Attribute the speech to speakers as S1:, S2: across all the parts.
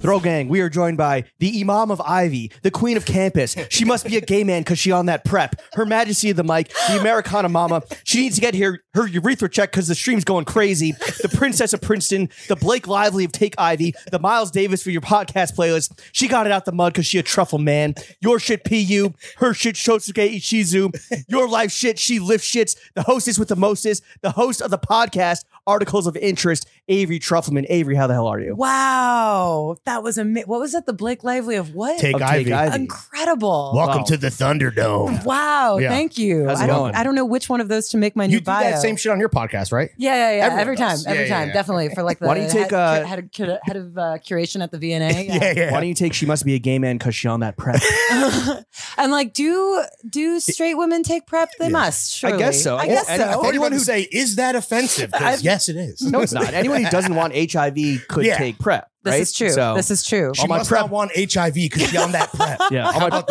S1: Throw Gang, we are joined by the Imam of Ivy, the Queen of Campus. She must be a gay man because she on that prep. Her Majesty of the Mic, the Americana Mama. She needs to get here her urethra check because the stream's going crazy. The Princess of Princeton, the Blake Lively of Take Ivy, the Miles Davis for your podcast playlist. She got it out the mud because she a truffle man. Your shit PU, her shit Shotsuke Ichizu, your life shit, she lifts shits, the hostess with the mostest, the host of the podcast, Articles of Interest, Avery Truffleman. Avery, how the hell are you?
S2: Wow, that was amazing. What was that? The Blake Lively of what?
S3: Take
S1: Of Take
S3: Ivy.
S1: Ivy.
S2: Incredible.
S3: Welcome
S1: Wow.
S3: to the Thunderdome.
S2: Wow,
S3: Yeah.
S2: thank you.
S1: How's it
S2: I don't
S1: going?
S2: I don't know which one of those to make my new
S3: You do
S2: bio.
S3: that same shit on your podcast, right?
S2: yeah, yeah, yeah.
S3: Everyone
S2: Every time,
S3: does.
S2: every
S3: Yeah, yeah,
S2: time,
S3: yeah.
S2: definitely for like the
S1: Why don't you take,
S2: head,
S1: uh,
S2: head of, cur- head of uh, curation at the VNA. Yeah.
S1: Why do you take she must be a gay man because she on that prep?
S2: I'm like, do do straight women take prep? They must. Surely.
S1: I guess so.
S2: I guess
S1: And- and
S2: so.
S1: if anyone
S3: Anyone who
S1: who
S3: say is that offensive? 'Cause
S2: I've-
S3: yes, it is.
S1: no, it's not. Anyone who doesn't want HIV could
S3: Yeah.
S1: take prep.
S2: This
S1: right?
S2: is true.
S1: So,
S2: This is true.
S3: She
S1: All my
S3: must
S1: prep-
S3: not want HIV because she's on that prep.
S1: yeah. All my,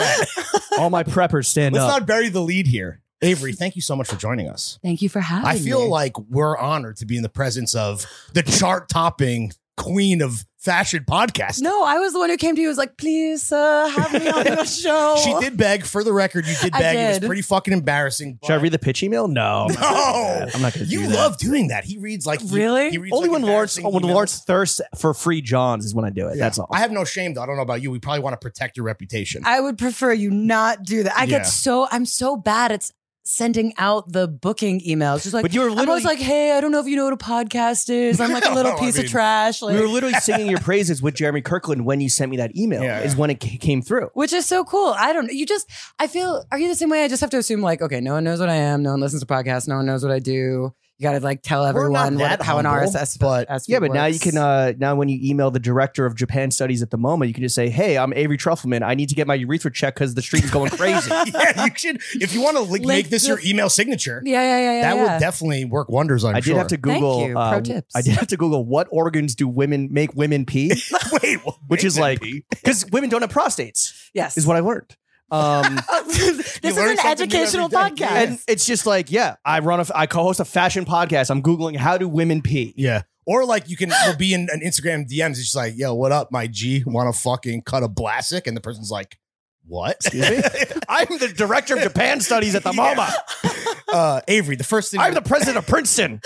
S1: all my preppers stand
S3: Let's
S1: up.
S3: not bury the lead here. Avery, thank you so much for joining us.
S2: Thank you for having
S3: I feel
S2: me.
S3: like we're honored to be in the presence of the chart-topping queen of fashion podcast.
S2: no, I was the one who came to you. and Was like, please, sir, have me on your show.
S3: She did beg. For the record, you did
S2: I
S3: beg. It was
S2: did.
S3: pretty fucking embarrassing.
S1: Should I
S3: but-
S1: read the pitch email? No.
S3: No,
S1: I'm not gonna
S3: You
S1: do that.
S3: love doing that. He reads like he-
S2: Really?
S3: he reads,
S1: Only
S3: like,
S1: when Lawrence
S3: embarrassing
S1: when
S3: emails.
S1: Lawrence thirsts for free Johns is when I do it.
S3: Yeah.
S1: That's all.
S3: I have no shame though. I don't know about you. We probably want to protect your reputation.
S2: I would prefer you not do that. I
S3: Yeah.
S2: get so I'm so bad at s- sending out the booking emails. Just like
S1: but you were
S2: I'm
S1: literally
S2: always like, hey, I don't know if you know what a podcast is. I'm like a little
S3: No, I
S2: piece
S3: mean-
S2: of trash.
S1: we
S2: Like,
S1: were literally singing your praises with Jeremy Kirkland when you sent me that email.
S3: Yeah,
S1: is
S3: yeah.
S1: when it ca- came through.
S2: which is so cool. I don't know. You just, I feel, are you the same way? I just have to assume, like, okay, no one knows what I am. No one listens to podcasts. No one knows what I do. You got to like tell
S3: We're not
S2: everyone what,
S3: that
S2: how an
S3: humble,
S2: RSS
S3: but-
S2: RSS
S1: Yeah, but now you
S2: works.
S1: can uh now when you email the director of Japan Studies at the MoMA, you can just say, "Hey, I'm Avery Truffleman. I need to get my urethra check because the stream's going crazy."
S3: yeah, you should. If you want to like,
S2: Like
S3: make this
S2: the-
S3: your email signature,
S2: Yeah, yeah, yeah. yeah
S3: that
S2: yeah.
S3: would definitely work wonders. I'm
S1: I did
S3: sure.
S1: have to
S2: Thank
S1: Google.
S2: you. Pro
S1: um,
S2: tips.
S1: I did have to Google what organs do women make women pee,
S3: wait, what
S1: which is
S3: makes it
S1: like
S3: be?
S1: because women don't have prostates,
S2: yes.
S1: is what I learned. Um,
S2: this
S3: You
S2: is
S3: learn
S2: an
S3: something new every
S2: educational
S3: day.
S2: podcast.
S3: Yeah.
S1: and it's just like, yeah, I run a, f- I co-host a fashion podcast. I'm googling how do women pee.
S3: yeah. Or like you can you'll be in an Instagram DMs. It's just like, yo, what up, my G? Want to fucking cut a blastic? And the person's like, what?
S1: I'm the director of Japan Studies at the
S3: Yeah.
S1: MoMA.
S3: uh, Avery, the first thing
S1: I'm the president of Princeton.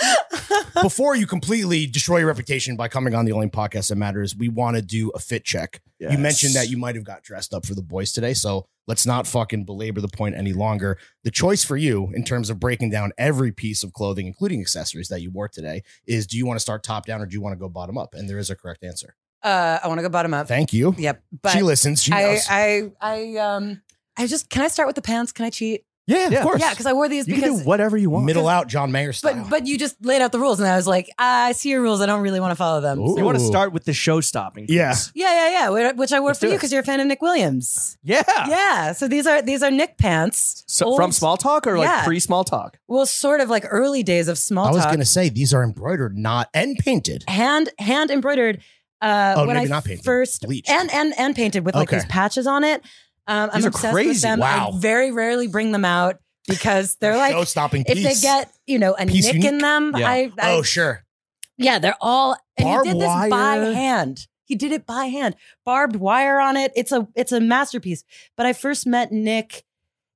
S3: before you completely destroy your reputation by coming on the only podcast that matters, we want to do a fit check. You
S1: Yes.
S3: mentioned that you might have got dressed up for the boys today, so let's not fucking belabor the point any longer. The choice for you in terms of breaking down every piece of clothing, including accessories that you wore today, is do you want to start top down or do you want to go bottom up? And there is a correct answer.
S2: uh, I want to go bottom up.
S3: Thank you.
S2: Yep. But
S3: she listens. She
S2: I,
S3: knows.
S2: I, I, um, I just can I start with the pants? Can I cheat?
S1: Yeah,
S3: of course.
S2: Yeah, because I wore these
S1: you can
S2: because.
S1: do whatever you want.
S3: Middle out, John Mayer style.
S2: but but you just laid out the rules, and I was like, "Ah, I see your rules. I don't really want to follow them.
S3: Ooh.
S1: you want to start with the show stopping?
S3: Yeah.
S1: piece.
S2: Yeah, yeah, yeah. wh- Which I wore
S1: Let's
S2: for
S1: do
S2: you
S1: it.
S2: because you're a fan of Nick Williams.
S1: yeah.
S3: Ah.
S2: Yeah. So these are these are Nick pants.
S1: So
S2: Old-
S1: from small talk or like
S2: Yeah.
S1: pre small talk?
S2: Well, sort of like early days of small
S3: I was
S2: talk.
S3: gonna say these are embroidered, not and painted.
S2: hand hand embroidered. Uh,
S3: Oh,
S2: when
S3: maybe
S2: I
S3: not painted.
S2: First
S3: Bleached.
S2: and and and painted with like
S3: Okay.
S2: these patches on it. Um, I'm
S1: These are
S2: obsessed
S1: crazy.
S2: with them.
S3: Wow.
S2: I very rarely bring them out because they're like
S3: Show stopping
S2: if
S3: piece.
S2: they get you know a
S3: Piece
S2: nick in
S3: unique.
S2: them,
S1: Yeah.
S2: I, I
S3: oh sure,
S2: yeah, they're all and
S3: Barbed
S2: he did this by
S3: wire.
S2: hand. He did it by hand, barbed wire on it. It's a it's a masterpiece. But I first met Nick.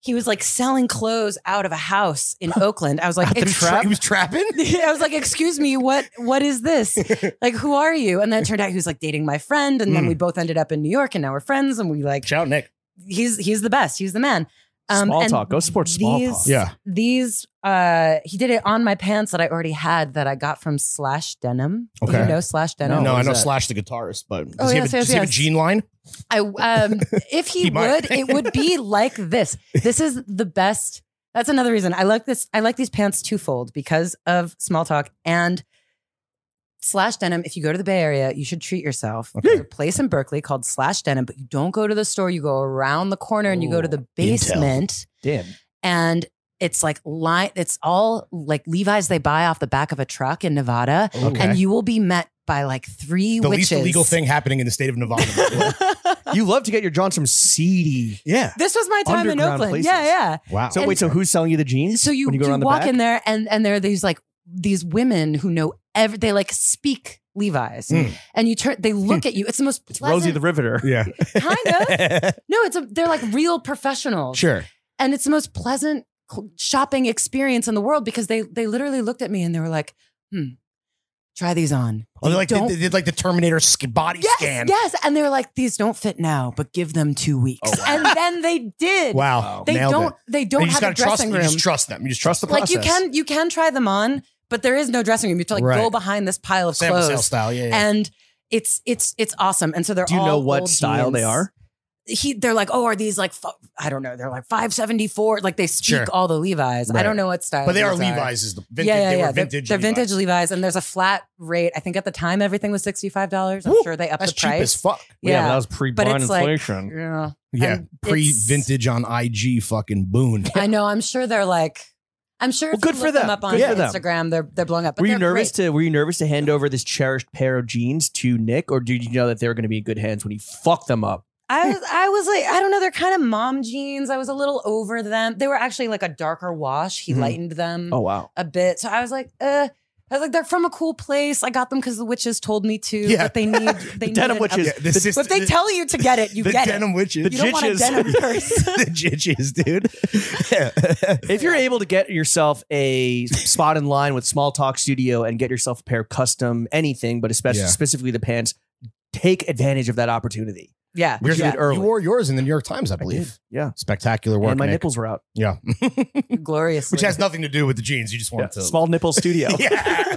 S2: He was like selling clothes out of a house in Oakland. I was like,
S3: he was,
S2: "Ex-
S3: tra- he was trapping.
S2: I was like, excuse me, what what is this? Like, who are you? And then it turned out he was like dating my friend, and then
S3: Mm.
S2: we both ended up in New York, and now we're friends, and we like
S3: Shout Nick.
S2: he's he's the best, he's the man. Um,
S1: Small
S2: and
S1: talk. Go support small
S2: these-
S1: talk.
S3: Yeah.
S2: these uh he did it on my pants that I already had that I got from Slash Denim. Do
S3: Okay.
S2: You know Slash Denim.
S1: No,
S3: No, I
S1: who's
S3: know
S1: that?
S3: Slash the guitarist, but does,
S2: Oh,
S3: he, have
S2: yes,
S3: a,
S2: yes,
S3: does he have a
S2: yes.
S3: gene line?
S2: I um if he,
S3: He might.
S2: would, it would be like this. This is the best. That's another reason. I like this. I like these pants twofold because of small talk and slash denim. If you go to the Bay Area, you should treat yourself. There's a place in Berkeley called slash denim, but you don't go to the store. You go around the corner and you go to
S1: Ooh,
S2: the basement
S1: Damn.
S2: and It's like line. It's all like Levi's they buy off the back of a truck in Nevada,
S3: Okay.
S2: and you will be met by like three
S3: the
S2: witches.
S3: least illegal thing happening in the state of Nevada.
S1: You love to get your Johns from seedy.
S3: yeah.
S2: This was my time in
S1: Underground
S2: Oakland.
S1: places.
S2: Yeah, yeah.
S3: Wow.
S1: So
S2: And-
S1: wait, so who's selling you the jeans?
S2: So you,
S1: when you go
S2: you
S1: around the
S2: walk
S1: back?
S2: in there, and and there are these like these women who know every. They like speak Levi's,
S3: Mm.
S2: and you turn. They look at you. It's the most
S1: Hmm. It's Rosie
S2: pleasant.
S1: the Riveter.
S3: yeah.
S2: kind of. No, it's a, they're like real professionals.
S3: sure.
S2: and it's the most pleasant cl- shopping experience in the world because they they literally looked at me and they were like, "Hmm, try these on."
S3: Oh, they like they,
S2: don't-
S3: they did like the Terminator sk- body
S2: yes,
S3: scan.
S2: yes, and they were like, "These don't fit now, but give them two weeks."
S3: Oh, wow.
S2: And then they did.
S3: Wow.
S2: They
S3: Nailed
S2: don't.
S3: It.
S2: They don't
S3: you just
S2: have a
S3: gotta trust.
S2: dressing
S3: You
S2: room.
S3: just trust them. You just
S1: Trust
S3: trust
S1: the
S3: them.
S2: like you
S1: process.
S2: can you can try them on, but there is no dressing room. You have to like
S3: Right.
S2: go behind this pile of
S3: Sample sale
S2: clothes,
S3: style. Yeah. yeah.
S2: and it's it's it's awesome. And so they're
S1: Do you
S2: all
S1: know what
S2: old
S1: style they
S2: jeans.
S1: are?
S2: he they're like, oh, are these like fu- I don't know, they're like five seventy four. Like they speak
S3: Sure.
S2: all the Levi's. I
S3: Right.
S2: don't know what style,
S3: but they are
S2: these
S3: Levi's. Is the vintage?
S2: yeah, yeah,
S3: they
S2: yeah.
S3: were vintage.
S2: they're, they're
S3: Levi's.
S2: vintage Levi's, and there's a flat rate. I think at the time everything was sixty five dollars. I'm
S3: Woo!
S2: sure they upped
S3: That's
S2: the
S3: cheap
S2: price.
S3: as fuck.
S2: yeah,
S1: was pre
S2: but it's like, yeah.
S3: Yeah.
S2: And it's-
S3: Pre vintage on IG fucking boon.
S2: I know. I'm sure they're like, I'm sure.
S1: Well,
S2: if
S1: good
S2: you
S1: for
S2: look
S1: them.
S2: Up on
S1: Good for them.
S2: Instagram, they're they're blowing up. But
S1: were you
S2: they're
S1: nervous
S2: great.
S1: to were you nervous to hand over this cherished pair of jeans to Nick, or did you know that they were going to be in good hands when he fucked them up?
S2: I was I was like I don't know. They're kind of mom jeans. I was a little over them. They were actually like a darker wash. He
S3: Mhm.
S2: lightened them.
S1: Oh wow!
S2: a bit. So I was like, uh, I was like, they're from a cool place. I got them because the witches told me to.
S3: Yeah.
S2: But they need they need
S1: denim
S2: an
S1: witches.
S3: Yeah,
S2: up-
S3: the sister-
S2: But if they tell you to get it, you
S3: the
S2: get
S3: denim
S2: it.
S3: witches.
S1: The
S2: You don't want a
S1: jitches.
S2: denim purse.
S3: the jitches, dude. Yeah.
S1: If you're able to get yourself a spot in line with Small Talk Studio and get yourself a pair of custom anything, but especially
S3: Yeah.
S1: specifically the pants, take advantage of that opportunity.
S2: yeah.
S1: Yours
S2: yeah.
S1: did early.
S3: You wore yours in the New York Times, I
S1: I
S3: believe.
S1: did. yeah.
S3: Spectacular work.
S1: and my
S3: Nick.
S1: nipples were out.
S3: Yeah.
S2: Gloriously.
S3: Which has nothing to do with the jeans. You just
S1: Yeah.
S3: wanted to.
S1: Small nipple studio.
S3: Yeah.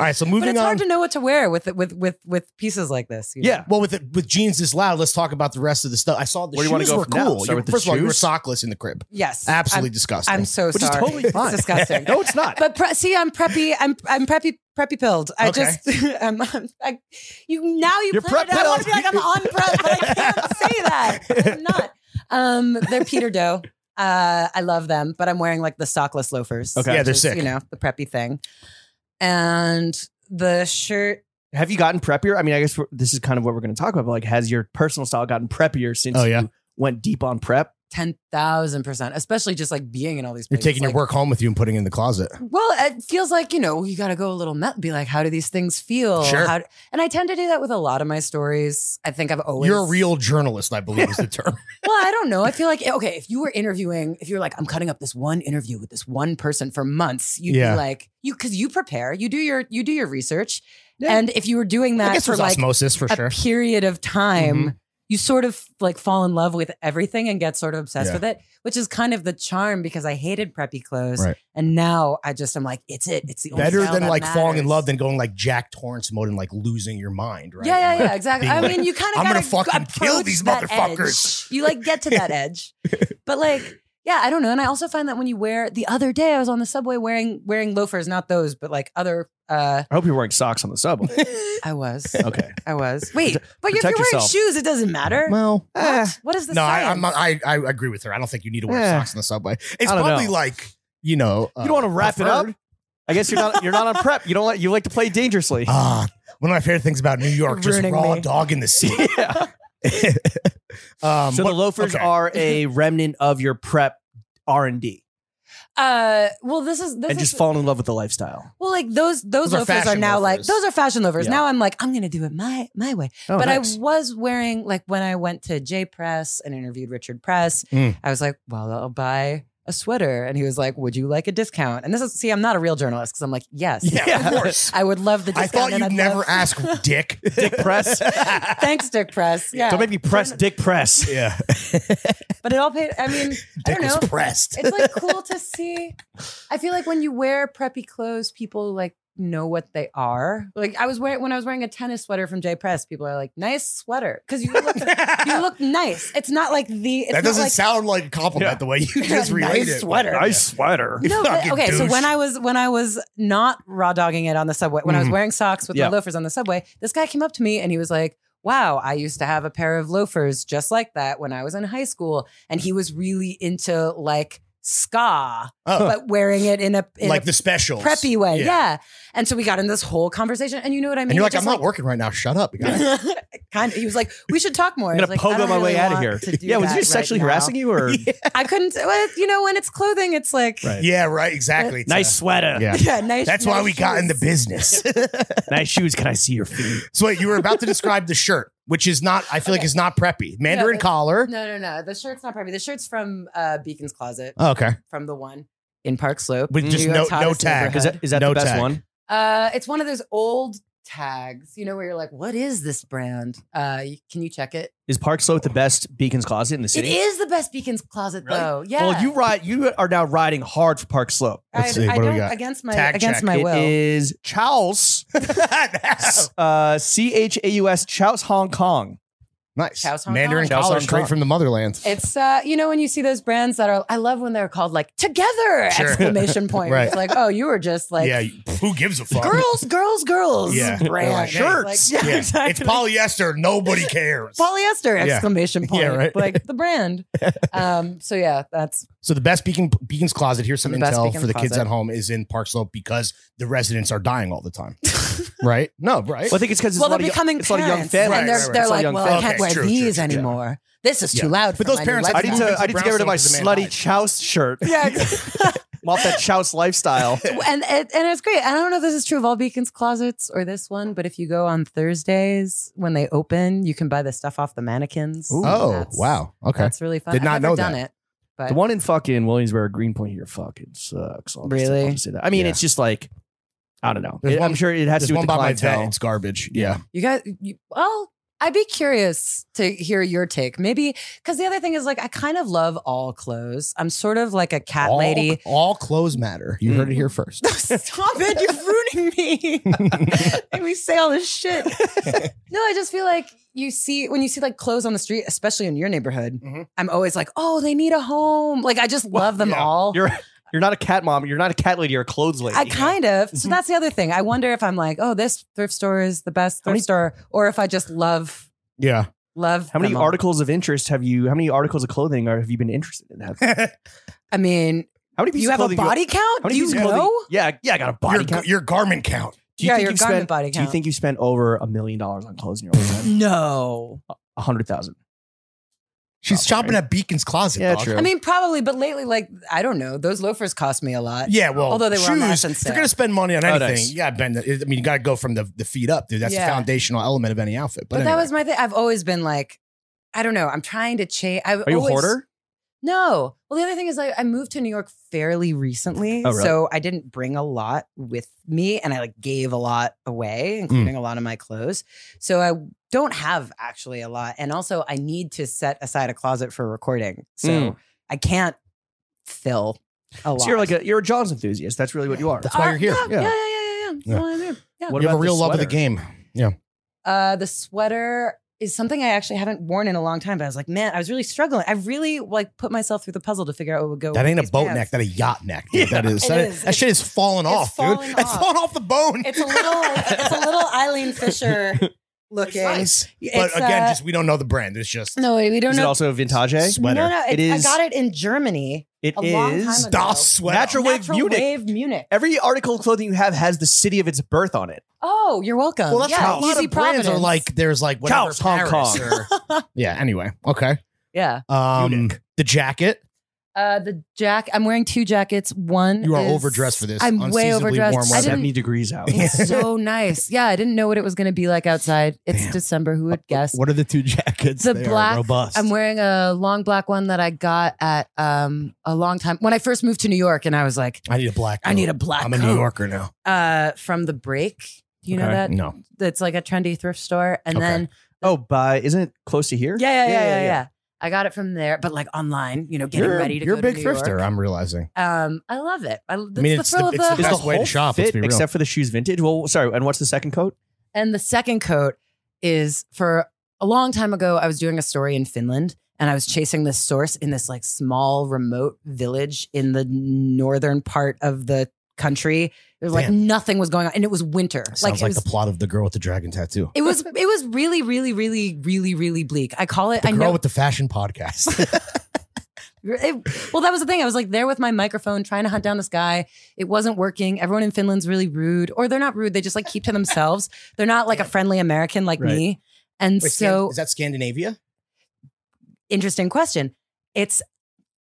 S3: All right. So
S2: but
S3: moving
S2: it's
S3: on.
S2: hard to know what to wear with with with with pieces like this. you know?
S1: Yeah.
S3: well, with the, with jeans this loud, let's talk about the rest of the stuff. I saw the
S1: Where do you wanna
S3: shoes
S1: go
S3: were
S1: from now?
S3: cool.
S1: Start
S3: You-
S1: with the
S3: first of all, you were
S1: shoes?
S3: sockless in the crib.
S2: Yes.
S3: Absolutely disgusting.
S2: I'm, I'm so
S1: Which is
S2: sorry.
S1: totally fine.
S2: It's disgusting.
S1: No, it's not.
S2: But pre- see, I'm preppy. I'm I'm preppy preppy pilled. I
S3: Okay.
S2: just I'm, I'm I, you now you
S1: You're
S2: put it out. I want to be like I'm on prep, but I can't say that. I'm not. Um, they're Peter Doe. Uh, I love them, but I'm wearing like the sockless loafers.
S1: Okay. Yeah,
S2: which
S3: they're
S2: is,
S3: sick.
S2: You know the preppy thing, and the shirt.
S1: Have you gotten preppier? I mean, I guess we're- this is kind of what we're going to talk about. But like, has your personal style gotten preppier since
S3: Oh, yeah.
S1: you went deep on prep?
S2: Ten thousand percent, especially just like being in all these.
S3: You're
S2: places.
S3: taking your
S2: Like,
S3: work home with you and putting it in the closet.
S2: Well, it feels like, you know, you got to go a little met, be like, how do these things feel?
S3: Sure.
S2: How do- and I tend to do that with a lot of my stories. I think I've always.
S3: You're a real journalist, I believe is the term.
S2: Well, I don't know. I feel like, okay, if you were interviewing, if you're like, I'm cutting up this one interview with this one person for months, you'd
S3: Yeah.
S2: be like, you, cause you prepare, you do your, you do your research.
S1: Yeah.
S2: And if you were doing
S3: I
S2: that
S3: guess
S2: for
S3: there's
S2: like
S3: osmosis for
S2: a
S3: sure. Mm-hmm.
S2: period of time, you sort of like fall in love with everything and get sort of obsessed
S3: Yeah.
S2: with it, which is kind of the charm because I hated preppy clothes.
S3: Right.
S2: And now I just am like, it's it. It's the only
S3: Better
S2: style
S3: than
S2: that
S3: like falling in
S2: matters.
S3: love than going like Jack Torrance mode and like losing your mind, right?
S2: Yeah, yeah,
S3: Like,
S2: yeah, exactly.
S3: being
S2: I
S3: like,
S2: mean, you kind of
S3: "I'm
S2: gotta
S3: gonna fucking kill
S2: approach
S3: these
S2: that
S3: motherfuckers."
S2: edge. You like get to that edge, but like, yeah, I don't know. And I also find that when you wear the other day, I was on the subway wearing wearing loafers, not those, but like other. uh
S1: I hope you're wearing socks on the subway.
S2: I was,
S1: Okay.
S2: I was. Wait, but if
S1: protect
S2: you're wearing
S1: yourself.
S2: shoes, it doesn't matter.
S3: Well,
S1: Eh.
S2: What? What is the Eh,
S3: no, I,
S2: science?
S3: I'm not, I I agree with her. I don't think you need to wear
S1: Yeah.
S3: socks on the subway. It's
S1: I don't
S3: probably
S1: know.
S3: like you know uh,
S1: you don't want to wrap it up. I guess you're not you're not on prep. You don't like you like to play dangerously.
S3: Ah, one of my favorite things about New York, just
S2: Ruining
S3: raw
S2: me.
S3: dog in the sea.
S1: yeah.
S3: um,
S1: So
S3: what-
S1: the loafers
S3: okay.
S1: are a remnant of your prep R and D,
S2: uh, well, this is this
S1: and just
S2: is
S1: falling in love with the lifestyle.
S2: well, like those those,
S3: Those are
S2: loafers are
S3: fashion
S2: now like
S3: loafers.
S2: those are fashion loafers.
S1: Yeah.
S2: Now I'm like, I'm gonna do it my my way.
S1: Oh,
S2: but
S1: nice.
S2: I was wearing like when I went to J Press and interviewed Richard Press,
S3: Mm.
S2: I was like, "Well, I'll buy a sweater," and he was like, "Would you like a discount?" And this is see, I'm not a real journalist because I'm like, "Yes,
S3: yeah, of course.
S2: I would love the
S3: I
S2: discount."
S3: thought
S2: and
S3: you'd
S2: I'd
S3: never
S2: love-
S3: ask, Dick.
S1: Dick Press.
S2: Thanks, Dick Press. Yeah,
S1: Don't make me press Dick Press.
S3: yeah,
S2: but it all paid. I mean, I
S3: Dick
S2: don't
S3: was
S2: know.
S3: pressed.
S2: it's like cool to see. I feel like when you wear preppy clothes, people like know what they are. Like I was wearing when I was wearing a tennis sweater from J Press, people are like, "Nice sweater," because you look you look nice. It's not like the. It's
S3: that
S2: not
S3: doesn't
S2: like,
S3: sound like a compliment
S1: Yeah.
S3: the way you just
S2: Nice
S3: related it.
S2: sweater. Nice
S1: sweater.
S3: You
S2: No, but,
S3: fucking
S2: okay. So
S3: douche.
S2: when I was when I was not raw dogging it on the subway, when I was
S3: Mhm.
S2: wearing socks with
S1: Yeah.
S2: my loafers on the subway, this guy came up to me and he was like, "Wow, I used to have a pair of loafers just like that when I was in high school," and he was really into like ska,
S3: Oh,
S2: but wearing it in a, in
S3: like
S2: a
S3: the specials.
S2: preppy way.
S3: Yeah.
S2: Yeah. And so we got in this whole conversation. And you know what I mean?
S3: And you're
S2: It
S3: like,
S2: just,
S3: I'm not working right now. Shut up. guys.
S2: kind of. He was like, "We should talk more."
S1: I'm
S2: I was
S1: gonna
S2: like, I
S1: pogo
S2: don't
S1: my way
S2: really
S1: out of
S2: want
S1: here.
S2: to do
S1: Yeah, was
S2: that
S1: he sexually
S2: right now.
S1: harassing you or
S2: I couldn't. Well, you know, when it's clothing, it's like
S1: Right.
S3: yeah, right. Exactly. It's
S1: nice
S3: a-
S1: sweater,
S3: yeah.
S2: yeah, nice.
S3: That's why
S2: nice
S3: we got in the
S2: shoes.
S3: business.
S1: nice shoes? Can I see your feet?
S3: so wait, you were about to describe the shirt, which is not, I feel like is not preppy. Mandarin
S2: but-
S3: collar.
S2: No, no, no. The shirt's not probably. The shirt's from uh, Beacon's Closet,
S3: Oh, okay.
S2: from the one in Park Slope.
S3: With
S1: Mm.
S3: just
S2: New
S3: no
S2: York's
S3: no
S2: hottest
S3: tag.
S1: Is that is that
S3: No
S1: the best
S3: tag.
S1: one?
S2: Uh, it's one of those old tags, you know, where you're like, "What is this brand?" Uh, y- can you check it?
S1: Is Park Slope the best Beacon's Closet in the
S2: It
S1: city?
S2: is the best Beacon's Closet,
S3: Really?
S2: though. Yeah.
S1: Well, you ride. You are now riding hard for Park Slope.
S2: I,
S3: Let's see,
S2: I
S3: what do we
S2: don't-
S3: got?
S2: against my
S3: Tag
S2: against
S3: check.
S2: my
S1: It
S2: will.
S1: is Chow's.
S3: That's-
S1: uh, C H A U S Chow's Hong Kong.
S3: nice.
S2: Chow's Hong
S3: Mandarin
S1: Kong. Chow's
S3: collar
S1: Hong
S3: straight
S1: Kong.
S3: from the motherland.
S2: It's uh, you know when you see those brands that are I love when they're called like together
S3: Sure.
S2: exclamation point.
S3: Right.
S2: It's like, oh, you were just like
S3: yeah. Who gives a fuck?
S2: girls, girls, girls
S3: Yeah. They're
S2: brand.
S3: like,
S1: shirts.
S2: Like, yeah,
S3: Yeah. It's
S2: exactly.
S3: polyester. Nobody cares.
S2: polyester
S3: Yeah.
S2: exclamation point.
S3: right.
S2: Like the brand. Um, so yeah, that's
S3: So the best Beacon, Beacon's Closet, here's some
S2: The best
S3: intel
S2: Beacon's
S3: for the kids
S2: Closet.
S3: at home, is in Park Slope because the residents are dying all the time. right? No, right?
S1: Well, I think it's because it's
S2: well,
S1: a
S2: they're
S1: lot of young-
S2: becoming
S1: it's a lot of
S2: parents,
S1: young families.
S2: and they're,
S3: Right,
S2: they're
S3: right,
S1: It's a lot of
S2: like,
S1: young
S2: well, I
S1: families.
S2: can't
S3: Okay,
S2: wear
S3: true,
S2: these
S3: true, true.
S2: anymore. This is
S3: Yeah.
S2: too loud.
S3: But
S2: for
S3: those
S2: my new
S3: parents-
S1: I
S3: I
S1: need
S3: think
S2: lifestyle.
S1: to.
S3: it's
S1: I need to get rid of my
S3: Brownstones demand
S1: slutty
S3: life.
S1: Chow's shirt.
S2: Yeah, exactly.
S1: I'm off that Chow's lifestyle.
S2: and it, and it's great. I don't know if this is true of all Beacon's closets or this one, but if you go on Thursdays when they open, you can buy the stuff off the mannequins.
S1: Ooh.
S3: oh,
S2: That's-
S3: wow. Okay.
S2: That's really fun.
S3: Did not
S2: I've never
S3: know
S2: done
S3: that.
S2: it. But
S1: The one in fucking Williamsburg, Greenpoint here fucking sucks. I'll just- I'll
S2: Really?
S1: just say that. I mean,
S3: Yeah.
S1: it's just like, I don't know.
S3: There's
S1: It-
S3: one-
S1: I'm sure it has to
S3: There's
S1: do with
S3: one
S1: the
S3: by my vet.
S1: clientele.
S3: It's garbage. Yeah.
S2: you guys, you, well, I'd be curious to hear your take. Maybe because the other thing is like I kind of love all clothes. I'm sort of like a cat
S3: all,
S2: lady.
S3: All clothes matter. You
S1: Mm.
S3: heard it here first.
S2: Stop it! You're ruining me. and we say all this shit. no, I just feel like you see when you see like clothes on the street, especially in your neighborhood.
S3: Mhm.
S2: I'm always like, oh, they need a home. Like I just love them
S3: yeah.
S2: all.
S1: You're you're not a cat mom. You're not a cat lady. You're a clothes lady.
S2: I kind of. So that's the other thing. I wonder if I'm like, oh, this thrift store is the best
S1: How
S2: thrift
S1: many-
S2: store, or if I just love
S3: yeah.
S2: love.
S1: how many
S2: them all.
S1: articles of interest have you? How many articles of clothing are, have you been interested in? Have-
S2: I mean,
S1: How many pieces
S2: you have
S1: of
S2: a
S1: clothing?
S2: body count?
S1: how
S2: Do
S1: many
S2: you
S1: pieces of clothing-
S2: know?
S1: Yeah, yeah, I got a body
S3: your,
S1: count.
S3: your garment count.
S1: Do you
S2: yeah,
S1: think
S2: your
S1: you've
S2: garment
S1: spent?
S2: body
S1: Do you
S2: count.
S1: think you spent over a million dollars on clothes in your own life?
S2: No.
S1: A hundred thousand.
S3: She's
S1: Probably.
S3: shopping at Beacon's Closet.
S1: Yeah,
S3: dog.
S1: true.
S2: I mean, probably, but lately, like, I don't know. Those loafers cost me a lot.
S3: Yeah, well,
S2: Although they were on
S3: shoes,
S2: Madison
S3: if you're
S2: sale.
S3: gonna spend money on
S1: Oh,
S3: anything,
S1: nice.
S3: you gotta bend. The, I mean, you gotta go from the, the feet up, dude. That's
S2: Yeah.
S3: the foundational element of any outfit. But,
S2: But, that
S3: anyway.
S2: was my thing. I've always been like, I don't know. I'm trying to change. I've
S1: Are you
S2: always-
S1: a hoarder?
S2: No. Well, the other thing is, like, I moved to New York fairly recently,
S1: Oh, really?
S2: so I didn't bring a lot with me, and I like gave a lot away, including a lot of my clothes. So I don't have actually a lot, and also I need to set aside a closet for recording, so
S1: Mm.
S2: I can't fill a lot.
S1: So you're like a you're a Jaws enthusiast. That's really what you are.
S3: That's why you're here.
S1: Yeah.
S2: Yeah, yeah, yeah, yeah, yeah. That's
S3: Yeah.
S2: why I'm here. Yeah.
S1: What
S3: you
S1: about
S3: have a
S1: the
S3: real love of the
S1: sweater?
S3: game.
S2: Uh, the sweater is something I actually haven't worn in a long time, but I was like, man, I was really struggling. I really like put myself through the puzzle to figure out what would go.
S3: That
S2: with
S3: ain't a
S2: these
S3: boat
S2: pants.
S3: neck. That a yacht neck. dude.
S1: Yeah.
S3: That is.
S2: It
S3: That,
S2: is.
S3: that shit is falling
S2: It's
S3: off,
S2: falling
S3: dude. That's
S2: off.
S3: falling off the bone.
S2: It's a little, it's a little Eileen Fisher looking.
S3: nice. But
S2: It's,
S3: again,
S2: uh,
S3: just we don't know the brand. It's just
S2: no, we don't
S1: Is it
S2: know.
S1: also a vintage?
S3: sweater.
S2: No, no,
S1: It
S2: it is.
S1: is-
S2: I got it in Germany.
S1: It
S2: A long time
S1: is.
S2: ago.
S3: Das sweater.
S1: Natural wave
S2: Natural
S1: Munich.
S2: Wave Munich.
S1: Every article of clothing you have has the city of its birth on it.
S2: Oh, you're welcome.
S3: Well, that's
S2: yeah,
S3: how a lot
S2: easy
S3: of brands are
S2: Providence.
S3: like. There's like whatever
S1: Cows, Hong
S3: Paris or- yeah. Anyway. Okay.
S2: Yeah,
S3: Um.
S1: Munich.
S3: The jacket.
S2: uh, the jack. I'm wearing two jackets. One.
S3: You are
S2: is-
S3: overdressed for this.
S2: I'm way
S3: unseasonably
S2: overdressed.
S3: warm
S2: I
S3: weather.
S2: didn't-
S1: Seventy degrees out.
S2: It's so nice. Yeah, I didn't know what it was going to be like outside. It's
S3: Damn.
S2: December. Who would guess?
S3: What are the two jackets?
S2: The
S3: They are
S2: black-
S3: robust.
S2: I'm wearing a long black one that I got at um, a long time when I first moved to New York, and I was like,
S3: I need a black.
S2: I need
S3: coat.
S2: a black.
S3: Oh, I'm a New
S2: coat.
S3: Yorker now.
S2: uh, from the break. You know
S1: Okay.
S2: that
S3: No.
S2: that's like a trendy thrift store, and
S3: Okay.
S2: then
S1: Oh, by isn't it close to here?
S2: yeah yeah yeah, yeah,
S1: Yeah,
S2: yeah,
S1: yeah, yeah.
S2: I got it from there, but like online, you know, getting
S3: you're,
S2: ready to
S3: you're
S2: go
S3: a big
S2: to New
S3: thrifter.
S2: York.
S3: I'm realizing.
S2: Um, I love it. I, that's
S3: mean,
S2: the
S3: it's the-
S2: thrill of
S3: it's
S2: the,
S3: the
S1: Is the
S3: best way to
S1: whole
S3: shop, let's
S1: fit
S3: be real.
S1: except for the shoes vintage? Well, sorry. And what's the second coat?
S2: And the second coat is for a long time ago, I was doing a story in Finland and I was chasing this source in this like small remote village in the northern part of the country. It was like nothing was going on and it was winter.
S3: Sounds
S2: it
S3: like,
S2: was
S3: the plot of the girl with the dragon tattoo.
S2: it was it was really, really, really, really, really bleak. I call it
S3: The
S2: I
S3: girl
S2: know
S3: with the fashion podcast.
S2: It- well, that was the thing. I was like there with my microphone trying to hunt down this guy. It wasn't working. Everyone in Finland's really rude, or they're not rude. They just like keep to themselves. They're not like a friendly American like
S4: Right.
S2: me. And
S3: Wait, Scan-
S2: so,
S3: is that Scandinavia?
S2: interesting question. It's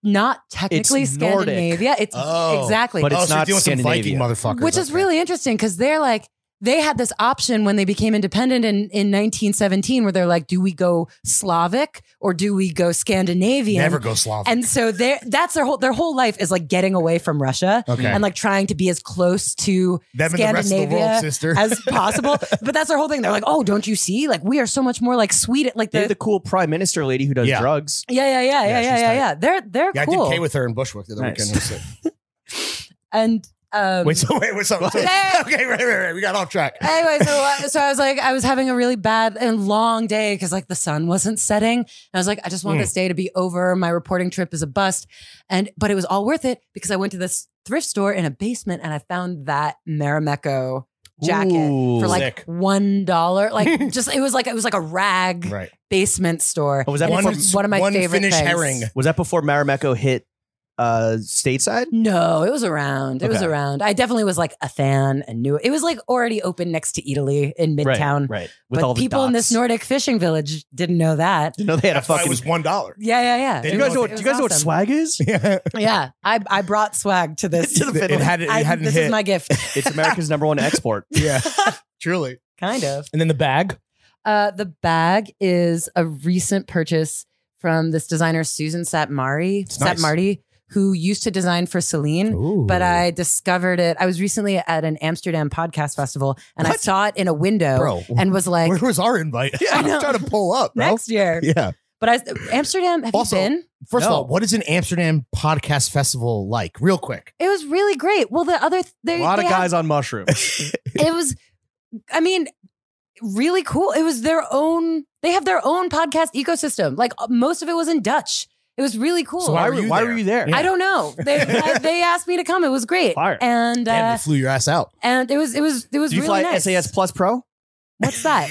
S2: not technically
S1: Nordic.
S2: Scandinavia. It's
S3: Oh,
S2: exactly.
S1: But
S3: oh,
S1: it's
S3: so you're
S1: not
S3: dealing with some Viking
S1: Scandinavia.
S3: motherfuckers.
S2: which is
S3: Okay.
S2: really interesting because they're like they had this option when they became independent in, in 1917 where they're like do we go slavic or do we go scandinavian
S3: never go Slavic.
S2: and so they that's their whole their whole life is like getting away from russia
S3: okay,
S2: and like trying to be as close to
S3: them and the rest of the world,
S2: Scandinavia
S3: sister.
S2: as possible but that's their whole thing they're like oh don't you see like we are so much more like sweet like
S1: They
S2: the,
S1: had the cool prime minister lady who does
S3: Yeah.
S1: drugs.
S2: yeah yeah yeah yeah
S3: Yeah,
S2: yeah
S3: she's
S2: yeah,
S3: tight.
S2: yeah. they're they're
S3: yeah,
S2: cool
S3: I did K with her in Bushwick the other
S5: Nice.
S3: weekend. It was sick.
S2: and um
S3: Wait, so wait, what's up? okay,
S2: Hey!
S3: right, right, right. We got off track.
S2: anyway, so I- so I was like, I was having a really bad and long day because like the sun wasn't setting. And I was like, I just want
S1: Hmm.
S3: Mm.
S2: this day to be over. My reporting trip is a bust, and but it was all worth it because I went to this thrift store in a basement and I found that Marimekko jacket
S1: Ooh.
S2: for like
S3: Sick.
S2: one dollar. Like just it was like it was like a rag
S3: Right.
S2: basement store.
S1: Oh, was that
S2: And
S1: one-
S2: it's one of my
S3: one
S2: favorite
S3: Finnish
S2: things.
S3: herring.
S1: Was that before Marimekko hit uh, stateside?
S2: No, it was around. It was
S1: Okay.
S2: around. I definitely was like a fan and knew it, It was like already open next to Italy in Midtown.
S1: Right. right. With
S2: but
S1: all the
S2: people in this
S1: dots.
S2: Nordic fishing village didn't know that.
S1: You know they had a
S3: That's why
S1: fucking.
S3: it was one dollar.
S2: Yeah, yeah, yeah.
S3: They
S1: do you
S2: It
S1: guys
S2: was-
S1: know? What,
S2: it
S1: do
S2: was
S1: you guys know what
S2: awesome.
S1: swag is?
S3: Yeah.
S2: Yeah, I I brought swag to this.
S1: To the
S3: It
S1: fiddle.
S3: had it
S2: I,
S3: hadn't
S2: this
S3: hit.
S2: is my gift,
S1: It's America's number one export.
S3: yeah. Truly.
S2: kind of.
S4: And then the bag.
S2: Uh, the bag is a recent purchase from this designer Susan Satmari,
S3: It's nice.
S2: Satmarty, who used to design for Celine. Mm-hmm. But I discovered it. I was recently at an Amsterdam podcast festival, and I
S3: What?
S2: saw it in a window,
S3: Bro.
S2: and was like,
S3: Where was our invite?
S2: I
S3: I'm
S2: know.
S3: trying to pull up, bro.
S2: next year.
S3: Yeah.
S2: But I, Amsterdam, have
S3: Also-
S2: you been?
S3: First of
S1: No.
S3: all, what is an Amsterdam podcast festival like? Real quick.
S2: It was really great. Well, the other
S1: A
S2: th- they,
S1: lot of
S2: they have-
S1: guys on mushrooms.
S2: it was i mean really cool it was their own they have their own podcast ecosystem like uh, most of it was in dutch it was really cool
S3: So
S1: why
S3: Why
S1: were
S3: were you
S1: why
S3: there?
S1: were you there?
S3: Yeah.
S2: i don't know they I- they asked me to come it was great
S1: Fire.
S2: and
S3: Damn,
S2: uh,
S3: they flew your ass out.
S2: and it was it was it was
S1: Do you
S2: really
S1: fly
S2: nice
S1: SAS Plus Pro?
S2: what's that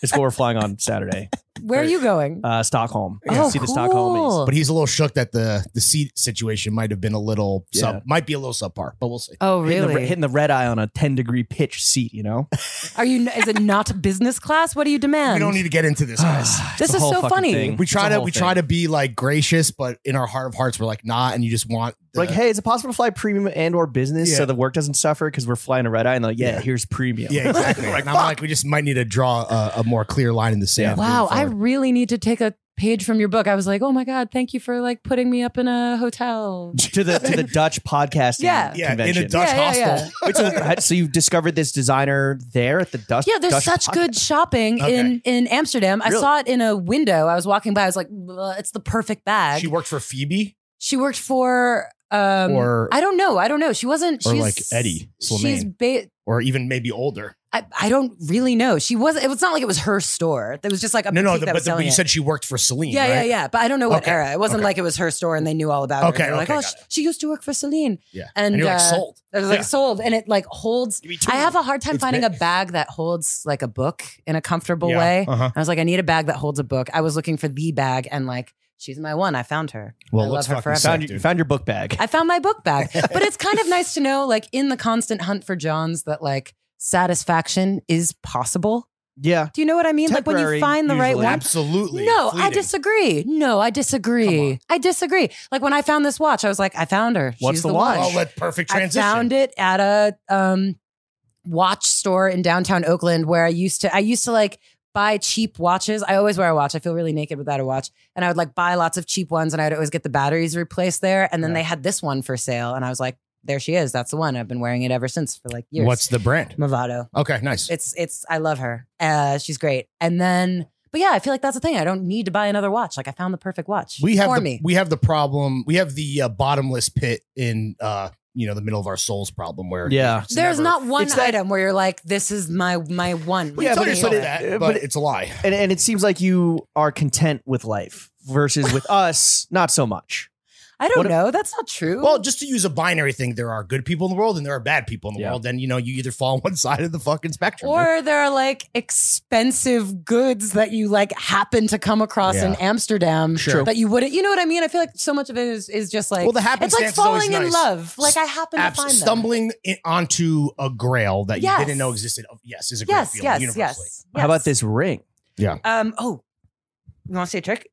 S1: It's what we're flying on Saturday.
S2: where are you going
S1: Uh, Stockholm.
S2: Yeah. Oh,
S1: See the
S2: cool.
S1: Stockholmies.
S3: But he's a little shook that the the seat situation might have been a little
S1: Yeah.
S3: sub, might be a little subpar, but we'll see.
S2: oh
S1: Hitting the-
S2: really
S1: hitting the red eye on a 10 degree pitch seat, you know?
S2: are you is it not business class what do you demand
S3: we don't need to get into this, guys.
S2: This is so funny.
S3: we try to we try to be like gracious, but in our heart of hearts, we're like nah, and you just want the,
S1: like, hey, is it possible to fly premium and or business so
S3: Yeah.
S1: the work doesn't suffer because we're flying a red eye? And they're like, yeah,
S3: Yeah.
S1: here's premium.
S3: yeah, exactly. and I'm like, we just might need to draw a, a more clear line in the sand. moving
S2: Wow, I
S3: forward.
S2: really need to take a page from your book. I was like, oh my God, thank you for like putting me up in a hotel.
S1: to the to the Dutch podcasting
S2: Yeah.
S3: yeah,
S1: uh, convention.
S3: in a Dutch
S2: Yeah, yeah,
S3: hostel.
S2: yeah.
S1: Wait, so, so you discovered this designer there at the Dutch?
S2: Yeah, there's
S1: Dutch
S2: such
S1: podcast-
S2: good shopping
S3: Okay.
S2: in in Amsterdam. I
S1: Really?
S2: saw it in a window. I was walking by. I was like, "Ugh, it's the perfect bag. She,
S3: She worked for Phoebe.
S2: worked for um
S3: Or-
S2: I don't know. I don't know. She wasn't
S3: Or
S2: she's,
S3: like Eddie
S2: She's
S3: Slimane.
S2: ba-
S3: or even maybe older.
S2: I, I don't really know. She was it was not like it was her store. It was just like a
S3: no, no,
S2: boutique
S3: the,
S2: that
S3: but,
S2: was
S3: the, but
S2: selling
S3: you
S2: it.
S3: said she worked for Celine.
S2: yeah, yeah,
S3: right?
S2: yeah. But I don't know what
S3: Okay.
S2: era. It wasn't
S3: Okay.
S2: like it was her store and they knew all about
S3: Okay,
S2: her. They were
S3: okay,
S2: like, oh,
S3: got
S2: sh- she used to work for Celine.
S3: Yeah.
S2: And,
S3: And you're like
S2: uh,
S3: sold.
S2: It was like
S3: Yeah.
S2: sold and it like holds. I have a hard time
S3: It's
S2: finding a
S3: big.
S2: bag that holds like a book in a comfortable
S3: Yeah.
S2: way.
S3: Uh-huh.
S2: I was like, I need a bag that holds a book. I was looking for the bag, and like, she's my one. I found her.
S3: Well,
S2: I
S3: let's
S2: love her
S3: fucking
S2: forever.
S3: sign-
S1: Found, your,
S3: Dude.
S1: found your book bag.
S2: I found my book bag, but it's kind of nice to know, like, in the constant hunt for Johns, that like satisfaction is possible.
S1: yeah.
S2: Do you know what I mean? Like when
S1: Temporary,
S2: you find the right
S1: usually.
S2: one.
S3: Absolutely.
S2: No, I
S3: fleeting.
S2: disagree. No, I
S3: Come
S2: disagree. I disagree. Like when I found this watch, I was like, I found her.
S1: What's
S2: She's
S1: the
S2: the one.
S1: watch?
S3: I'll let perfect transition.
S2: I found it at a um, watch store in downtown Oakland where I used to. I used to like buy cheap watches. I always wear a watch. I feel really naked without a watch. And I would like buy lots of cheap ones, and I would always get the batteries replaced there. And then they had this one for sale, and I was like, "There she is. That's the one." I've been wearing it ever since for like years.
S3: What's the brand?
S2: Movado?
S3: Okay, nice.
S2: It's it's. I love her. Uh, she's great. And then. But yeah, I feel like that's the thing. I don't need to buy another watch. Like I found the perfect watch
S3: we have
S2: for
S3: the,
S2: me.
S3: we have the problem. We have the uh, bottomless pit in uh you know the middle of our souls problem where
S1: Yeah.
S3: it's
S2: There's
S3: never-
S2: not one
S1: It's that-
S2: item where you're like, this is my my one.
S3: We
S1: Yeah,
S3: tell
S1: but it-
S3: yourself
S1: but it-
S3: that,
S1: uh,
S3: but
S1: but it-
S3: it's a lie.
S1: And, and it seems like you are content with life versus with us, not so much.
S2: I don't
S3: What if-
S2: know. That's not true.
S3: Well, just to use a binary thing, there are good people in the world and there are bad people in the
S1: Yeah.
S3: world. And you know, you either fall on one side of the fucking spectrum.
S2: or there are like expensive goods that you like happen to come across in Amsterdam
S3: Sure.
S2: that you wouldn't. You know what I mean? I feel like so much of it is is just like
S3: well, the
S2: it's like
S3: happenstance is always
S2: falling in
S3: nice.
S2: love. Like I happen
S3: Abs-
S2: to find them.
S3: stumbling in, onto a grail that
S2: Yes.
S3: you didn't know existed. Oh, Yes, is a great
S2: Yes,
S3: feeling
S2: yes, yes,
S3: universally.
S2: yes.
S1: How about this ring?
S2: Um. Oh, you want to say a trick?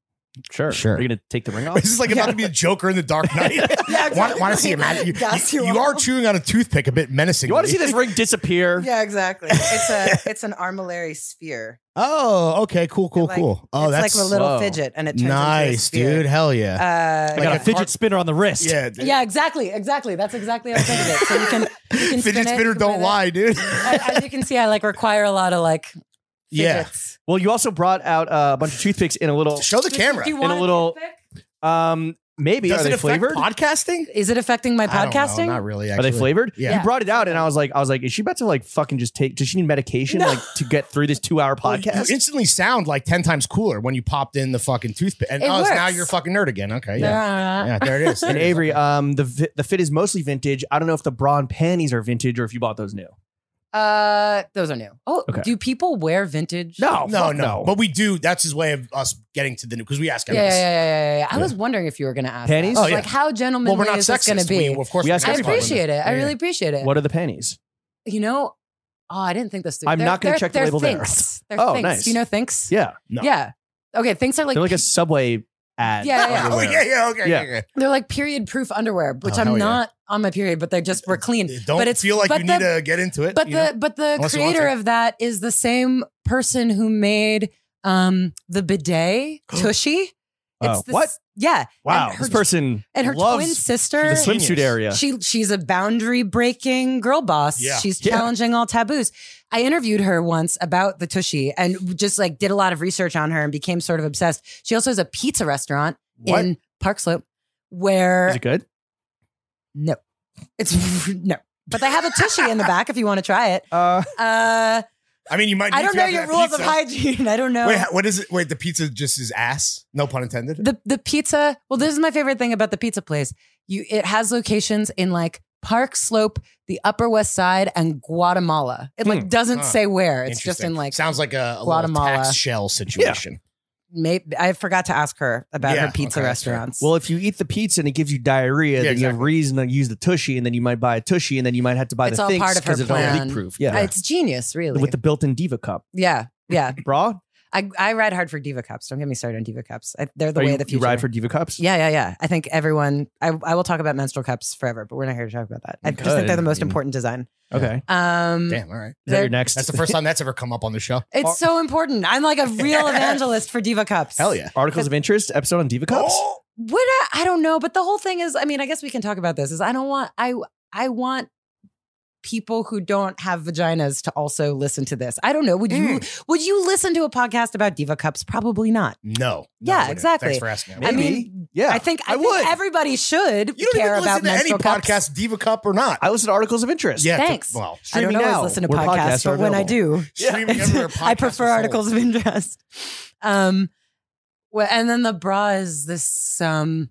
S1: Sure.
S3: Sure.
S1: Are you gonna take the ring off?
S3: This is like about to be a Joker in the Dark Knight.
S2: Yeah,
S3: want, want to see a
S2: exactly.
S3: magic? You,
S2: Yes,
S3: you-
S2: you
S3: you
S2: are.
S3: are chewing on a toothpick a bit menacingly.
S1: you want to see this ring disappear?
S2: Yeah, exactly. It's a it's an armillary sphere.
S3: Oh, okay, cool, cool,
S2: Like,
S3: cool. Oh,
S2: it's
S3: that's
S2: like a little
S1: whoa.
S2: fidget, and it turns into a
S3: nice,
S2: sphere.
S3: dude. Hell yeah.
S2: Uh,
S1: I got
S3: Like
S1: a
S3: a
S1: fidget
S3: cart-
S1: spinner on the wrist.
S3: yeah, dude.
S2: yeah, exactly, exactly. That's exactly how I think of it. So you can, you can spin
S3: Fidget
S2: it
S3: spinner don't
S2: with it.
S3: lie, dude.
S2: I- as you can see, I like require a lot of like
S3: yeah.
S2: fidgets.
S1: Well, you also brought out uh, a bunch of toothpicks in a little.
S3: Show the camera.
S2: Do you
S1: In
S2: want
S1: a little-
S2: toothpick?
S1: Um, maybe
S3: Does
S1: are
S3: it
S1: they
S3: affect
S1: flavored?
S3: podcasting?
S2: Is it affecting my
S3: I don't know,
S2: podcasting?
S3: Not really.
S1: Are
S3: Actually.
S1: they flavored?
S3: Yeah.
S1: You brought it out, and I was like, I was like, is she about to like fucking just take? Does she need medication
S2: No.
S1: like to get through this two-hour
S3: Well, you-
S1: podcast?
S3: You instantly sound like ten times cooler when you popped in the fucking toothpick. And
S2: It
S3: oh, it's now
S2: works.
S3: you're a fucking nerd again. Okay, yeah,
S2: Yeah.
S3: yeah, there it is.
S1: and Avery, um, the vi- the fit is mostly vintage. I don't know if the bra and panties are vintage or if you bought those new.
S2: Uh, those are new. Oh,
S1: Okay.
S2: do people wear vintage?
S1: No,
S3: no, no,
S1: oh, fuck
S3: But we do. That's his way of us getting to the new because we ask.
S2: Yeah, yeah, yeah,
S3: everyone.
S2: yeah, yeah, yeah. I
S3: Yeah.
S2: was wondering if you were going to ask.
S1: Panties?
S2: that.
S3: Oh, yeah.
S2: Like, how gentlemanly
S3: Well, we're not
S2: is this going
S3: sexist.
S2: to be?
S3: We, of course,
S1: We ask
S2: I
S1: That's everyone.
S2: appreciate it. I really appreciate it.
S1: what are the panties?
S2: You know, oh, I didn't think this through.
S1: I'm
S2: They're-
S1: not gonna
S2: they're-
S1: check the
S2: they're
S1: label there.
S2: thinks. They're
S1: Oh,
S2: thinks.
S1: nice.
S2: Do you know thinks?
S1: Yeah,
S3: No.
S2: Yeah. Okay, thinks are like
S1: they're like a subway ad.
S2: Yeah, yeah, yeah.
S3: Oh
S1: underwear.
S3: yeah, yeah, okay,
S1: Yeah.
S3: yeah. yeah.
S2: they're like period proof underwear, which
S3: Oh,
S2: I'm
S3: hell yeah.
S2: not on my period, but they're just we're clean.
S3: Don't
S2: but it's-
S3: feel like
S2: but
S3: you need
S2: the-
S3: to get into it.
S2: But
S3: you
S2: the
S3: know?
S2: but the
S3: Unless you want
S2: creator
S3: to.
S2: of that is the same person who made um the bidet Tushy.
S1: Oh,
S2: the
S1: what?
S2: s- Yeah.
S1: Wow,
S2: And her,
S1: this person
S2: and her
S1: loves
S2: twin
S1: the
S2: sister.
S3: She's a
S1: swimsuit
S3: Genius.
S1: area.
S2: She she's a boundary breaking girl boss.
S3: Yeah.
S2: She's
S1: Yeah.
S2: challenging all taboos. I interviewed her once about the tushy and just like did a lot of research on her and became sort of obsessed. She also has a pizza restaurant
S3: What?
S2: in Park Slope where
S1: Is it good?
S2: no. It's no. But they have a tushy in the back if you want to try it.
S1: Uh,
S2: Uh,
S3: I mean, you might.
S2: I
S3: need
S2: don't
S3: to
S2: know
S3: have
S2: your
S3: that
S2: rules of
S3: pizza.
S2: hygiene. I don't know.
S3: Wait, what is it? Wait, the pizza just is ass. No pun intended.
S2: the the pizza. Well, this is my favorite thing about the pizza place. You it has locations in like Park Slope, the Upper West Side, and Guatemala. It like
S1: Hmm.
S2: doesn't
S3: Huh.
S2: say where. It's just
S3: Interesting.
S2: in like
S3: sounds like a, a Guatemala
S2: Guatemala.
S3: tax shell situation.
S2: maybe I forgot to ask her about
S3: Yeah,
S2: her pizza
S3: okay, that's fair.
S2: restaurants.
S1: well, if you eat the pizza and it gives you diarrhea,
S3: Yeah,
S1: then you have
S3: exactly.
S1: reason to use the tushy, and then you might buy a tushy, and then you might have to buy
S2: It's
S1: the
S2: all
S1: things
S2: part of her
S1: because it's all
S2: plan.
S1: leak proof. Yeah,
S2: Uh, it's genius, really.
S1: with the built-in diva cup
S2: yeah, yeah.
S1: bra.
S2: I I ride hard for diva cups. Don't get me started on diva cups. I, they're the
S1: Are
S2: way
S1: you,
S2: of the
S1: you
S2: future.
S1: ride for diva cups.
S2: yeah, yeah, yeah. I think everyone. I, I will talk about menstrual cups forever, but we're not here to talk about that. I
S1: You
S2: just think they're
S1: could.
S2: the most
S1: I mean-
S2: important design.
S1: Okay.
S2: Um,
S3: Damn. All right.
S1: Is that
S2: They're-
S1: your next?
S3: That's the first time that's ever come up on the show.
S2: It's
S1: Ar-
S2: so important. I'm like a real evangelist for Diva Cups.
S3: Hell yeah.
S1: articles of interest episode on diva cups.
S3: Oh,
S2: What I, I don't know, but the whole thing is, I mean, I guess we can talk about this. Is I don't want I I want people who don't have vaginas to also listen to this. I don't know. Would
S3: Mm.
S2: you would you listen to a podcast about Diva Cups? Probably not.
S3: no.
S2: Yeah,
S3: No, I wouldn't.
S2: exactly.
S3: Thanks for asking.
S2: I
S1: Maybe.
S2: mean,
S1: yeah,
S2: I think I,
S1: I
S2: think
S1: would.
S2: everybody should
S3: you don't
S2: care
S3: even
S2: about
S3: listen to any
S2: menstrual cups.
S3: podcast, Diva Cup or not.
S1: I listen to articles of interest.
S3: yeah. to-
S2: Thanks.
S3: well,
S2: I don't
S1: Streaming
S2: always
S1: now,
S2: listen to
S1: where podcasts
S2: podcasts,
S1: are
S2: but when I do,
S3: streaming everywhere podcasts
S2: I
S3: are
S2: prefer
S3: sold.
S2: articles of interest. Um, well, and then the bra is this um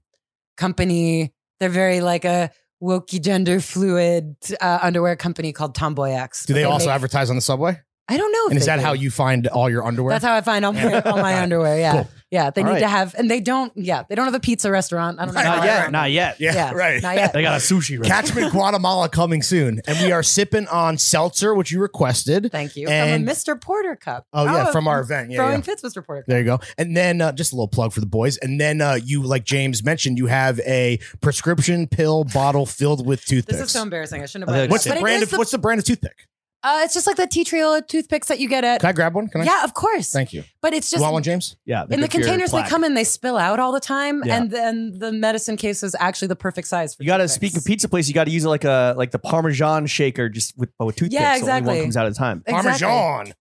S2: company. They're very like a wokey gender fluid uh, underwear company called Tomboy X.
S3: Do
S2: But
S3: they also
S2: make-
S3: advertise on the subway?
S2: I don't know. If
S3: And is
S2: they
S3: that
S2: do.
S3: how you find all your underwear?
S2: That's how I find all my, all my underwear. Yeah,
S3: Cool.
S2: yeah. They
S1: All
S2: need
S1: right.
S2: to have, and they don't. Yeah, they don't have a pizza restaurant. I don't know.
S3: Right,
S2: how
S1: Not
S2: I
S3: right,
S1: yet.
S2: found
S1: Not
S2: them.
S1: yet.
S3: yeah,
S2: Yeah,
S3: right.
S2: Not yet.
S1: They got a sushi. restaurant.
S3: Catchment Guatemala coming soon, and we are sipping on seltzer, which you requested.
S2: Thank you.
S3: And-
S2: from a Mr. Porter cup.
S3: Oh yeah,
S2: a
S3: from our event. Yeah,
S2: throwing
S3: yeah.
S2: fits, Mr. Porter. Cup.
S3: There you go. And then uh, just a little plug for the boys. And then uh, you, like James mentioned, you have a prescription pill bottle filled with toothpicks.
S2: This is so embarrassing. I shouldn't
S1: I
S2: have. brought
S1: think
S2: it up.
S3: what's the
S2: But it
S3: brand?
S2: is
S3: Of, what's the brand of toothpick?
S2: Uh, it's just like the tea tree oil toothpicks that you get at.
S3: Can I grab one? Can I?
S2: yeah, of course.
S3: Thank you.
S2: but it's
S3: You
S2: just
S3: want one, James?
S1: Yeah.
S2: in the containers they come in, they spill out all the time,
S1: Yeah.
S2: and then the medicine case is actually the perfect size. For
S1: You gotta
S2: toothpicks.
S1: speak of pizza place. You gotta use it like a like the Parmesan shaker, just with but with toothpicks.
S2: Yeah,
S1: so Only
S2: exactly.
S1: one comes out at a time.
S2: Exactly.
S3: Parmesan.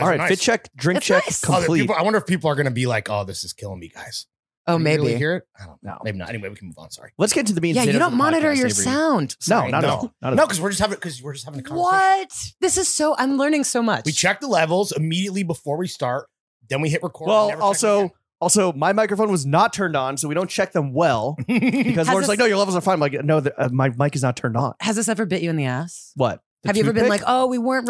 S1: All right,
S3: Oh, nice.
S1: fit check, drink
S2: It's
S1: check,
S2: nice.
S3: Oh, the
S1: complete.
S3: people- I wonder if people are going to be like, "Oh, this is killing me, guys."
S2: Oh,
S3: Can you
S2: maybe.
S3: really hear it. I don't know.
S1: No.
S3: Maybe not. Anyway, we can move on. Sorry.
S1: Let's get to the means.
S2: yeah, you don't monitor your sound.
S1: No,
S3: Sorry,
S1: not at
S3: no.
S1: all. Not at
S3: No,
S1: all.
S3: because we're just having because we're just having a conversation.
S2: What? This is so. I'm learning so much.
S3: We check the levels immediately before we start. Then we hit record. and
S1: Well,
S3: never check
S1: also
S3: again.
S1: Also, my microphone was not turned on, so we don't check them well because Lauren's
S2: Has this-
S1: like, no, your levels are fine. I'm like, no, the, uh, my mic is not turned on.
S2: Has this ever bit you in the ass?
S1: What? The
S2: Have you ever been
S1: toothpick?
S2: like, oh, we weren't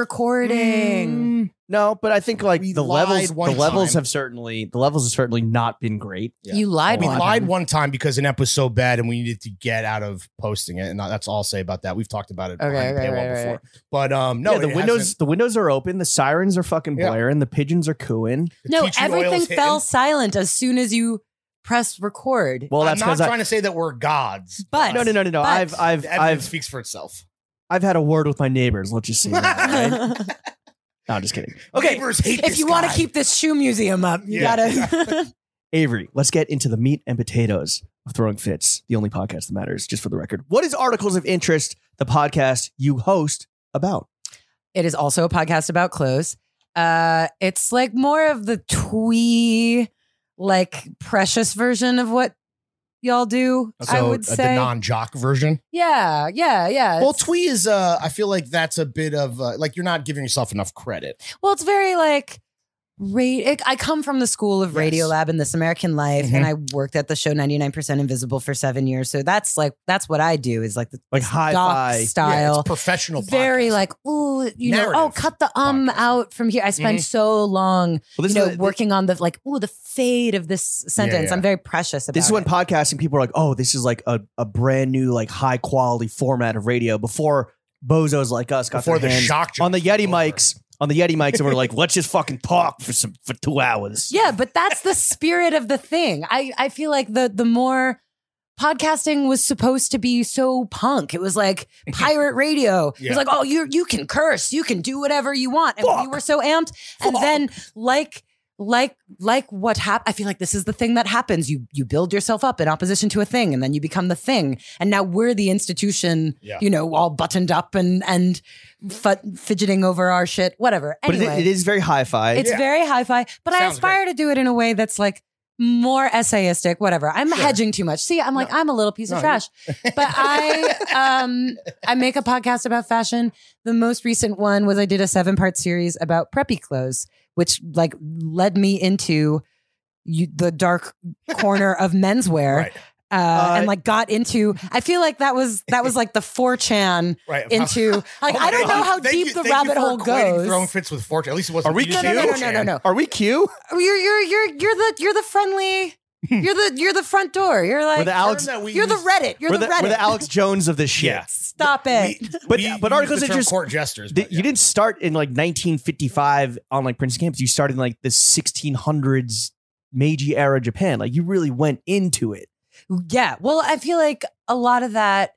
S2: recording?
S3: Mm,
S1: No, but I think like
S3: We
S1: the
S3: lied
S1: levels,
S3: one
S1: the levels
S3: time.
S1: have certainly, the levels have certainly not been great.
S3: Yeah.
S2: You lied.
S3: we
S2: one
S3: lied
S2: time.
S3: one time because an app was so bad and we needed to get out of posting it. And that's all I'll say about that. We've talked about it
S2: Okay,
S3: behind
S2: okay,
S3: paywall
S2: right, right,
S3: before.
S2: right.
S3: But um, no,
S1: Yeah, the
S3: it
S1: windows,
S3: hasn't.
S1: the windows are open. The sirens are fucking
S3: Yeah.
S1: blaring. The pigeons are cooing.
S3: The
S2: No,
S3: tea tree oil is
S2: everything
S3: hitting.
S2: fell silent as soon as you press record.
S1: Well,
S3: I'm
S1: that's
S3: not
S1: because I.
S3: trying to say that we're gods.
S2: But-
S1: No, no, no, no, no.
S2: but-
S1: I've, I've,
S3: The evidence
S1: I've,
S3: speaks for itself.
S1: I've had a word with my neighbors. Let's just say that. Right? no, I'm just kidding. Okay,
S3: Neighbors hate
S2: if
S3: this
S2: you want to
S3: guy.
S2: keep this shoe museum up, you
S3: Yeah.
S2: gotta.
S1: Avery, let's get into the meat and potatoes of Throwing Fits, the only podcast that matters, just for the record. What is Articles of Interest, the podcast you host, about?
S2: it is also a podcast about clothes. Uh, it's like more of the twee, like precious version of what y'all do.
S3: so
S2: I would
S3: uh,
S2: say,
S3: the non-jock version.
S2: yeah, yeah, yeah.
S3: Well,
S2: it's,
S3: twee is. Uh, I feel like that's a bit of uh, like you're not giving yourself enough credit.
S2: well, it's very like. Radio. I come from the school of
S3: Yes. Mm-hmm.
S2: Radio Lab and This American Life, and I worked at the show 99% Invisible for seven years. So that's like, that's what I do is like the
S1: Like
S2: this
S1: hi-fi.
S2: doc
S1: Yeah, it's
S2: style.
S3: Yeah, it's professional.
S2: very
S3: podcast.
S2: like ooh you know oh
S3: Narrative
S2: cut the um
S3: podcast.
S2: out from here i spent
S3: Mhm.
S2: so long
S1: Well, this
S2: you know
S1: is the-
S2: working on the like ooh the fade of this sentence
S3: yeah.
S2: i'm very precious about
S1: This is when
S2: it.
S1: podcasting people are like, oh, this is like a, a brand new, like high quality format of radio before bozos like us got
S3: before
S1: their
S3: the
S1: hands
S3: shock jock
S1: on the Yeti
S3: was over.
S1: mics. On the Yeti mics, and we're like, let's just fucking talk for some for two hours.
S2: yeah but that's the spirit of the thing i i feel like the the more podcasting was supposed to be so punk it was like pirate radio it
S3: Yeah.
S2: was like oh you you can curse you can do whatever you want and we
S1: Fuck.
S2: were so amped and
S1: Fuck.
S2: then like like like what happened i feel like this is the thing that happens you you build yourself up in opposition to a thing and then you become the thing and now we're the institution
S3: Yeah.
S2: you know all buttoned up and and f- fidgeting over our shit whatever
S1: but
S2: anyway
S1: it, it is very hi-fi.
S2: it's
S3: Yeah.
S2: very hi-fi but i
S3: Sounds
S2: aspire to do it in a way that's like more essayistic whatever i'm
S3: Sure.
S2: hedging too much see i'm like i'm a little piece of
S3: No,
S2: trash but i um i make a podcast about fashion the most recent one was i did a seven part series about preppy clothes which like led me into you, the dark corner of menswear
S3: Right.
S2: uh, and like got into i feel like that was that was like the 4chan
S3: right
S2: into like
S3: Oh my
S2: i don't know
S3: God.
S2: how
S3: Thank
S2: deep
S3: you-
S2: the
S3: thank you
S2: rabbit
S3: for
S2: hole
S3: equating
S2: goes
S3: Throwing fits with fortune. At least it wasn't.
S1: Are we
S3: you
S2: no,
S3: didn't
S2: no, no, no,
S3: say Chan.
S2: no, no, no.
S1: Are we Q?
S2: Oh, You're you're you're you're the you're the friendly. You're the you're the front door. You're like
S1: We're the Alex.
S3: Term that we
S2: you're the
S3: use-
S2: Reddit. You're
S1: We're
S2: the,
S1: the,
S2: Reddit.
S1: we're the Alex Jones of this shit.
S3: Yeah.
S2: Stop it.
S3: We-
S1: But-
S3: we
S1: but
S3: use the
S1: articles are
S3: term
S1: just-
S3: court jesters.
S1: The-
S3: but
S1: You didn't start in like 1955 on like Princeton campus. You started in like the 1600s Meiji era Japan. Like you really went into it.
S2: yeah. Well, I feel like a lot of that.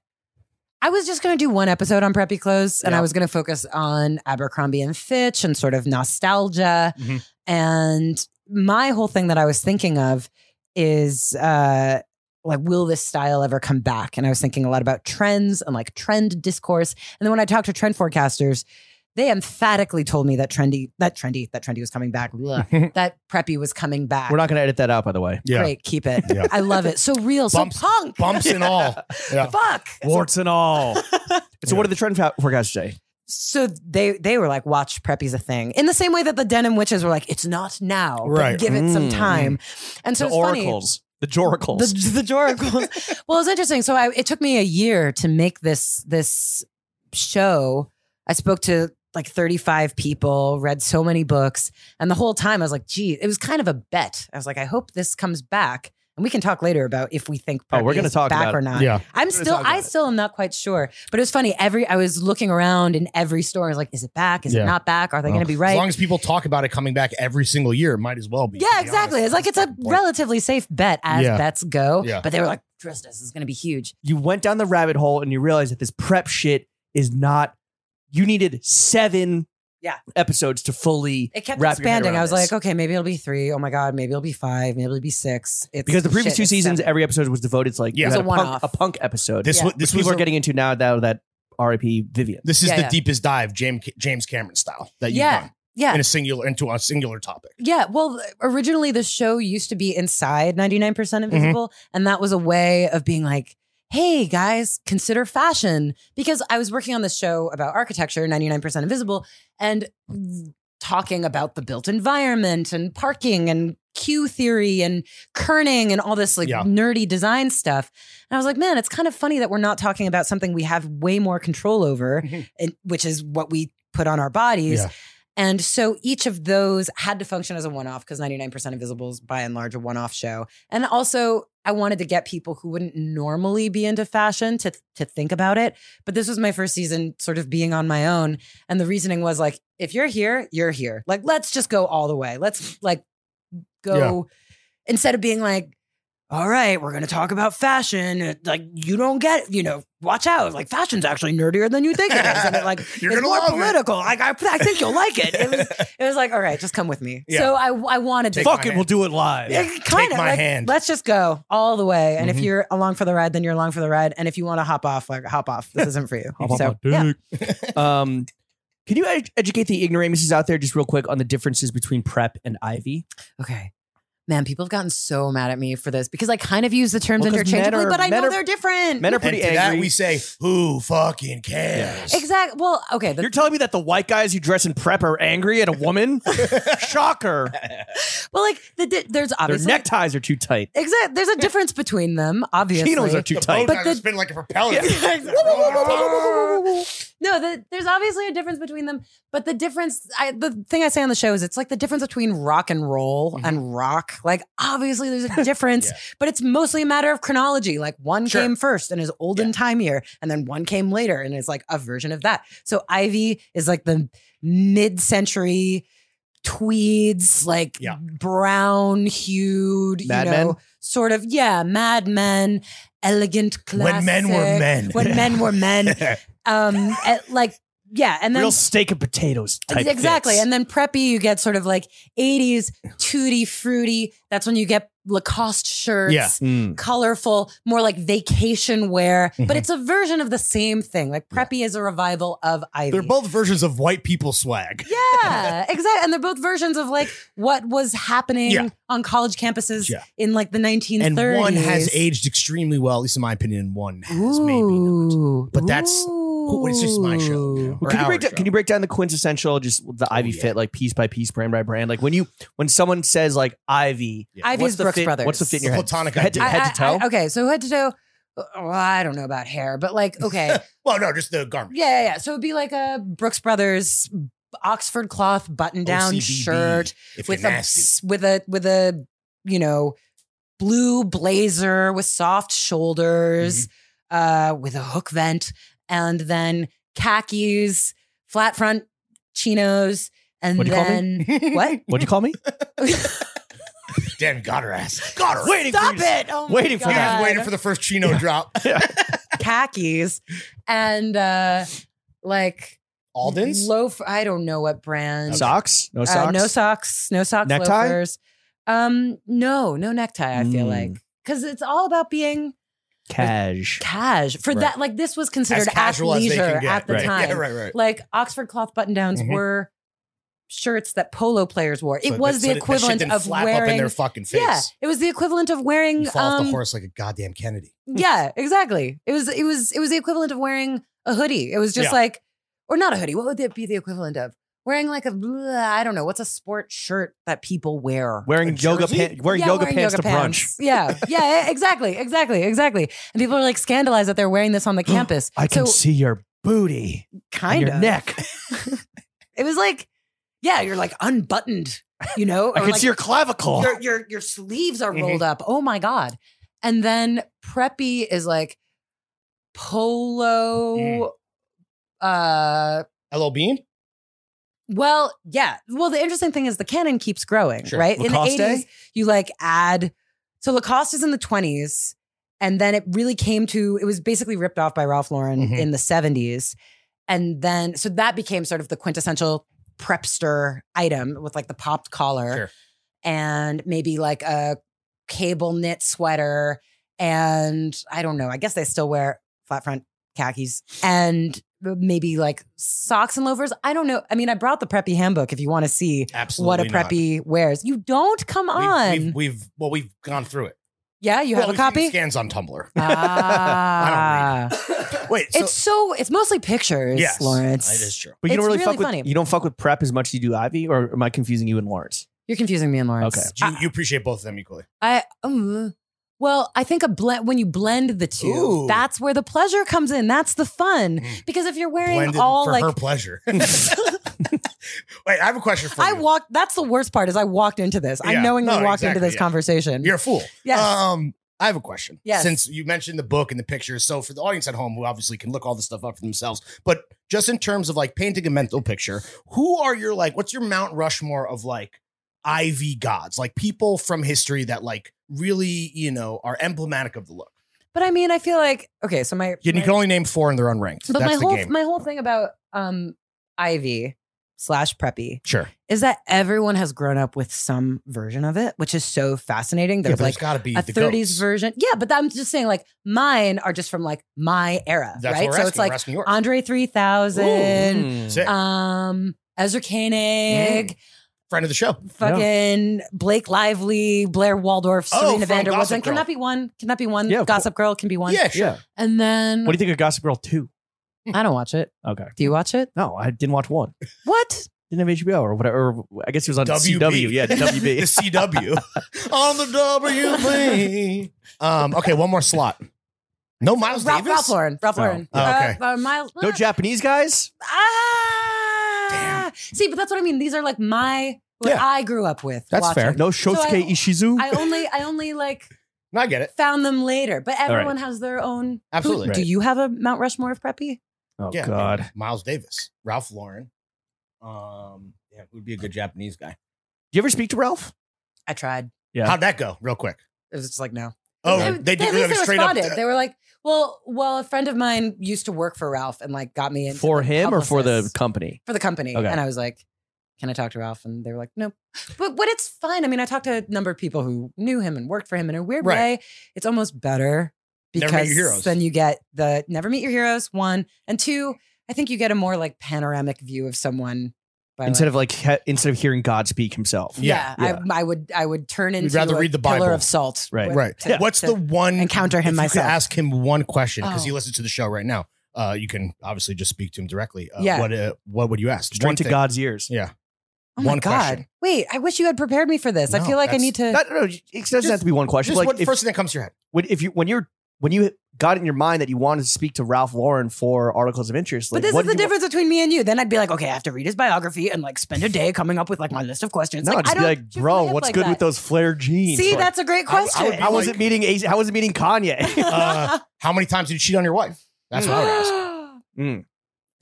S2: I was just gonna do one episode on preppy clothes, and I
S3: Yeah.
S2: was gonna focus on Abercrombie and Fitch and sort of nostalgia.
S3: Mhm.
S2: And my whole thing that I was thinking of is uh, like, will this style ever come back? And I was thinking a lot about trends and like trend discourse. And then when I talked to trend forecasters, they emphatically told me that trendy, that trendy, that trendy was coming back. Blech. that preppy was coming back.
S1: We're not going to edit that out, by the way.
S3: Yeah.
S2: Great, keep it.
S3: Yeah.
S2: I love it. So real,
S3: Bumps-
S2: so punk.
S3: bumps and all. Yeah.
S2: Fuck.
S1: Warts and all. so, what did the trend fa- forecast say?
S2: So they they were like, watch preppy's a thing. In the same way that the denim witches were like, it's not now, but
S3: Right.
S2: give it some
S1: Mm.
S2: time. And so
S1: the
S2: it's funny.
S1: oracles. The joracles.
S2: The, the Joracles. well, it's interesting. So I, it took me a year to make this this show. I spoke to like 35 people, read so many books, and the whole time I was like, "Gee, it was kind of a bet." I was like, "I hope this comes back." And we can talk later about if we think
S1: Oh, we're
S2: going
S1: gonna
S2: to
S1: talk
S2: back
S1: about
S2: or
S1: it.
S2: not.
S3: Yeah.
S2: I'm
S1: gonna
S2: still
S1: talk about
S2: I
S1: it.
S2: still am not quite sure. But it was funny. Every I was looking around in every store. I was like, is it back? Is it
S3: Yeah.
S2: not back? Are they
S3: Well,
S2: going to be
S3: As
S2: right?
S3: long as people talk about it coming back every single year, it might as well be. to
S2: Yeah,
S3: be
S2: exactly.
S3: honest.
S2: It's like it's a
S3: That's the point.
S2: relatively safe bet as
S3: Yeah.
S2: bets go.
S3: Yeah.
S2: But they were like, trust us, this is going to be huge.
S1: you went down the rabbit hole and you realized that this prep shit is not. You needed seven
S2: Yeah.
S1: episodes to fully
S2: It kept
S1: wrap your head
S2: expanding.
S1: around
S2: I was
S1: this.
S2: like, okay, maybe it'll be three. Oh my god, maybe it'll be five. Maybe it'll be six. It's
S1: because the previous
S2: shit,
S1: two
S2: it's
S1: seasons,
S2: seven.
S1: every episode was devoted to like
S3: Yeah.
S1: you
S3: It
S2: was
S1: had
S2: a
S1: a, punk,
S2: one-off.
S1: a punk episode.
S3: This
S2: Yeah.
S3: was this
S1: which
S3: was
S1: people are
S3: a-
S1: getting into now that oh, that R.I.P. Vivian.
S3: this is
S2: Yeah,
S3: the
S2: yeah.
S3: deepest dive James James Cameron style that you've
S2: Yeah.
S3: done
S2: yeah,
S3: in a singular into a singular topic.
S2: yeah. Well, originally the show used to be inside ninety nine percent invisible, and that was a way of being like. Hey guys, consider fashion because I was working on this show about architecture, 99% invisible, and talking about the built environment and parking and Q theory and kerning and all this like
S3: Yeah.
S2: nerdy design stuff. And I was like, man, it's kind of funny that we're not talking about something we have way more control over,
S3: Mhm.
S2: and, which is what we put on our bodies.
S3: Yeah.
S2: And so each of those had to function as a one off because 99% of Visibles, by and large, a one off show. And also, I wanted to get people who wouldn't normally be into fashion to, to think about it. But this was my first season sort of being on my own. And the reasoning was like, if you're here, you're here. Like, let's just go all the way. Let's like go instead of being like, all right, we're going to talk about fashion. It- Like, you don't get, you know, watch out. Like, fashion's actually nerdier than you think it is. And it, like,
S3: You're
S2: it's
S3: gonna
S2: more
S3: love it.
S2: political. Like, I, I think you'll like it. It was, it was like, all right, just come with me.
S3: Yeah.
S2: So I, I wanted to
S3: Take
S1: Fuck
S3: my
S1: it, we'll
S3: hand.
S1: do it live.
S3: Yeah.
S2: kind
S3: take
S2: of
S3: my
S2: like,
S3: hand.
S2: Let's just go all the way. And
S3: Mhm.
S2: if you're along for the ride, then you're along for the ride. And if you want to hop off, like hop off. This isn't for you. so yeah.
S1: um, can you ed- educate the ignoramuses out there just real quick on the differences between prep and Ivy?
S2: okay. Man, people have gotten so mad at me for this because I kind of use the terms
S1: Well, 'cause men
S2: interchangeably,
S1: are-
S2: but I
S1: men
S2: know
S1: are-
S2: they're different.
S1: Men are
S3: And
S1: pretty
S3: to that
S1: angry.
S3: we say, who fucking cares?
S2: exactly. Well, okay. The
S1: You're telling me that the white guys who dress in prep are angry at a woman? Shocker.
S2: Well, like the di- there's
S1: Their
S2: obviously
S1: neckties are too tight.
S2: exact. There's a difference between them, obviously.
S1: Chinos are too
S3: The
S1: tight.
S2: But
S3: bow
S2: the-
S3: tie spin like a propeller.
S2: no, the, there's obviously a difference between them, but the difference, I, the thing I say on the show is it's like the difference between rock and roll and rock. Like, obviously, there's a difference,
S3: Mm-hmm. Yeah.
S2: but it's mostly a matter of chronology. Like, one
S3: Sure.
S2: came first and is olden timeier, and then one came later and is like a version of that. So, Ivy is like the mid century tweeds, like
S3: Yeah.
S2: brown hued,
S1: Mad
S2: you
S1: Men?
S2: know, sort of, yeah, Mad Men, elegant classic.
S3: When men were men.
S2: When men were men um at, like yeah and then
S1: Real steak and potatoes type
S2: exactly
S1: fits.
S2: and then preppy you get sort of like 80s tutti fruity that's when you get lacoste shirts
S3: Yeah.
S1: Mm.
S2: colorful more like vacation wear
S3: Mhm.
S2: but it's a version of the same thing like preppy is a revival of ivy
S3: They're both versions of white people swag.
S2: yeah exactly and they're both versions of like what was happening
S3: Yeah.
S2: on college campuses
S3: Yeah.
S2: in like the 1930s
S3: And one has aged extremely well, at least in my opinion. One has maybe not.
S2: Ooh.
S3: But that's- Well, it's just my show. You know,
S1: Well,
S3: or
S1: can, you
S3: our
S1: break down,
S3: show.
S1: can you break down the quintessential, just the Ivy
S3: Oh, yeah.
S1: fit, like piece by piece, brand by brand? Like when you when someone says like Ivy,
S3: Yeah.
S2: Ivy
S1: what's
S2: is
S1: the
S2: Brooks
S1: fit,
S2: Brothers.
S1: What's the fit in your
S3: The
S1: head?
S3: platonic
S1: head to,
S3: idea.
S1: head to toe.
S2: I- okay, so head to toe. Well, I don't know about hair, but like, okay, yeah,
S3: Well, no, just the garment.
S2: yeah, yeah. So it'd be like a Brooks Brothers Oxford cloth button down
S3: OCBB,
S2: shirt
S3: If
S2: with
S3: you're
S2: a
S3: nasty.
S2: s- with a with a you know blue blazer with soft shoulders,
S1: Mm-hmm.
S2: uh, with a hook vent, and then khakis, flat front chinos, and
S1: What'd you call
S2: then what?
S1: What'd you call me?
S3: Damn, got her ass. Got her.
S1: Waiting
S2: Stop
S1: for you.
S2: it! Oh my
S1: Waiting for
S2: God.
S1: you.
S3: You're just waiting for the first chino drop.
S2: khakis and uh like
S3: Alden's?
S2: loaf I don't know what brand
S1: Socks? No
S2: Uh,
S1: socks.
S2: no socks no socks
S1: Necktie?
S2: loafers um no no necktie I
S3: Hmm.
S2: feel
S1: Mm.
S2: like cuz it's all about being
S1: Cash.
S2: cash for
S1: Right.
S2: that like this was
S3: as
S2: considered at
S3: casual as they
S2: leisure
S3: can get.
S2: at the
S3: right.
S2: time
S3: Yeah, right, right.
S2: like Oxford cloth button downs
S3: Mhm.
S2: were shirts that polo players wore it
S3: So
S2: was the
S3: that- so that- that shit
S2: equivalent
S3: didn't
S2: of
S3: flap
S2: wearing
S3: up in their fucking face.
S2: yeah it was the equivalent of wearing
S3: You fall off the
S2: um,
S3: horse like a goddamn Kennedy.
S2: Yeah, exactly. It was it was it was the equivalent of wearing a hoodie. It was just
S3: Yeah.
S2: like, or not a hoodie. What would that be the equivalent of? Wearing like a blah, I don't know what's a sport shirt that people wear.
S1: Wearing
S3: A
S1: yoga
S3: jersey?
S1: pants. Wearing
S2: Yeah,
S1: yoga pants to brunch.
S2: pants. Yeah, yeah, exactly, exactly, exactly. And people are like scandalized that they're wearing this on the campus.
S1: I can
S2: so
S1: see your booty and
S2: kind
S1: your
S2: of
S1: neck.
S2: It was like, yeah, you're like unbuttoned, you know.
S1: I
S2: or,
S1: can
S2: like,
S1: see your clavicle.
S3: Oh.
S2: your your your sleeves are rolled
S3: Mm-hmm.
S2: up. Oh my god! And then preppy is like polo.
S3: Mm.
S2: Uh,
S3: L.O. Bean?
S2: well, yeah. Well, the interesting thing is the canon keeps growing,
S3: Sure.
S2: right?
S1: Lacoste?
S2: In the eighties, you like add. So Lacoste is in the twenties, and then it really came to. It was basically ripped off by Ralph Lauren
S3: Mhm.
S2: in the seventies, and then so that became sort of the quintessential prepster item with like the popped collar
S3: Sure.
S2: and maybe like a cable knit sweater and I don't know. I guess they still wear flat front khakis and maybe like socks and loafers. I don't know. I mean, I brought the preppy handbook if you want to see
S3: Absolutely
S2: what a
S3: not.
S2: preppy wears. You don't come
S3: We've-
S2: on.
S3: We've, we've, well, we've gone through it.
S2: yeah, you
S3: Well,
S2: have a
S3: we've seen
S2: copy.
S3: Scans on Tumblr.
S2: Ah,
S3: Wait, so,
S2: it's so it's mostly pictures,
S3: yes,
S2: Lawrence.
S3: It is true.
S1: But you don't
S2: It's
S1: really,
S2: really
S1: fuck
S2: funny.
S1: with you don't fuck with prep as much as you do Ivy, or am I confusing you and Lawrence?
S2: You're confusing me and Lawrence.
S1: Okay.
S3: You, you appreciate both of them equally.
S2: I um, well, I think a blend when you blend the two,
S3: Ooh.
S2: that's where the pleasure comes in. That's the fun
S3: Mm.
S2: because if you're wearing
S3: Blended
S2: all
S3: for
S2: like.
S3: her pleasure. Wait, I have a question for you.
S2: I walked. That's the worst part. Is I walked into this.
S3: Yeah.
S2: I knowingly
S3: No,
S2: walked into
S3: exactly,
S2: this
S3: yeah.
S2: conversation.
S3: You're a fool.
S2: Yes.
S3: Um, I have a question.
S2: Yes.
S3: Since you mentioned the book and the pictures, so for the audience at home who obviously can look all this stuff up for themselves, but just in terms of like painting a mental picture, who are your like? What's your Mount Rushmore of like Ivy gods, like people from history that like really you know are emblematic of the look?
S2: but I mean, I feel like okay. So my,
S3: You
S2: my
S3: can only name four and they're unranked.
S2: but
S3: That's
S2: my
S3: the
S2: whole
S3: game.
S2: my whole thing about um Ivy slash Preppy
S3: sure.
S2: is that everyone has grown up with some version of it, which is so fascinating.
S3: Yeah,
S2: There's
S3: but
S2: like
S3: it's got to be
S2: a
S3: the
S2: 30s
S3: goats.
S2: version. Yeah, but I'm just saying, like, mine are just from like my era,
S3: That's
S2: right?
S3: what we're
S2: so
S3: asking.
S2: it's like
S3: we're asking yours.
S2: Andre 3000,
S3: Sick.
S2: um, Ezra
S3: Mm.
S2: Koenig,
S3: Friend of the show.
S2: fucking Blake Lively, Blair Waldorf,
S3: Oh,
S2: Serena
S3: from
S2: Vander
S3: Gossip
S2: Wilson. Can
S3: Girl.
S2: that be one? Can that be one?
S1: Yeah, of
S2: Gossip Girl can be one.
S3: Yeah, sure.
S1: Yeah.
S2: And then
S1: What do you think of Gossip Girl 2?
S2: I don't watch it.
S1: Okay.
S2: Do you watch it?
S1: No, I didn't watch one.
S2: What?
S1: Didn't have HBO or whatever. or I guess it was on
S3: WB.
S1: CW. Yeah,
S3: the
S1: WB.
S3: CW on the WB. Um, okay, one more slot. No Miles
S2: Ralph,
S3: Davis.
S2: Ralph Lauren. Ralph
S1: Oh.
S2: Lauren.
S3: Oh, okay.
S2: Uh, uh, Miles.
S1: no Japanese guys?
S2: Ah. See, but that's what I mean. These are like my what
S3: Yeah.
S2: I grew up with.
S3: That's
S2: watching.
S3: fair.
S1: No Shosuke
S2: So I-
S1: Ishizu?
S2: I only I only like
S3: No, I get it.
S2: found them later, but everyone has their own.
S3: Absolutely.
S2: Who- Do you have a Mount Rushmore of preppy?
S1: oh,
S3: Yeah.
S1: God.
S3: Miles Davis, Ralph Lauren. Um, yeah, would be a good Japanese guy.
S1: Do you ever speak to Ralph?
S2: I tried.
S1: Yeah.
S3: How'd that go? Real quick.
S2: It was just like no.
S3: Oh,
S2: At-
S3: they did
S2: at least
S3: like, straight up.
S2: responded. They were like, well, well, a friend of mine used to work for Ralph and like got me in
S1: For him or for the company?
S2: for the company,
S1: Okay.
S2: and I was like. Can I talk to Ralph? And they were like, nope. But but it's fine. I mean, I talked to a number of people who knew him and worked for him in a weird
S3: Right.
S2: way. It's almost better
S3: Never meet
S2: because
S3: your heroes.
S2: then you get the never meet your heroes, one. And two, I think you get a more like panoramic view of someone by like,
S1: Instead of like, he- instead of hearing God speak himself.
S3: Yeah,
S2: Yeah, I, I would. I would turn into
S3: rather
S2: a
S3: read the
S2: pillar
S3: Bible.
S2: of salt.
S1: Right.
S2: with-
S3: right.
S2: to-
S3: What's
S2: to-
S3: the one
S1: Mm-hmm.
S2: encounter him
S3: if You
S2: myself.
S3: could ask him one question because he
S2: Oh.
S3: listens to the show right now. Uh, you can obviously just speak to him directly. Uh,
S2: Yeah.
S3: What uh, What would you ask?
S1: Straight
S3: One
S1: to
S3: thing.
S1: God's ears.
S3: Yeah.
S2: Oh my
S3: one
S2: god!
S3: question.
S2: Wait, I wish you had prepared me for this. I
S3: No,
S2: feel like I
S3: that's-
S2: need to.
S1: Not, no, no, it doesn't have to be one question.
S3: Just
S1: Like
S3: what
S1: if,
S3: first thing that comes to your head.
S1: when, if you when you're when you got in your mind that you wanted to speak to Ralph Lauren for articles of interest,
S2: but
S1: like,
S2: this
S1: what
S2: is the
S1: did you-
S2: difference between me and you. Then I'd be like, okay, I have to read his biography and like spend a day coming up with like my list of questions.
S1: No,
S2: like, I
S1: just be
S2: don't
S1: like,
S2: shoot
S1: bro,
S2: my hip
S1: what's
S2: like
S1: good
S2: that.
S1: with those flare jeans?
S2: See,
S1: Like,
S2: that's a great
S3: I would-
S2: question.
S3: I would
S1: How was it
S3: like-
S1: meeting? Ace- How was it meeting Kanye?
S3: Uh, How many times did you cheat on your wife?
S2: Mm.
S3: That's what I would ask.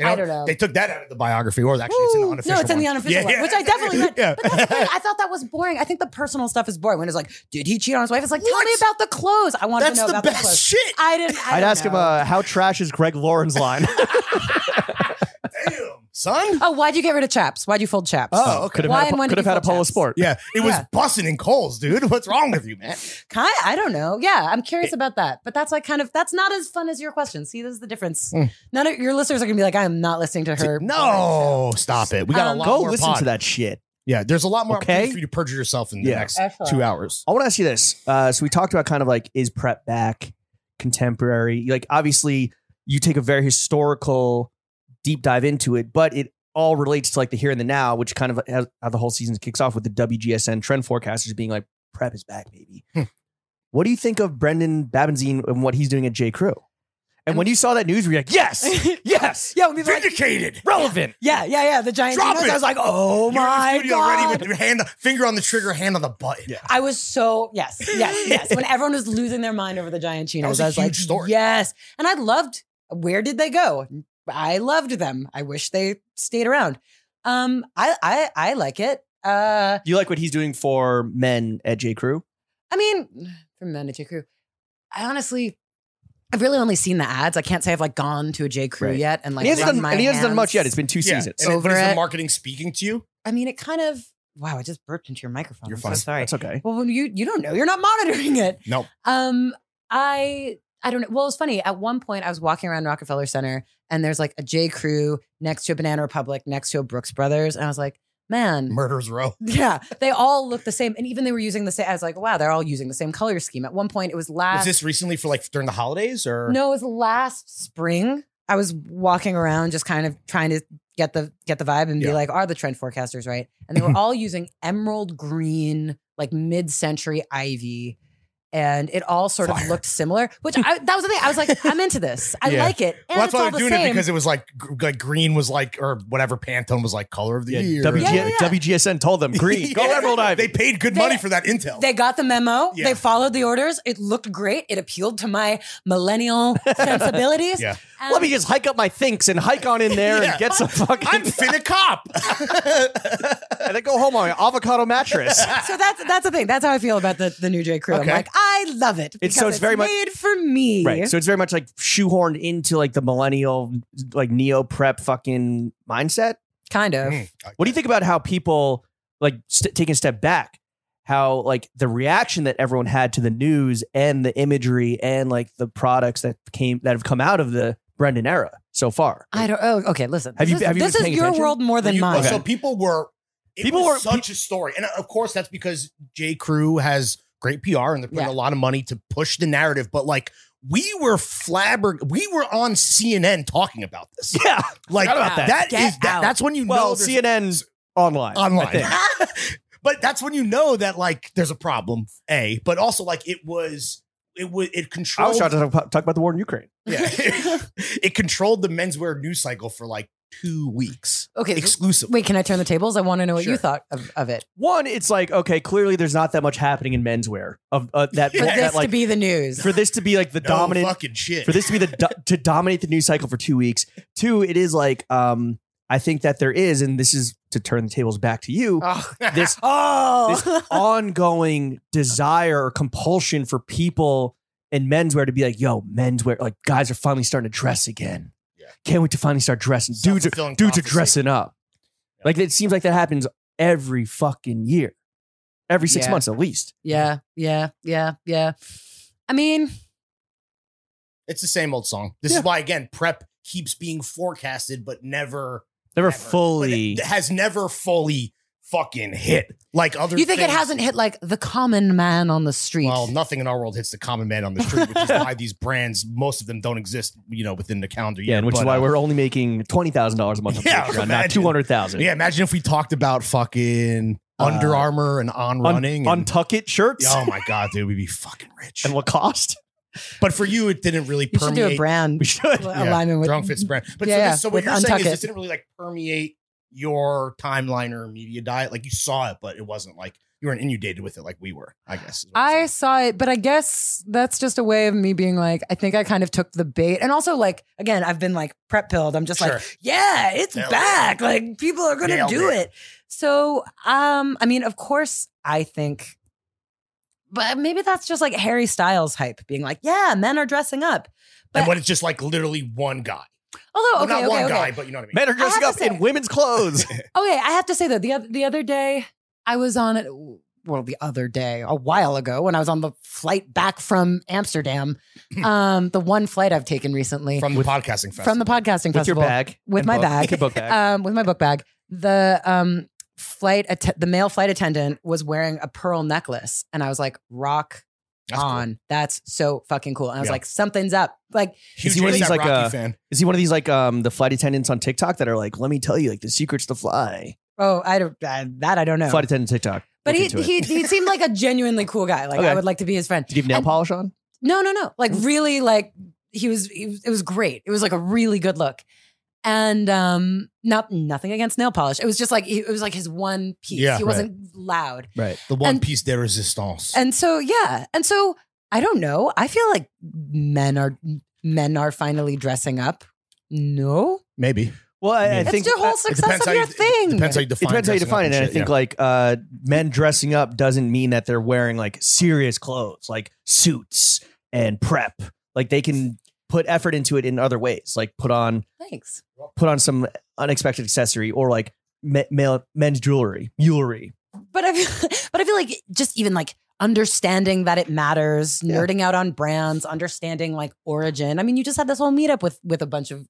S3: They
S2: I don't know.
S3: They took that out of the biography, or actually, it's in the
S2: Ooh.
S3: unofficial.
S2: No, it's in the
S3: one.
S2: unofficial one, which I definitely read.
S3: Yeah.
S2: But that's the thing. I thought that was boring. I think the personal stuff is boring. When it's like, did he cheat on his wife? It's like, tell
S3: What?
S2: me about the clothes. I want to
S3: That's
S2: know
S3: the
S2: about the
S3: best
S2: clothes.
S3: shit.
S2: I didn't. I
S1: I'd
S2: don't
S1: ask him,
S2: know.
S1: uh, how trash is Greg Lauren's line?
S3: Damn, son.
S2: Oh, why'd you get rid of chaps? Why'd you fold chaps?
S3: Oh, okay.
S1: Could have
S2: Why
S1: had a,
S2: and when
S1: could
S2: did
S1: have had
S2: you
S1: a polo
S2: fold chaps?
S1: sport.
S3: Yeah, it was
S2: Yeah.
S3: busting in Coles, dude. What's wrong with you, man?
S2: Kind I don't know. Yeah, I'm
S3: Eh.
S2: curious about that. But that's like kind of that's not as fun as your question. See, this is the difference.
S3: Mm.
S2: None of your listeners are gonna be like, I am not listening to her.
S3: No, stop it. We got
S2: Um,
S3: a lot
S1: Go
S3: more
S1: listen
S3: pod.
S1: to that shit.
S3: Yeah, there's a lot more
S1: Okay.
S3: opportunity for you to perjure yourself in the
S1: Yeah.
S3: next
S2: Excellent.
S3: two hours.
S1: I want to ask you this. Uh, so we talked about kind of like is prep back contemporary? Like obviously you take a very historical deep dive into it, but it all relates to like the here and the now, which kind of has, how the whole season kicks off with the WGSN trend forecasters being like prep is back, baby.
S3: Hmm.
S1: What do you think of Brendan Babenzine and what he's doing at J Crew? And when you saw that news, were you like, yes, yes,
S2: Yeah, when people are like,
S3: Vindicated.
S1: relevant.
S2: yeah, yeah, yeah. The giant
S3: Drop
S2: Dinos.
S3: it.
S2: I was like, oh my god.
S3: ready with your hand, finger on the trigger, hand on the button.
S1: Yeah.
S2: I was so yes, yes, yes. When everyone was losing their mind over the giant chinos,
S3: was a
S2: I was like,
S3: huge story.
S2: yes. And I loved. Where did they go? I loved them. I wish they stayed around. Um, I I I like it. Uh,
S1: Do you like what he's doing for men at J Crew?
S2: I mean, from Men to J Crew, I honestly, I've really only seen the ads. I can't say I've like gone to a J Crew
S1: Right.
S2: yet, and like
S1: and he hasn't,
S2: run
S1: done,
S2: my
S1: and he hasn't done much yet.
S2: hands.
S1: It's been two
S3: Yeah,
S1: seasons.
S3: And it- but
S2: Over
S3: is the
S2: it.
S3: marketing speaking to you?
S2: I mean, it kind of. Wow, I just burped into your microphone.
S3: You're
S2: I'm
S3: fine.
S2: So sorry.
S1: That's okay.
S2: Well, when you you don't know, you're not monitoring it.
S3: No.
S2: Um, I I don't know. Well, it's funny. At one point, I was walking around Rockefeller Center, and there's like a J Crew next to a Banana Republic, next to a Brooks Brothers, and I was like, man.
S3: Murderers Row.
S2: yeah, they all look the same, and even they were using the same. I was like, "Wow, they're all using the same color scheme." At one point, it was
S3: Was
S2: last.
S3: this recently for like during the holidays or
S2: No, it was last spring. I was walking around just kind of trying to get the get the vibe and
S3: Yeah.
S2: be like, are the trend forecasters right? And they were all using emerald green, like mid-century ivy. And it all sort
S3: Fire.
S2: of looked similar, which I, that was the thing. I was like, I'm into this. I
S3: Yeah.
S2: like it. And
S3: Well, that's
S2: it's
S3: why
S2: all
S3: they're
S2: the
S3: doing
S2: same.
S3: it because it was like gr- like green was like or whatever Pantone was like color of the year.
S1: WG-
S2: Yeah, yeah, yeah.
S1: WGSN told them green. Go
S3: Yeah.
S1: Emerald Ivy.
S3: They paid good
S2: They-
S3: money for that intel.
S2: They got the memo.
S3: Yeah.
S2: They followed the orders. It looked great. It appealed to my millennial sensibilities.
S3: Yeah.
S2: Um,
S1: Let me just hike up my thinks and hike on in there
S3: Yeah.
S1: and get some fucking.
S3: I'm finna cop.
S1: and then go home on an avocado mattress.
S2: so that's that's the thing. That's how I feel about the, the new J Crew. I'm
S3: Okay.
S2: like, I love it.
S1: It's-
S2: because
S1: so it's very much-
S2: made for me.
S1: Right. So it's very much like shoehorned into like the millennial, like neo prep fucking mindset.
S2: kind
S1: Mm.
S2: of.
S1: What do you think about how people like st- taking a step back? How like the reaction that everyone had to the news and the imagery and like the products that came that have come out of the Brendan era so far?
S2: I don't. Oh, okay. Listen.
S1: Have you-
S2: This is,
S1: have you
S2: this
S1: been
S2: is
S1: paying
S2: your
S1: attention?
S2: world more than
S3: You-
S2: mine.
S3: So people were it
S1: People
S3: people
S1: were-
S3: were such a story, and of course that's because J. Crew has great PR and they're putting
S2: Yeah.
S3: a lot of money to push the narrative. But like we were flabberg, we were on CNN talking about this.
S1: Yeah.
S3: Like
S1: Forgot about that.
S3: that
S2: Get
S3: is that,
S2: out.
S3: that's when you
S1: Well,
S3: know there's
S1: CNN's online. I
S3: online.
S1: think.
S3: but that's when you know that like there's a problem. A, but also like it was it was it
S1: I was
S3: controlled.
S1: trying to talk, talk about the war in Ukraine.
S3: yeah, it controlled the menswear news cycle for like two weeks
S2: okay.
S3: exclusively.
S2: Wait, can I turn the tables? I want to know what
S3: Sure.
S2: you thought of, of it.
S1: One, it's like okay, clearly there's not that much happening in menswear of uh, that,
S3: Yeah.
S2: For
S1: that,
S2: this
S1: like
S2: to be the news.
S1: for this to be like the
S3: No
S1: dominant
S3: fucking shit.
S1: for this to be the do- to dominate the news cycle for two weeks. Two, it is like um, I think that there is, and this is to turn the tables back to you.
S2: oh.
S1: This
S2: Oh.
S1: ongoing desire or compulsion for people in menswear to be like, yo, menswear, like guys are finally starting to dress again.
S3: Yeah.
S1: Can't wait to finally start dressing. Dudes are
S3: Self-fulfilling
S1: dudes are
S3: prophecy.
S1: dressing up.
S3: Yeah.
S1: Like it seems like that happens every fucking year, every six
S2: Yeah.
S1: months at least.
S2: yeah. Yeah. Yeah. Yeah. I mean,
S3: It's the same old song. This
S1: Yeah.
S3: is why again prep keeps being forecasted, but never
S1: Never
S3: ever-
S1: fully.
S3: but it has never fully fucking hit like other.
S2: you think it
S3: things.
S2: hasn't hit like the common man on the street?
S3: Well, nothing in our world hits the common man on the street, which is why these brands, most of them, don't exist. You know, within the calendar year.
S1: yeah, and which is
S3: But,
S1: why
S3: uh,
S1: we're only making twenty thousand dollars a month on
S3: Yeah,
S1: Patreon, not
S3: imagine.
S1: two hundred thousand.
S3: Yeah, imagine if we talked about fucking
S1: Uh,
S3: Under Armour and on running.
S1: Un-
S3: and,
S1: untuck it shirts
S3: oh my god, dude, we'd be fucking rich.
S1: and Lacoste.
S3: but for you, it didn't really
S2: you should do a
S3: permeate
S1: We
S2: brand
S1: should.
S3: Yeah,
S2: alignment with
S3: drunk fits brand. But
S2: Yeah,
S3: so,
S2: yeah,
S3: this, so what
S2: with
S3: you're
S2: Untuck
S3: saying is
S2: It.
S3: this didn't really like permeate your timeline or media diet. Like you saw it, but it wasn't like you weren't inundated with it like we were. I guess. is what I'm
S2: I
S3: saying.
S2: saw it, but I guess that's just a way of me being like, I think I kind of took the bait. And also, like, again, I've been like prep pilled. I'm just like,
S3: Sure.
S2: yeah, it's
S3: Nailed it.
S2: back. Like, people are going to
S3: Nailed
S2: do
S3: it.
S2: it. So, um, I mean, of course, I think, but maybe that's just like Harry Styles hype being like, yeah, men are dressing up.
S3: and
S2: But-
S3: when it's just like literally one guy,
S2: Although,
S3: well,
S2: Oh, okay,
S3: not
S2: okay,
S3: one
S2: okay.
S3: guy, but you know what I mean.
S1: Men are dressing
S2: have to
S1: up in
S2: say-
S1: women's clothes.
S2: Okay, I have to say though, the other the other day I was on it. Well, the other day, a while ago, when I was on the flight back from Amsterdam, um, the one flight I've taken recently from,
S3: from the podcasting festival.
S2: the podcasting
S1: With your
S2: festival,
S1: bag.
S2: With
S1: and
S2: my
S1: book-
S2: bag.
S1: Your book bag.
S2: um, with my book bag, the um, flight att- the male flight attendant was wearing a pearl necklace, and I was like, "Rock
S3: That's cool.
S2: on, that's so fucking cool." And I was
S3: Yeah.
S2: like, "Something's up." Like,
S3: Huge
S1: Is he one of
S3: ASAP
S1: these, like,
S3: Rocky
S1: uh,
S3: fan.
S1: Is he one of these like um the flight attendants on TikTok that are like, let me tell you, like the secrets to fly?
S2: oh, I don't uh, that I don't know,
S1: Flight attendant TikTok.
S2: but
S1: Look
S2: he
S1: into it.
S2: he he seemed like a genuinely cool guy. Like,
S1: Okay.
S2: I would like to be his friend.
S1: Did you have nail
S2: and-
S1: polish on?
S2: No, no, no. Like really, like he was, he was. It was great. It was like a really good look, and um, not nothing against nail polish. It was just like it was like his one piece.
S3: Yeah,
S2: he wasn't loud,
S1: Right.
S3: The one
S2: and-
S3: piece de resistance.
S2: and so yeah, and so I don't know. I feel like men are men are finally dressing up. No,
S3: Maybe.
S1: Well, I, I
S3: It's
S1: think
S2: it's the whole
S1: uh,
S2: success of your thing.
S3: Depends how you
S1: it
S3: define
S1: depends how you
S3: dressing up
S1: define it. And I
S3: shit,
S1: think
S3: yeah.
S1: like uh men dressing up doesn't mean that they're wearing like serious clothes, like suits and prep. Like they can put effort into it in other ways, like put on
S2: Thanks.
S1: put on some unexpected accessory or like me- male men's jewelry, jewelry.
S2: But I feel, but I feel like just even like understanding that it matters,
S1: Yeah.
S2: nerding out on brands, understanding like origin. I mean, you just had this whole meetup with with a bunch of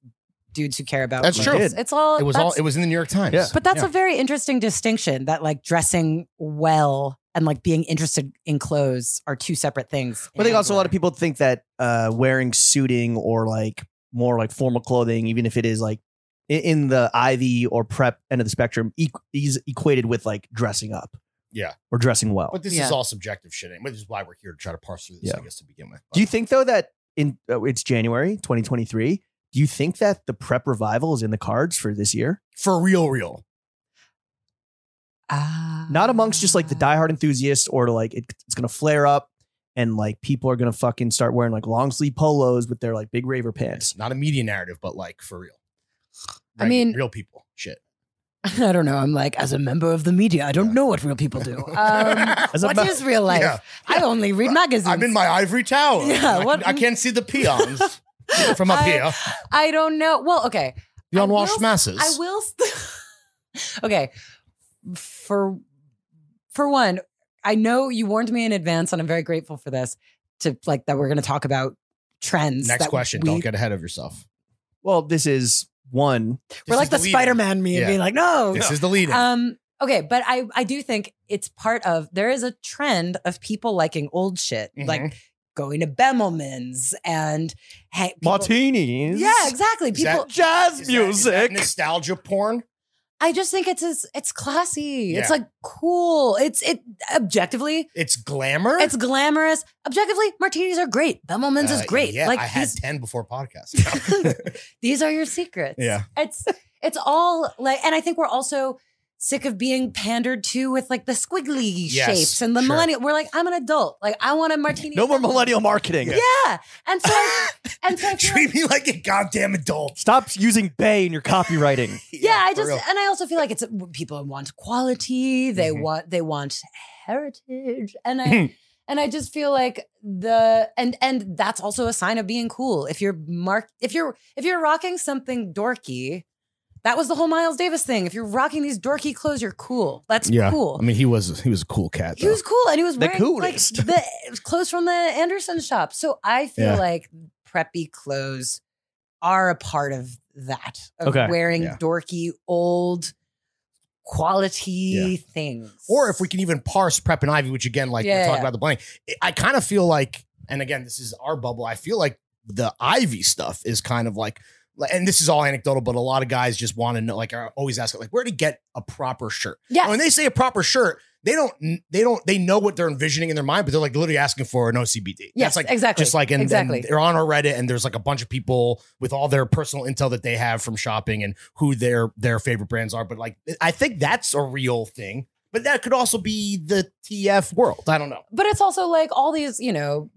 S2: dudes who care about
S3: That's
S2: like,
S3: true.
S2: It's, it's all
S3: it was
S2: that's-
S3: all it was in the New York Times.
S1: Yeah.
S2: But that's a very interesting distinction that like dressing well and like being interested in clothes are two separate things.
S1: But I think also a lot of people think that uh, wearing suiting or like more like formal clothing, even if it is like i- in the Ivy or prep end of the spectrum equ- is equated with like dressing up.
S3: Yeah.
S1: Or dressing well.
S3: But this
S2: Yeah.
S3: is all subjective shit, and which is why we're here to try to parse through this,
S1: Yeah.
S3: I guess, to begin with.
S1: Do you think though that in uh, it's January 2023? Do you think that the prep revival is in the cards for this year?
S3: for real, real?
S2: Ah.
S1: Not amongst just like the diehard enthusiasts, or like it, it's gonna flare up and like people are gonna fucking start wearing like long sleeve polos with their like big raver pants.
S3: It's not a media narrative, but like for real.
S2: I mean-
S3: real people. Shit.
S2: Ah. I don't know. I'm like, as a member of the media, I don't know what real people do. Um,
S1: As a
S2: what
S1: ma-
S2: is real life?
S3: Yeah.
S2: I only read magazines.
S3: I'm in my ivory tower.
S2: Yeah,
S3: I,
S2: what-
S3: can, I can't see the peons from up
S2: I-
S3: here.
S2: I don't know. Well, okay.
S3: The
S2: I
S3: unwashed
S2: will-
S3: masses.
S2: I will. St- okay, for for one, I know you warned me in advance, and I'm very grateful for this. To like that, we're going to talk about trends.
S3: Next
S2: that
S3: question.
S2: we-
S3: Don't get ahead of yourself.
S1: Well, this is one.
S2: We're
S3: This
S2: like
S3: is
S2: the,
S3: lead-in.
S2: Spider Man meme,
S3: Yeah.
S2: being like, no.
S3: This is the lead.
S2: Um. Okay, but I I do think it's part of there is a trend of people liking old shit,
S3: Mm-hmm.
S2: like going to Bemelmans and hey, people-
S1: Martinis.
S2: Yeah, exactly.
S3: Is that-
S2: People,
S1: Jazz music.
S3: nostalgia porn.
S2: I just think it's it's, it's classy. It's
S3: Yeah.
S2: like cool. It's it objectively
S3: It's glamour.
S2: It's glamorous. Objectively, martinis are great. Bemelmans is
S3: Uh,
S2: great.
S3: Yeah,
S2: like
S3: I had
S2: these,
S3: ten before podcast.
S2: these are your secrets.
S3: yeah,
S2: It's it's all like, and I think we're also sick of being pandered to with like the squiggly
S3: Yes,
S2: shapes and the
S3: sure.
S2: millennial. We're like, I'm an adult. Like I want a martini.
S1: No more
S2: Bemelman.
S1: millennial marketing.
S2: Yeah, and so I- and so I feel like-
S3: treat me like a goddamn adult.
S1: Stop using Bay in your copywriting.
S2: yeah, I
S3: for
S2: just
S3: real.
S2: and I also feel like it's people want quality. They
S3: Mhm.
S2: want they want heritage, and I and I just feel like the and and that's also a sign of being cool. If you're mark if you're if you're rocking something dorky, that was the whole Miles Davis thing. If you're rocking these dorky clothes, you're cool. That's cool.
S3: mean, he was he was a cool cat.
S2: he was cool, and he was
S1: The
S2: wearing like
S1: coolest.
S2: the clothes from the Anderson shop. So I feel
S3: Yeah.
S2: like preppy clothes are a part of that of
S1: Okay.
S2: wearing
S3: Yeah.
S2: dorky old quality things.
S3: or if we can even parse prep and ivy which again like
S2: Yeah,
S3: we're talking
S2: yeah.
S3: about the blank i kind of feel like and again this is our bubble i feel like the ivy stuff is kind of like like- and this is all anecdotal but a lot of guys just want to know like are always asking like where to get a proper shirt
S2: yes,
S3: when they say a proper shirt they don't they don't they know what they're envisioning in their mind but they're like literally asking for an ocbd
S2: yes,
S3: that's like
S2: exactly,
S3: just like and,
S2: exactly.
S3: and they're on our Reddit, and there's like a bunch of people with all their personal intel that they have from shopping and who their their favorite brands are. But like, I think that's a real thing. But that could also be the TF world. I don't know.
S2: but it's also like all these, you know.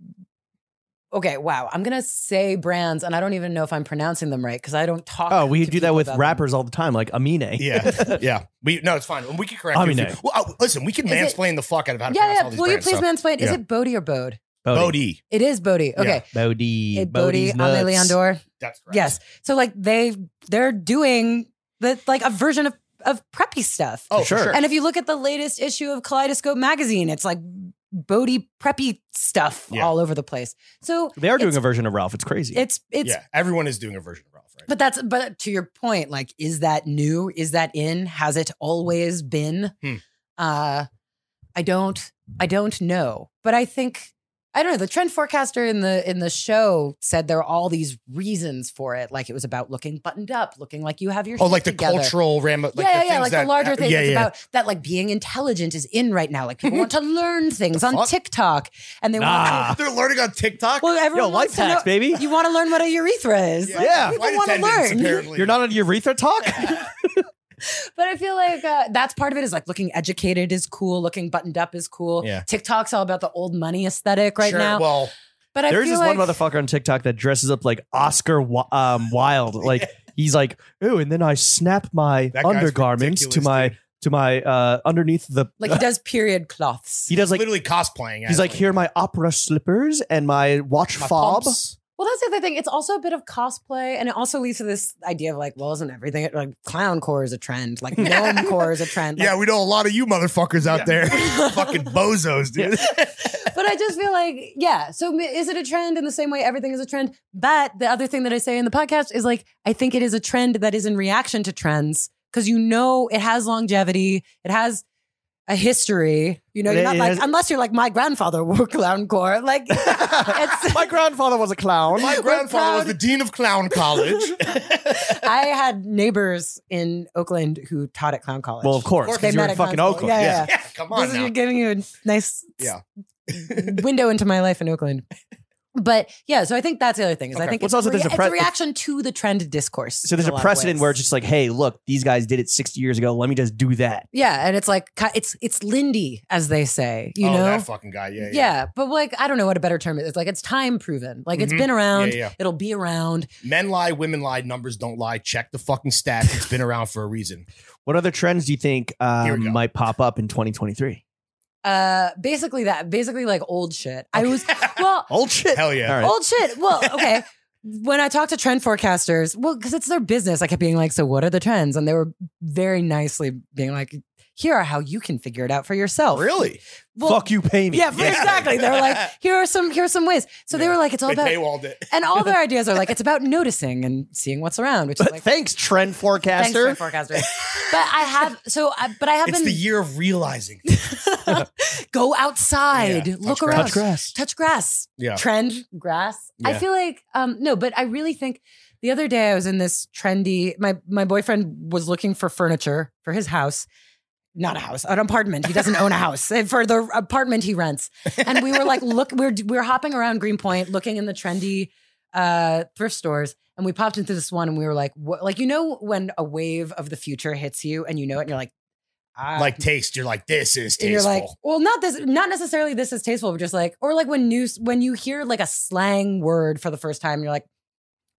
S2: Okay, wow. I'm gonna say brands, and I don't even know if I'm pronouncing them right because I don't talk.
S1: Oh, we
S2: to
S1: do that
S2: people
S1: with
S2: about them.
S1: rappers all the time, like Amine.
S2: Uh,
S3: Yeah, yeah. We no, it's fine. We can correct.
S1: I
S3: you if
S1: mean,
S3: you-
S1: no.
S3: well, uh, listen, we can
S2: Is it-
S3: mansplain the fuck out of how to
S2: Yeah,
S3: pronounce
S2: yeah.
S3: all these
S2: Will you
S3: brands.
S2: please
S3: so-
S2: mansplain? Is
S3: Yeah.
S2: it Bodie or Bode?
S3: Bodhi.
S2: It is Bodie.
S3: Yeah.
S2: Okay.
S1: Bodhi.
S2: Hey,
S1: Bodhi's
S2: Bodhi, Ale
S1: nuts.
S2: Leondor.
S3: That's correct.
S2: Yes. So like they they're doing the like a version of of preppy stuff.
S3: Oh,
S1: For sure.
S3: sure.
S2: And if you look at the latest issue of Kaleidoscope magazine, it's like Bodhi preppy stuff
S3: Yeah.
S2: all over the place. So
S1: They are doing
S2: It's-
S1: a version of Ralph. It's crazy.
S2: it's it's
S3: yeah, everyone is doing a version of Ralph, right?
S2: but that's but to your point, like is that new? Is that in? Has it always been?
S3: Hmm.
S2: Uh I don't I don't know. But I think I don't know. The trend forecaster in the in the show said there are all these reasons for it. Like it was about looking buttoned up, looking like you have your
S3: oh,
S2: shit
S3: like the
S2: together.
S3: cultural ram. Like
S2: yeah, yeah,
S3: the
S2: yeah.
S3: things
S2: Like
S3: that-
S2: the larger
S3: uh,
S2: thing
S3: Yeah,
S2: that's
S3: yeah.
S2: about that, like being intelligent is in right now. Like people want to learn things on
S3: fuck?
S2: TikTok, and they want.
S1: Nah.
S2: To,
S3: Ah. They're learning on TikTok.
S2: well, everyone
S1: Yo, life
S2: wants to know.
S1: hacks, baby.
S2: You want to learn what a urethra is? Like,
S1: Yeah.
S2: people
S3: Flight
S2: want to
S3: attendants,
S2: learn.
S3: apparently.
S1: You're not on urethra talk?
S2: But I feel like uh, that's part of it is like looking educated is cool, looking buttoned up is cool.
S3: Yeah.
S2: TikTok's all about the old money aesthetic right
S3: Sure,
S2: now.
S3: Well,
S2: but I
S1: There's
S2: feel
S1: this
S2: like
S1: one motherfucker on TikTok that dresses up like Oscar Wi- um, Wilde. Like he's like, ooh, and then I snap my
S3: That guy's
S1: undergarments to
S3: ridiculous,
S1: my to my uh underneath the
S2: like he does period cloths.
S1: he does like
S3: literally cosplaying.
S1: he's like,
S3: actually.
S1: here are my opera slippers and my watch
S3: My
S1: fob.
S3: pumps.
S2: Well, that's the other thing. It's also a bit of cosplay, and it also leads to this idea of like, well, isn't everything like clown core is a trend, like gnome core is a trend. Like,
S3: yeah, we know a lot of you motherfuckers out there, fucking bozos, dude.
S2: but I just feel like, yeah. So m- is it a trend in the same way everything is a trend? But the other thing that I say in the podcast is like, I think it is a trend that is in reaction to trends because you know it has longevity. It has a history. You know, you're
S1: It-
S2: not
S1: it
S2: like
S1: has-
S2: unless you're like my grandfather wore clown corps. Like it's
S1: My grandfather was a clown.
S3: My grandfather was
S2: proud.
S3: the dean of clown college.
S2: I had neighbors in Oakland who taught at clown college.
S1: Well, of course,
S2: They
S1: because you're in
S2: met at
S1: fucking
S2: Constable.
S1: Oakland.
S2: Yeah, yeah,
S3: yeah, come on
S2: This is
S3: now.
S2: you're giving you a nice
S3: Yeah.
S2: window into my life in Oakland. But yeah, so I think that's the other thing is I
S3: Okay.
S2: think
S1: Well,
S2: it's,
S1: it's also
S2: rea-
S1: there's a
S2: it's
S1: pre-
S2: a reaction to the trend discourse.
S1: So there's
S2: in
S1: a
S2: lot of
S1: precedent
S2: ways.
S1: where it's just like, hey, look, these guys did it 60 years ago. Let me just do that.
S2: yeah, and it's like ki- it's it's Lindy as they say, you
S3: oh,
S2: know.
S3: that fucking guy. Yeah,
S2: yeah.
S3: yeah. yeah.
S2: but like I don't know what a better term is. It's like it's time proven. Like it's
S3: Mhm.
S2: been around.
S3: Yeah, yeah.
S2: It'll be around.
S3: Men lie, women lie, numbers don't lie. Check the fucking stats. It's been around for a reason.
S1: What other trends do you think
S3: Here
S1: um,
S3: we go.
S1: might pop up in 2023?
S2: Uh, basically that. Basically like old shit. I was well,
S1: Old shit.
S3: Hell yeah.
S1: All right.
S2: old shit. Well, okay. when I talk to trend forecasters, well, because it's their business, I kept being like, "So what are the trends?" And they were very nicely being like, "Here are how you can figure it out for yourself."
S3: Really?
S2: Well,
S1: Fuck you, pay me.
S2: Yeah, for-
S3: Yeah.
S2: exactly. They're like, "Here are some. Here are some ways." So they
S3: Yeah.
S2: were like, "It's all
S3: They
S2: about."
S3: paywalled it.
S2: and all their ideas are like, it's about noticing and seeing what's around, which is like,
S1: Thanks, trend forecaster.
S2: Thanks, trend forecaster. but I have so, I, but I have
S3: It's
S2: been
S3: the year of realizing.
S2: go outside,
S3: Yeah, touch
S2: look
S3: grass.
S2: around,
S1: Touch grass.
S2: touch grass,
S3: Yeah.
S2: trend grass. I
S3: Yeah.
S2: feel like um no, but I really think the other day I was in this trendy. My my boyfriend was looking for furniture for his house. Not a house, an apartment. He doesn't own a house. And For the apartment he rents, and we were like, look, we we're we we're hopping around Greenpoint, looking in the trendy uh, thrift stores, and we popped into this one, and we were like, what? Like you know when a wave of the future hits you, and you know it, and you're like, ah,
S3: like taste. You're like, this is
S2: and
S3: tasteful.
S2: you're like, well, not this, not necessarily this is tasteful, but just like, or like when news, when you hear like a slang word for the first time, you're like,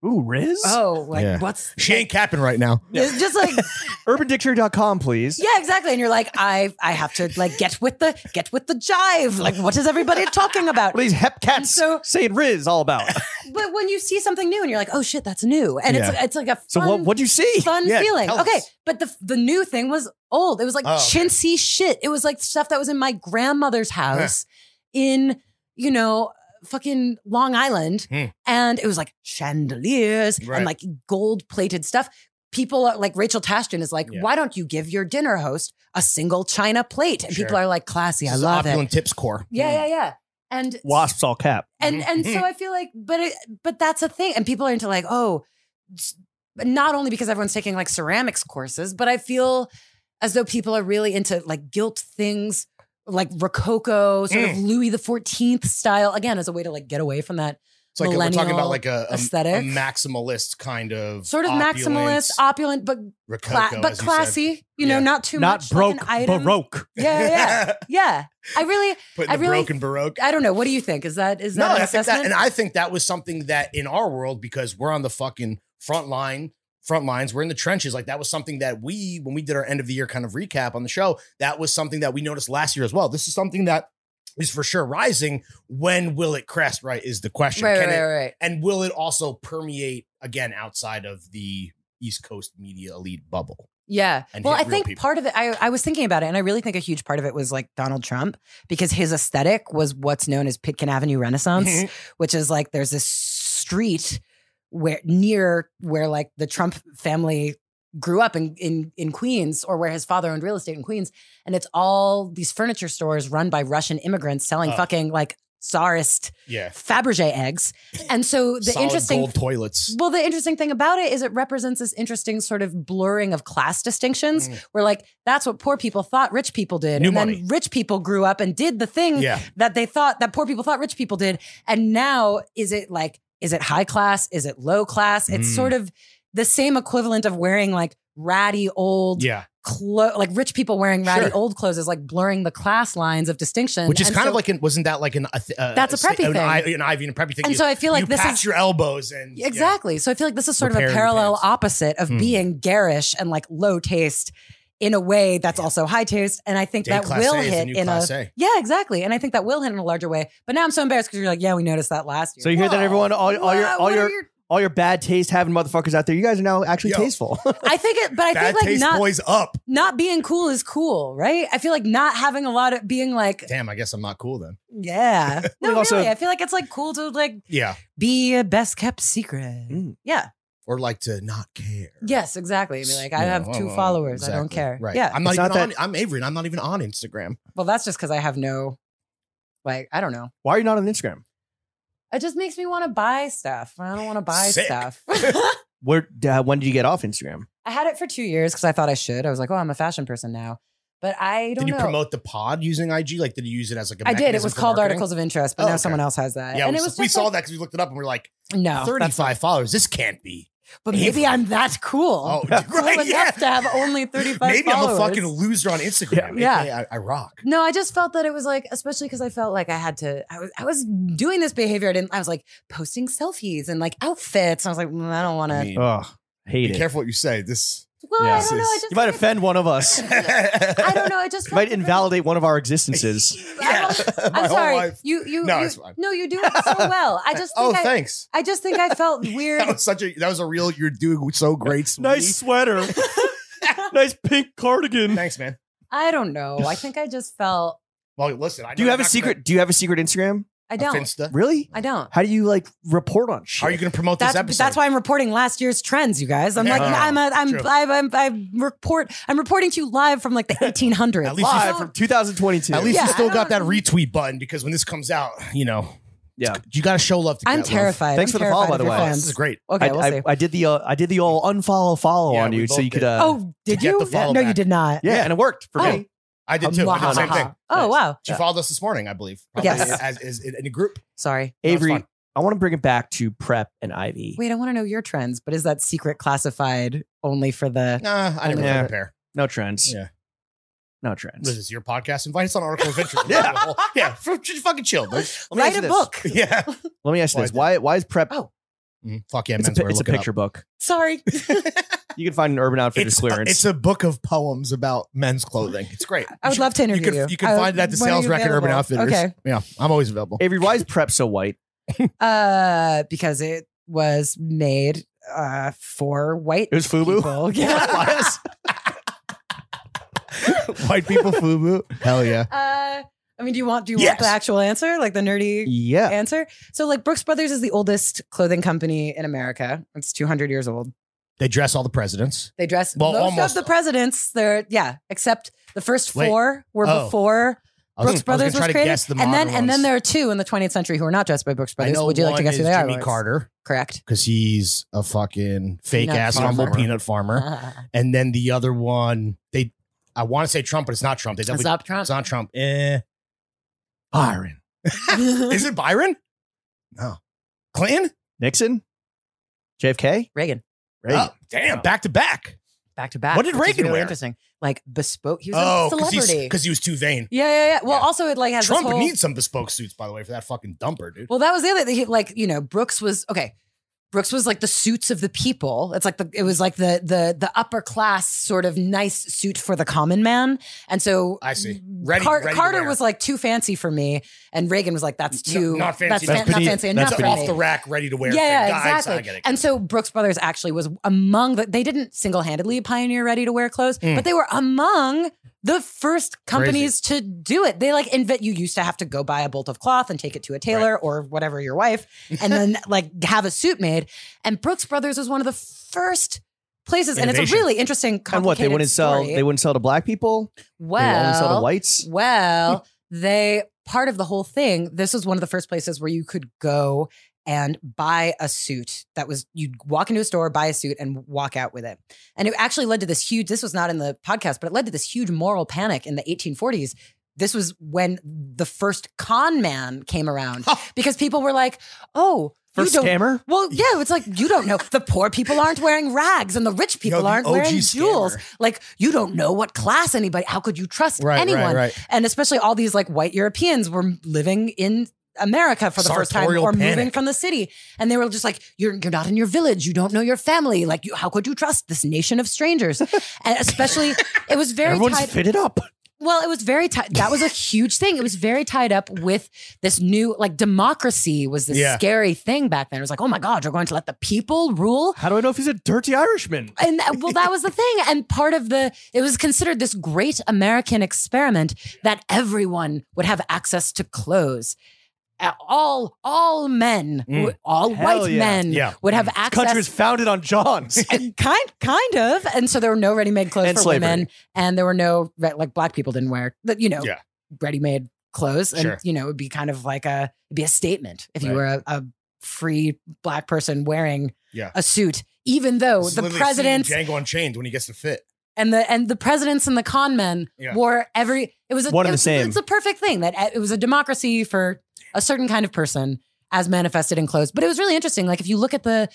S1: Ooh, Riz?
S2: oh, like
S3: Yeah.
S2: what's
S3: she ain't capping right now.
S2: it's just like,
S1: UrbanDictionary.com, please.
S2: yeah, exactly. And you're like, I, I have to like get with the, get with the jive. Like, what is everybody talking about?
S1: What are these hep cats
S2: so-
S1: saying Riz all about?
S2: But when you see something new and you're like, oh shit, that's new, and it's,
S3: Yeah.
S2: it's like a fun,
S1: So what what'd you see?
S2: fun
S3: Yeah,
S2: feeling.
S3: tell
S2: Okay,
S3: us.
S2: but the the new thing was old. It was like
S3: Oh, okay.
S2: chintzy shit. It was like stuff that was in my grandmother's house in you know fucking Long Island,
S3: Hmm.
S2: and it was like chandeliers
S3: Right.
S2: and like gold plated stuff. People are like Rachel Tashton is like,
S3: Yeah.
S2: why don't you give your dinner host a single china plate? And people
S3: Sure.
S2: are like, classy, I
S3: This is
S2: love it.
S3: opulent Hmm. tips core.
S2: Yeah, yeah, yeah. And
S1: Wasps all cap.
S2: and and so I feel like, but it, but that's a thing, and people are into like, oh, s- not only because everyone's taking like ceramics courses, but I feel as though people are really into like gilt things, like Rococo, sort
S3: Mm.
S2: of Louis the Fourteenth style, again as a way to like get away from that
S3: It's like we're talking
S2: Millennial
S3: about like a, a,
S2: aesthetic.
S3: a maximalist kind of
S2: sort of
S3: opulence,
S2: maximalist, opulent, but cla-
S3: rococo,
S2: but
S3: as you said.
S2: classy. You, know,
S3: Yeah.
S2: not too
S1: Not
S2: much
S1: broke,
S2: like an item.
S1: baroque.
S2: Yeah, yeah, yeah, yeah. I really,
S3: Putting
S2: I
S3: the
S2: really-
S3: broken baroque.
S2: I don't know. What do you think? Is that is that
S3: no,
S2: an
S3: I think
S2: assessment?
S3: that, and I think that was something that in our world, because we're on the fucking front line, front lines, we're in the trenches. Like that was something that we, when we did our end of the year kind of recap on the show, that was something that we noticed last year as well. This is something that is for sure rising. When will it crest? Right is the question.
S2: right,
S3: Can
S2: right,
S3: it-
S2: right, right.
S3: and will it also permeate again outside of the East Coast media elite bubble?
S2: Yeah.
S3: and
S2: Well, I
S3: hit real
S2: think
S3: people.
S2: part of it, I, I was thinking about it, and I really think a huge part of it was like Donald Trump because his aesthetic was what's known as Pitkin Avenue
S1: Mm-hmm.
S2: Renaissance,
S3: Mhm.
S2: which is like there's this street where near where like the Trump family grew up in, in in Queens or where his father owned real estate in Queens and it's all these furniture stores run by Russian immigrants selling
S3: Oh.
S2: fucking like czarist
S3: Yeah.
S2: Fabergé eggs and so the
S3: Solid
S2: interesting
S3: gold toilets.
S2: well, the interesting thing about it is it represents this interesting sort of blurring of class distinctions
S3: Mm.
S2: where like that's what poor people thought rich people did.
S3: New
S2: and
S3: money.
S2: then rich people grew up and did the thing
S3: Yeah.
S2: that they thought that poor people thought rich people did. And now is it like, is it high class? Is it low class? It's
S3: Mm.
S2: sort of the same equivalent of wearing like ratty old
S3: Yeah.
S2: clothes, like rich people wearing ratty
S3: Sure.
S2: old clothes is like blurring the class lines of distinction.
S3: Which is
S2: And
S3: kind
S2: so-
S3: of like an, wasn't that like an a th- uh,
S2: That's a preppy
S3: an,
S2: thing.
S3: I, an Ivy and a preppy thing.
S2: and
S3: you,
S2: so I feel like
S3: you
S2: this
S3: patch
S2: is
S3: your elbows and yeah.
S2: Exactly. So I feel like this is sort of a
S3: Repairing the
S2: parallel
S3: pants.
S2: opposite of
S3: Hmm.
S2: being garish and like low taste in a way that's also high taste. And I think
S3: Day
S2: that
S3: class
S2: will
S3: A is the
S2: hit
S3: new
S2: in a,
S3: class A.
S2: yeah, exactly. And I think that will hit in a larger way. But now I'm so embarrassed because you're like, yeah, we noticed that last year.
S1: So you hear that
S2: Whoa.
S1: everyone, all, all your
S2: Whoa,
S1: all
S2: what are
S1: your all your bad taste having motherfuckers out there, you guys are now actually
S3: Yo.
S1: tasteful.
S2: I think it, but I
S3: Bad
S2: think like
S3: taste
S2: not
S3: boys up.
S2: not being cool is cool, right? I feel like not having a lot of being like,
S3: Damn, I guess I'm not cool then.
S2: yeah, no,
S1: We also-
S2: really. I feel like it's like cool to like
S3: Yeah. Hmm.
S2: be a best kept secret.
S1: Mm.
S2: Yeah,
S3: or like to not care.
S2: Yes, exactly. Be like, I
S3: You
S2: have
S3: know,
S2: two
S3: oh,
S2: followers. I don't
S3: exactly.
S2: care.
S3: Right.
S2: Yeah.
S3: I'm not
S1: It's
S3: even
S1: not
S3: on I'm Avery and I'm not even on Instagram.
S2: well, that's just because I have no, like, I don't know.
S1: Why are you not on Instagram?
S2: It just makes me want to buy stuff. I don't want to buy
S3: Sick.
S2: stuff.
S1: Where uh, when did you get off Instagram?
S2: I had it for two years because I thought I should. I was like, oh, I'm a fashion person now. But I don't
S3: Did you
S2: know.
S3: promote the pod using IG? Like, did you use it as like a
S2: I did. It
S3: mechanism
S2: was
S3: for
S2: called
S3: marketing?
S2: articles of interest, but
S3: Oh,
S2: now
S3: okay.
S2: someone else has that.
S3: Yeah,
S2: and
S3: we,
S2: it
S3: saw-
S2: was
S3: we
S2: just
S3: saw
S2: like,
S3: that because we looked it up and we are like,
S1: Oh,
S2: No, that's-
S3: 35 followers. This can't be.
S2: but maybe I'm that cool.
S3: Oh,
S2: cool
S3: right.
S2: enough
S3: Yeah.
S2: to have only 35
S3: Maybe
S2: followers.
S3: I'm a fucking loser on Instagram.
S2: Yeah.
S3: Yeah. I, I rock.
S2: No, I just felt that it was like, especially because I felt like I had to. I was, I was doing this behavior. I didn't. I was like posting selfies and like outfits. I was like, mm, I don't want
S3: I
S2: to.
S3: mean,
S1: Oh, hate
S3: be
S1: it.
S3: careful what you say. This.
S2: Well,
S1: Yeah.
S2: I don't know. I
S3: Sis.
S2: just
S1: You might
S2: like-
S1: offend one of us. You
S2: I
S3: I
S2: don't know. I just felt
S1: might
S2: different.
S1: invalidate one of our existences.
S2: I
S3: Yeah. My
S2: I'm
S3: whole
S2: sorry.
S3: life.
S2: You, you,
S3: No,
S2: you-
S3: it's fine.
S2: no, you do it so well. I just
S3: Oh,
S2: think I,
S3: thanks.
S2: I just think I felt weird.
S3: That was such a. That was a real. You're doing so great. Sweetie.
S1: sweater. nice pink cardigan.
S3: Thanks, man.
S2: I don't know. I think I just felt.
S3: Well, listen. I
S1: Do you
S3: know
S1: have a
S3: you're not
S1: secret? Do you have a secret Instagram?
S2: I
S3: gonna-
S2: don't.
S3: Finsta.
S1: Really?
S2: I don't.
S1: How do you like report on shit?
S3: How are you going to promote this
S2: That's,
S3: episode?
S2: that's why I'm reporting last year's trends, you guys. I'm like,
S3: Oh,
S2: I'm, a, I'm,
S3: true.
S2: I'm, I'm, I report, I'm reporting to you live from like the 1800s.
S3: At least you
S1: live
S2: Don't-
S1: from 2022?
S3: At least
S2: Yeah,
S3: you still
S2: I
S3: got that
S2: don't-
S3: retweet button because when this comes out, you know,
S1: Yeah.
S3: you got to show love. to
S2: I'm
S3: get love.
S2: terrified.
S1: Thanks
S2: I'm
S1: for the follow,
S2: terrified
S1: by
S2: of
S1: the
S2: your
S1: way.
S3: Wow,
S2: fans.
S3: this is great.
S2: Okay,
S1: I,
S2: we'll
S1: I-
S2: see.
S1: I did the uh, I did the old unfollow follow
S3: Yeah,
S1: on
S3: we
S1: you, so
S3: both
S1: you could.
S3: did.
S1: Uh,
S2: oh, did
S3: to get
S2: you?
S3: the follow
S2: no, you
S3: back.
S2: did not.
S1: yeah, and it worked for
S2: Oh.
S1: me.
S3: I did too. I did the same thing.
S2: Oh, wow.
S3: She followed us this morning, I believe.
S2: Yes.
S3: As, as, in a group.
S2: Sorry.
S3: No, it's
S1: Avery,
S3: fine.
S1: I want to bring it back to prep and Ivy.
S2: Wait, I want to know your trends, but is that secret classified only for the.
S3: Nah, I didn't
S1: Yeah.
S3: really compare.
S1: No trends.
S3: Yeah.
S1: No
S3: This
S1: trends.
S3: is your podcast. Invite us on Article of Interest.
S1: Yeah.
S3: yeah. f- Just fucking chill. dude.
S1: me ask
S2: Write a
S1: you this.
S2: book.
S3: Yeah.
S1: Let me ask you
S3: Why
S1: this:
S3: did-
S1: Why why is prep?
S2: Oh,
S3: Mm, Fuck yeah,
S1: it's a,
S3: menswear.
S1: pi- it's a
S3: look it up.
S1: picture book.
S2: Sorry.
S1: You can find an Urban Outfitters
S3: It's a,
S1: clearance.
S3: it's a book of poems about men's clothing. It's great.
S2: I would love to interview
S3: You
S2: you.
S3: can, you can
S2: I-
S3: find it at the
S2: when are
S3: sales
S2: you
S3: record Urban
S2: available?
S3: Outfitters.
S2: Okay.
S3: Yeah, I'm always available.
S1: Avery, why is prep so white?
S2: Uh, because it was made uh for white
S1: It was FUBU.
S2: people. Yeah.
S1: Bias?
S3: White people FUBU. Hell yeah.
S2: uh, I mean, do you want do you want
S3: Yes.
S2: the actual answer, like the nerdy
S1: yeah.
S2: answer? So, like Brooks Brothers is the oldest clothing company in America. It's 200 years old.
S3: They dress all the presidents.
S2: They dress
S3: Well,
S2: most
S3: almost.
S2: of the presidents. They're yeah, except the first
S3: Wait.
S2: four were
S3: Oh.
S2: before
S3: I
S2: Brooks
S3: was- I was gonna
S2: Brothers was,
S3: try to
S2: created,
S3: guess the
S2: and then
S3: modern
S2: and then
S3: ones.
S2: there are two in the 20th century who are not dressed by Brooks
S3: I
S2: Brothers.
S3: know
S2: Would you like
S3: one
S2: to guess who
S3: is
S2: they
S3: Jimmy
S2: are? Lawrence?
S3: Carter
S2: Correct.
S3: because he's a fucking fake
S2: Peanut
S3: ass
S2: farmer.
S3: humble peanut farmer. And then the other one, they I want to say Trump, but it's not Trump. They
S2: It's
S3: definitely
S2: not Trump.
S3: it's not Trump. Eh.
S1: Byron.
S3: Is it Byron? No. Clinton?
S1: Nixon? JFK?
S2: Reagan.
S1: Reagan.
S3: Oh, damn, back to back.
S2: back to back.
S3: What did
S2: which is
S3: Reagan
S2: really
S3: wear?
S2: Interesting. Like bespoke. He was
S3: Oh,
S2: a celebrity.
S3: because he was too vain.
S2: yeah, yeah, yeah. Well,
S3: Yeah.
S2: also it like has
S3: Trump
S2: this whole,
S3: needs some bespoke suits, by the way, for that fucking dumper, dude.
S2: Well, that was the other thing. Like you know, Brooks was okay. Brooks was like the suits of the people. It's like the it was like the the the upper class sort of nice suit for the common man. And so
S3: I see. Ready,
S2: Car-
S3: ready to
S2: Carter
S3: wear.
S2: was like too fancy for me, and Reagan was like that's
S3: No,
S2: too
S3: not fancy.
S2: That's,
S3: That's
S2: fan- not
S1: beneath-
S2: fancy enough
S1: that's
S3: That's
S2: for
S3: an
S1: pretty.
S2: me.
S3: off the rack, ready to wear.
S2: Yeah,
S3: thing. I- I- I
S2: exactly.
S3: get it.
S2: and so Brooks Brothers actually was among the, they didn't single handedly pioneer ready to wear clothes,
S3: Mm.
S2: but they were among the first companies to do it. They like invent, you used to have to go buy a bolt of cloth and take it to a tailor or whatever your wife, and then like have a suit made. And Brooks Brothers was one of the first places, and it's a
S3: Innovation.
S2: really interesting,
S1: And what?
S2: complicated
S1: They wouldn't sell
S2: story.
S1: they wouldn't sell to black people? they would only sell to
S2: well,
S1: whites?
S2: well, they part of the whole thing. This was one of the first places where you could go and buy a suit. That was you'd walk into a store, buy a suit, and walk out with it. And it actually led to this huge. This was not in the podcast, but it led to this huge moral panic in the 1840s. This was when the first con man came around because people were like, "Oh, you
S1: First
S2: don't-
S1: scammer?
S2: well, yeah, it's like you don't know. The poor people aren't wearing rags, and the rich people
S3: Yo, the
S2: aren't
S3: OG
S2: wearing
S3: scammer.
S2: jewels. Like you don't know what class anybody. How could you trust
S3: Right, right,
S2: anyone?
S3: right.
S2: And especially all these like white Europeans were living in America for the first time
S3: Sartorial
S2: or moving
S3: panic.
S2: from the city, and they were just like, "You're you're not in your village. You don't know your family. Like, you, how could you trust this nation of strangers?" and especially, it was very
S1: Everyone's
S2: tied.
S1: fitted up.
S2: Well, it was very tied. That was a huge thing. It was very tied up with this new, like, democracy was this
S3: Yeah.
S2: scary thing back then. It was like, oh my God, you're going to let the people rule?
S1: How do I know if he's a dirty Irishman?
S2: And that- well, that was the thing. And part of the, it was considered this great American experiment that everyone would have access to clothes. uh, all all men, w- all
S1: Hell
S2: white
S1: yeah.
S2: men
S3: Mm. Yeah. Mm.
S2: would have
S1: This country was
S2: access.
S1: founded on Johns.
S2: kind kind of, and so there were no ready made clothes
S1: And
S2: for
S1: slavery.
S2: women, and there were no re- like black people didn't wear that you know
S3: Yeah.
S2: ready made clothes, and
S3: Sure.
S2: you know it'd be kind of like a it'd be a statement if you
S3: Right.
S2: were a, a free black person wearing
S3: Yeah.
S2: a suit, even though
S3: This is
S2: the
S3: literally seeing
S2: presidents
S3: Django Unchained when he gets to fit.
S2: and the and the presidents and the con men
S3: Yeah.
S2: wore every it was a,
S1: One and
S2: it
S1: the
S2: was-
S1: same.
S2: It's a perfect thing that uh, it was a democracy for a certain kind of person as manifested in clothes. But it was really interesting. Like if you look at the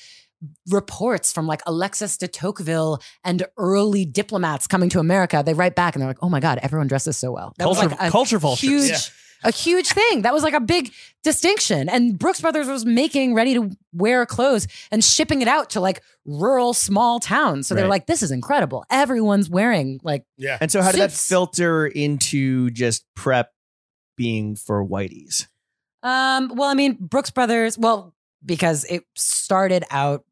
S2: reports from like Alexis de Tocqueville and early diplomats coming to America, they write back and they're like, "Oh my god, everyone dresses so well." That
S1: Culture,
S2: was like a
S1: culture vultures.
S2: huge.
S3: Yeah.
S2: A huge thing. That was like a big distinction. And Brooks Brothers was making ready to wear clothes and shipping it out to like rural small towns. So they're
S1: Right.
S2: like, this is incredible. Everyone's wearing like
S3: Yeah.
S1: And so, how did that
S2: Suits.
S1: filter into just prep being for whiteys?
S2: Um, well, I mean, Brooks Brothers, well, because it started out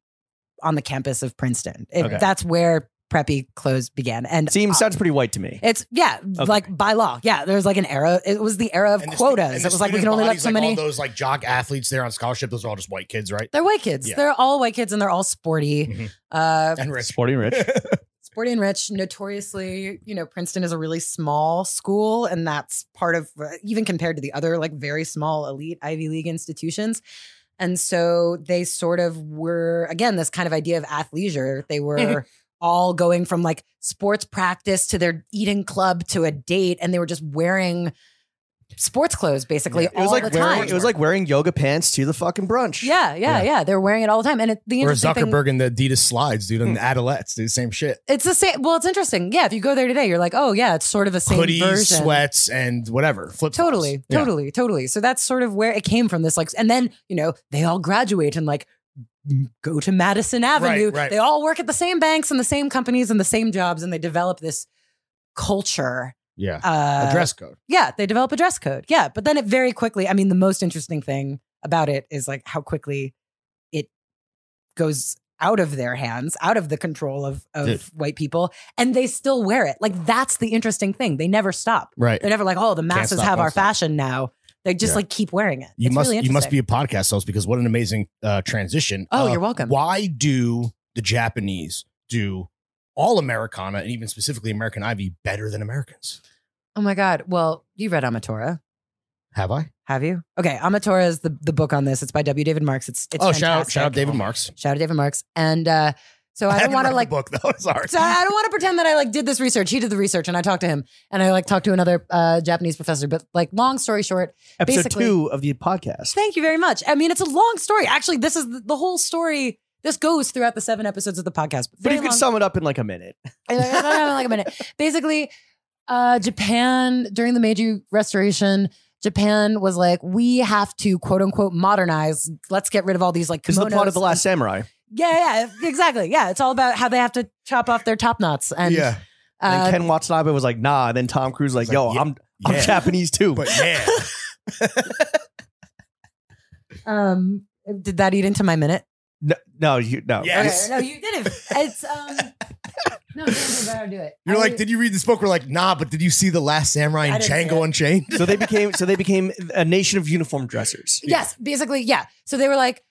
S2: on the campus of Princeton. It,
S1: Okay.
S2: That's where preppy clothes began. And
S1: Seems
S2: uh,
S1: sounds pretty white to me.
S2: it's yeah, like by law. Yeah, there's like an era. It was the era of
S3: And the stu-
S2: quotas.
S3: and
S2: It
S3: the
S2: was like we
S3: student
S2: can only let
S3: body's
S2: so
S3: like
S2: many.
S3: All those like jock athletes there on scholarship, those are all just white kids, right?
S2: they're white kids.
S3: Yeah.
S2: They're all white kids, and they're all sporty,
S3: Mhm.
S2: uh,
S3: And rich.
S1: Sporty and rich.
S2: sporty and rich. Notoriously, you know, Princeton is a really small school, and that's part of uh, even compared to the other like very small elite Ivy League institutions. And so they sort of were, again, this kind of idea of athleisure. They were all going from like sports practice to their eating club to a date, and they were just wearing sports clothes basically
S3: Yeah.
S1: It was
S2: all
S1: like
S2: the
S1: wearing
S2: time.
S1: it was like wearing yoga pants to the fucking brunch.
S2: yeah, yeah, yeah, They were wearing it all the time. And it, the
S3: Or
S2: interesting thing,
S3: Zuckerberg and the Adidas slides, dude,
S2: Hmm.
S3: and the Adelets, dude, same shit.
S2: it's the same. Well, it's interesting. Yeah, if you go there today, you're like, oh, yeah, it's sort of a same
S3: Hoodies,
S2: version.
S3: sweats, and whatever. Flip
S2: Totally, totally, totally. So that's sort of where it came from. This like, and then you know they all graduate and like go to Madison Avenue.
S3: right.
S2: They all work at the same banks and the same companies and the same jobs, and they develop this culture.
S3: Yeah.
S2: Uh,
S3: A dress code.
S2: Yeah, they develop a dress code. Yeah, but then it very quickly. I mean, the most interesting thing about it is like how quickly it goes out of their hands, out of the control of of
S3: Dude.
S2: white people, and they still wear it. Like that's the interesting thing. They never stop.
S3: Right.
S2: They're never like, oh, the masses
S3: stop,
S2: have
S3: won't
S2: our
S3: stop.
S2: fashion now. They just
S3: Yeah.
S2: like keep wearing it.
S3: You
S2: It's
S3: must
S2: really
S3: you must be
S2: interesting.
S3: a podcast host because what an amazing uh, transition.
S2: Oh,
S3: Uh,
S2: you're welcome.
S3: Why do the Japanese do all Americana and even specifically American Ivy better than Americans?
S2: oh my god. Well, you read Amatora,
S3: Have I?
S2: have you? Okay, Amatora is the the book on this. It's by W. David Marks. It's it's
S3: oh, shout out,
S2: fantastic.
S3: shout out David Marks.
S2: Shout out David Marks. And uh, so I don't
S3: haven't
S2: want
S3: read
S2: to
S3: the
S2: like.
S3: book though. Sorry.
S2: So I don't want to pretend that I like did this research. He did the research, and I talked to him, and I like talked to another uh, Japanese professor. But like, long story short,
S1: Episode
S2: Basically-
S1: two of the podcast.
S2: Thank you very much. I mean, it's a long story. Actually, this is the, the whole story. This goes throughout the seven episodes of the podcast.
S1: But
S2: Very
S1: you could
S2: long-
S1: sum it up in like a minute.
S2: I don't have like a minute. Basically, uh, Japan during the Meiji Restoration, Japan was like, we have to quote unquote modernize. Let's get rid of all these like
S1: This is the
S2: kimonos.
S1: plot of the Last Samurai.
S2: Yeah, yeah, exactly. Yeah, it's all about how they have to chop off their top knots and
S3: yeah.
S2: uh,
S1: and Ken Watanabe was like, nah. And then Tom Cruise was like,
S3: He's
S1: yo,
S3: like, yeah,
S1: I'm I'm
S3: yeah.
S1: Japanese too.
S3: But yeah.
S2: um. Did that eat into my minute?
S1: no, no, you no.
S3: Yeah. Yes.
S2: Okay, no, you didn't. It's um. No, you better do it.
S3: You're
S2: I-
S3: like, did you read this book? We're like, nah, but did you see The Last Samurai
S2: I
S3: and
S2: didn't see
S3: Django
S2: it.
S3: Unchained?
S1: So they became so they became a nation of uniform dressers.
S2: Yes, basically, yeah. So they were like,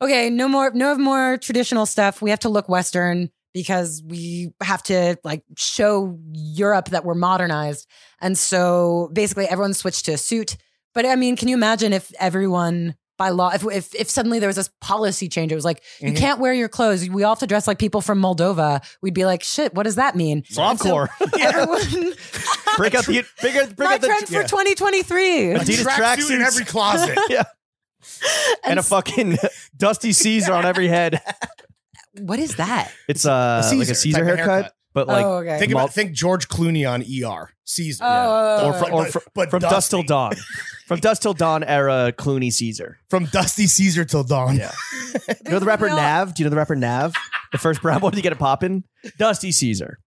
S2: okay, no more, no more traditional stuff. We have to look Western because we have to like show Europe that we're modernized. And so basically, everyone switched to a suit. But I mean, can you imagine if everyone by law, if if, if suddenly there was this policy change, it was like you
S1: Mm-hmm.
S3: Mhm.
S2: can't wear your clothes. We all have to dress like people from Moldova. We'd be like, shit, what does that mean?
S1: Encore.
S2: Everyone,
S1: break out the break out, break
S2: my
S1: out the
S2: trend for 2023.
S3: A
S1: Adidas
S3: tracksuit in
S1: tracksuits.
S3: every closet.
S1: yeah, and a
S2: so-
S1: fucking dusty Caesar on every head.
S2: what is that?
S1: It's uh,
S3: Caesar,
S1: like a
S3: it's
S1: Caesar
S3: like a
S1: haircut,
S3: haircut.
S1: but like
S2: oh, okay.
S3: Think
S1: Mul-
S3: about think George Clooney on ER. Caesar.
S2: Oh,
S1: or
S2: oh,
S1: from,
S2: oh.
S1: or
S3: But-
S1: fr-
S3: but
S1: from dusk till
S3: dusty.
S1: dawn, from dusk till dawn era Clooney Caesar.
S3: From Dusty Caesar till dawn.
S1: Yeah. oh, You know the rapper Nav? Do you know the rapper Nav? The first brown boy to get it poppin'? Dusty Caesar,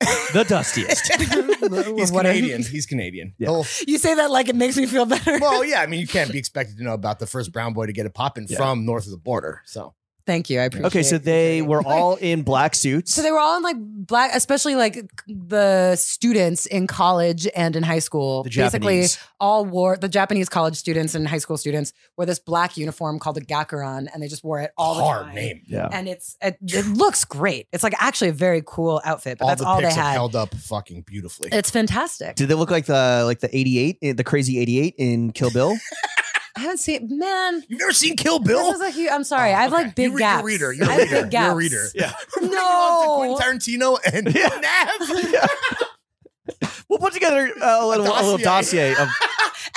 S1: the dustiest.
S3: He's
S2: What a-
S3: Canadian. He's Canadian.
S1: Yeah.
S3: He'll-
S2: You say that like it makes me feel better.
S3: Well, yeah, I mean, you can't be expected to know about the first brown boy to get a poppin'
S1: Yeah.
S3: from north of the border. So
S2: Thank you. I appreciate
S1: Okay, so they
S2: appreciate it.
S1: were all in black suits.
S2: So they were all in like black, especially like the students in college and in high school.
S1: the
S2: basically,
S1: Japanese.
S2: all wore the Japanese college students and high school students wore this black uniform called a gakuran, and they just wore it all the
S3: Hard
S2: time.
S3: name.
S1: Yeah.
S2: And it's it, it looks great. It's like actually a very cool outfit, but
S3: all
S2: that's
S3: the
S2: all they
S3: pics have
S2: had.
S3: held up fucking beautifully.
S2: It's fantastic.
S1: Did they look like the like the 88 the crazy 88 in Kill Bill?
S2: I haven't seen man.
S3: You've never seen Kill
S2: This
S3: Bill?
S2: is a huge, I'm sorry.
S3: Oh,
S2: I have
S3: okay.
S2: like big
S3: You re- you're a
S2: gaps.
S3: reader. You're a
S2: I have
S3: reader.
S2: big
S3: You're
S2: gaps.
S3: a reader.
S1: yeah.
S2: No.
S3: Quentin Tarantino and
S1: Yeah.
S3: Nav.
S1: We'll put together uh, a little a, little dossier
S3: dossier.
S1: of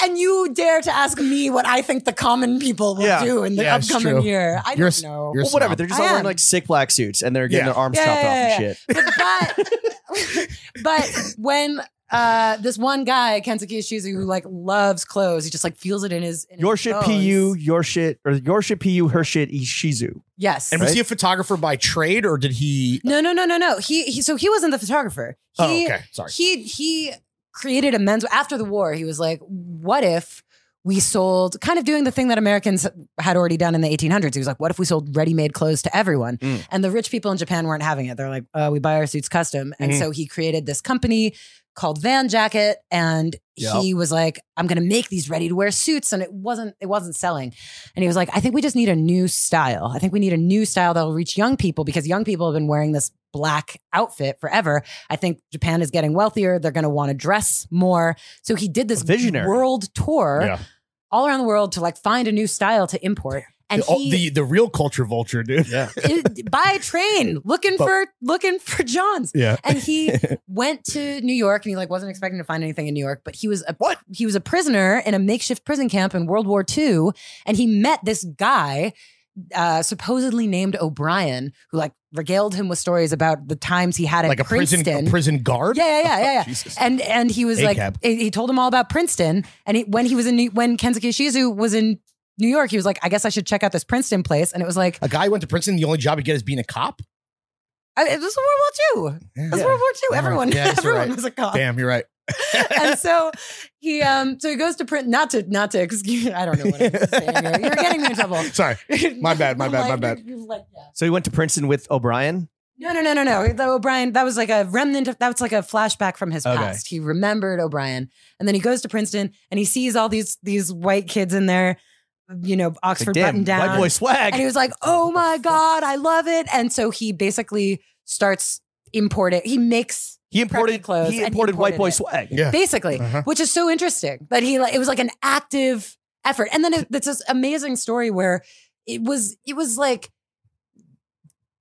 S2: And you dare to ask me what I think the common people will
S1: Yeah.
S2: do in the
S3: Yeah, it's
S2: upcoming
S3: true.
S2: year. I don't
S3: You're a s-
S2: know.
S3: you're
S1: well, whatever.
S3: snob.
S1: They're just
S2: I
S1: all wearing
S2: am.
S1: like sick black suits and they're getting
S3: Yeah.
S1: their arms
S2: Yeah,
S1: chopped off
S2: yeah, yeah,
S1: and shit.
S2: but but when uh this one guy Kensuke Ishizu who like loves clothes he just like feels it in his in
S1: Your
S2: his
S1: shit
S2: bones.
S1: PU, your shit or your shit PU, her shit Ishizu.
S2: yes
S3: And was he a photographer by trade or did he?
S2: no no no no no he, he so he wasn't the photographer he
S3: oh, okay. Sorry.
S2: he he created a men's after the war he was like what if we sold kind of doing the thing that Americans had already done in the 1800s. He was like, What if we sold ready made clothes to everyone?
S1: Mm.
S2: And the rich people in Japan weren't having it. They're like, uh, We buy our suits custom. And
S3: Mhm.
S2: so he created this company called Van Jacket. And
S3: Yep.
S2: he was like, I'm going to make these ready to wear suits. And it wasn't, it wasn't selling. And he was like, I think we just need a new style. I think we need a new style that'll reach young people because young people have been wearing this black outfit forever. I think Japan is getting wealthier. They're going to want to dress more. So he did this
S1: Visionary.
S2: world tour
S3: Yeah.
S2: all around the world to like find a new style to import. And
S3: the, oh,
S2: he
S3: the the real culture vulture, dude. Yeah.
S2: it- by train looking
S3: But-
S2: for looking for Johns.
S3: Yeah.
S2: And he went to New York and he like wasn't expecting to find anything in New York, but he was a what? He was a prisoner in a makeshift prison camp in World War II, and he met this guy. Uh, supposedly named O'Brien, who like regaled him with stories about the times he had at
S3: Like a
S2: Princeton.
S3: prison a prison guard.
S2: Yeah, yeah, yeah, yeah, yeah.
S3: Jesus.
S2: And and he was like,
S3: ACAB.
S2: he he told him all about Princeton. And he, when he was in New, when Kensuke Shizu was in New York, he was like, I guess I should check out this Princeton place. And it was like,
S3: a guy went to prison. The only job he'd get is being a cop.
S2: I, it was World War II. It was World War II.
S3: Yeah.
S2: Everyone,
S3: Yeah, that's
S2: everyone
S3: right.
S2: was a cop.
S3: Damn, you're right.
S2: and so he, um, so he goes to print, not to, not to excuse. I don't know what I'm saying. Here. You're getting me in trouble.
S3: Sorry. My bad, my
S2: I'm
S3: bad,
S2: like-
S3: my bad.
S2: you're like, yeah.
S1: So he went to Princeton with O'Brien.
S2: No, no, no, no, no. The O'Brien, that was like a remnant of, that was like a flashback from his
S1: Okay.
S2: past. He remembered O'Brien. And then he goes to Princeton and he sees all these these white kids in their, you know,
S1: Like,
S2: Oxford
S1: damn,
S2: button down.
S1: white boy
S2: and he
S1: swag.
S2: was like, oh my God, I love it. And so he basically starts importing. He makes
S1: He imported
S2: preppy clothes
S1: he
S2: and
S1: imported white
S2: imported
S1: boy swag.
S2: it.
S3: Yeah.
S2: basically,
S3: Uh-huh.
S2: which is so interesting. But he like it was like an active effort, and then it, it's this amazing story where it was it was like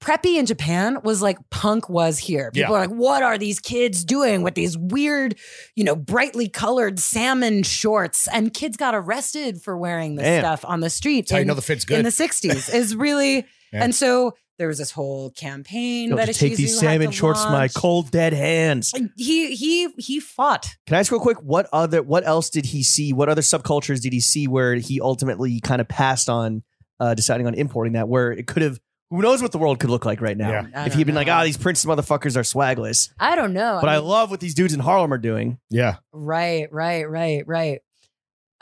S2: preppy in Japan was like punk was here. People
S3: Yeah.
S2: are like, what are these kids doing with these weird, you know, brightly colored salmon shorts? And kids got arrested for wearing this
S1: Damn.
S2: stuff on the street.
S3: That's how you
S2: in-
S3: know the fit's
S2: in
S3: good.
S2: the 60s is really
S3: Yeah.
S2: and so there was this whole campaign
S1: Yo,
S2: that
S1: to take
S2: Ishizu
S1: these
S2: had
S1: salmon
S2: to
S1: shorts from my
S2: launch.
S1: cold dead hands.
S2: he he he fought
S1: Can I ask real quick what other what else did he see? What other subcultures did he see where he ultimately kind of passed on uh, deciding on importing that where it could have who knows what the world could look like right now.
S3: Yeah.
S2: I
S1: If he'd
S2: don't
S1: been like,
S2: know.
S1: ah, these Princeton motherfuckers are swagless.
S2: I don't know.
S1: But I
S2: mean,
S1: love what these dudes in Harlem are doing.
S3: yeah.
S2: right, right, right, right.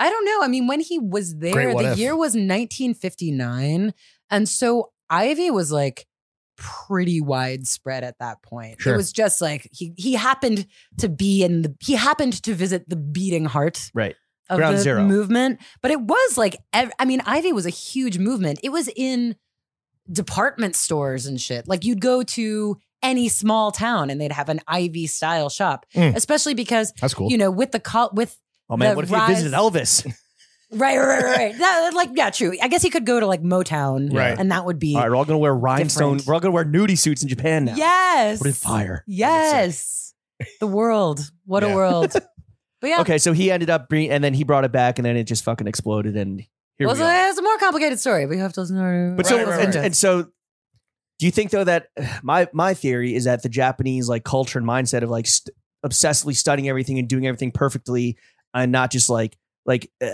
S2: I don't know. I mean, when he was there,
S3: Great what
S2: the
S3: if.
S2: year was 1959, and so Ivy was like pretty widespread at that point.
S3: Sure.
S2: It was just like he he happened to be in the he happened to visit the beating heart
S1: Right.
S2: of
S1: Ground
S2: the
S1: zero.
S2: movement. But it was like ev- I mean, Ivy was a huge movement. It was in department stores and shit. Like you'd go to any small town and they'd have an Ivy style shop,
S3: Mm.
S2: especially because
S3: That's cool.
S2: you know with the col- with
S1: Oh man,
S2: The
S1: what if
S2: rise-
S1: he visited Elvis?
S2: right right right right that, like yeah true. I guess he could go to like Motown
S3: Right.
S2: and that would be
S1: All right, we're all gonna wear rhinestone.
S2: Different.
S1: We're all gonna wear nudie suits in Japan now.
S2: yes
S1: Put in fire.
S2: yes the world what a
S3: Yeah.
S2: world but yeah
S1: Okay, so he ended up bringing, and then he brought it back, and then it just fucking exploded, and here
S2: well,
S1: we
S2: so
S1: are.
S2: it's a more complicated story but you have to listen to
S1: But
S3: Right,
S1: so,
S3: right,
S1: and,
S3: right.
S1: and so, do you think though that my my theory is that the Japanese like culture and mindset of like st- obsessively studying everything and doing everything perfectly, and not just like like uh,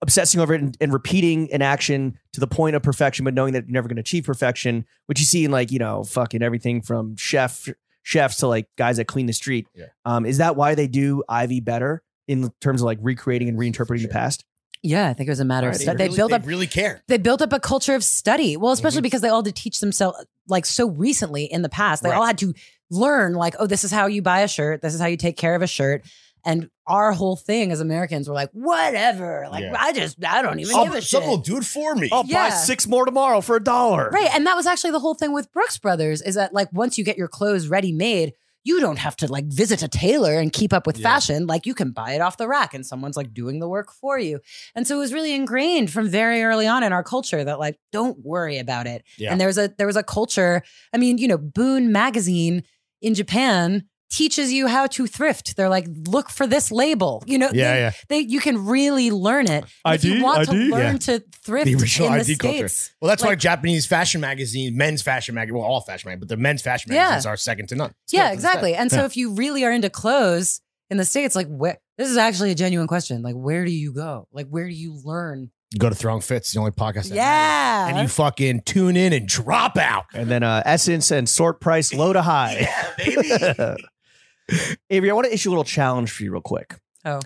S1: obsessing over it and, and repeating an action to the point of perfection, but knowing that you're never going to achieve perfection, which you see in like you know fucking everything from chef chefs to like guys that clean the street.
S3: Yeah.
S1: Um, is that why they do Ivy better in terms of like recreating and reinterpreting
S3: Sure.
S1: the past?
S2: Yeah, I think it was a matter of
S3: Right,
S2: study. They
S3: really-
S2: built up
S3: really care.
S2: they built up a culture of study. Well, especially
S3: Mm-hmm.
S2: because they all had to teach themselves like so recently in the past. They
S3: Right.
S2: all had to learn like, oh, this is how you buy a shirt. This is how you take care of a shirt. And our whole thing as Americans were like, whatever. Like,
S3: Yeah.
S2: I just, I don't even give a
S3: Some-
S2: shit. Oh,
S3: Someone Oh, will do it for me.
S1: I'll buy
S2: Yeah.
S1: six more tomorrow for a dollar.
S2: Right. And that was actually the whole thing with Brooks Brothers is that like once you get your clothes ready made, you don't have to like visit a tailor and keep up with
S3: Yeah.
S2: fashion. Like you can buy it off the rack and someone's like doing the work for you. And so it was really ingrained from very early on in our culture that like don't worry about it.
S3: Yeah.
S2: And there was a there was a culture, I mean, you know, Boon magazine in Japan teaches you how to thrift. They're like look for this label. You know,
S3: yeah,
S2: they,
S3: yeah.
S2: they you can really learn it. And if
S1: ID,
S2: you want to
S1: ID?
S2: learn
S3: Yeah.
S2: to thrift in the
S3: original ID
S2: States,
S3: culture. Well, that's why
S2: Like-
S3: Japanese fashion magazine, men's fashion magazine, well, all fashion magazine, but the men's fashion
S2: Yeah.
S3: magazines are second to none. Still to
S2: yeah,
S3: this
S2: exactly.
S3: day.
S2: And so
S3: Yeah.
S2: if you really are into clothes in the States, like where this is actually a genuine question. Like, where do you go? Like where do you learn?
S3: You go to Throng Fits, the only podcast. that matters,
S2: Yeah.
S3: And you fucking tune in and drop out.
S1: And then uh, essence and sort price low to high.
S3: Yeah, baby.
S1: Avery, I want to issue a little challenge for you real quick.
S2: Oh.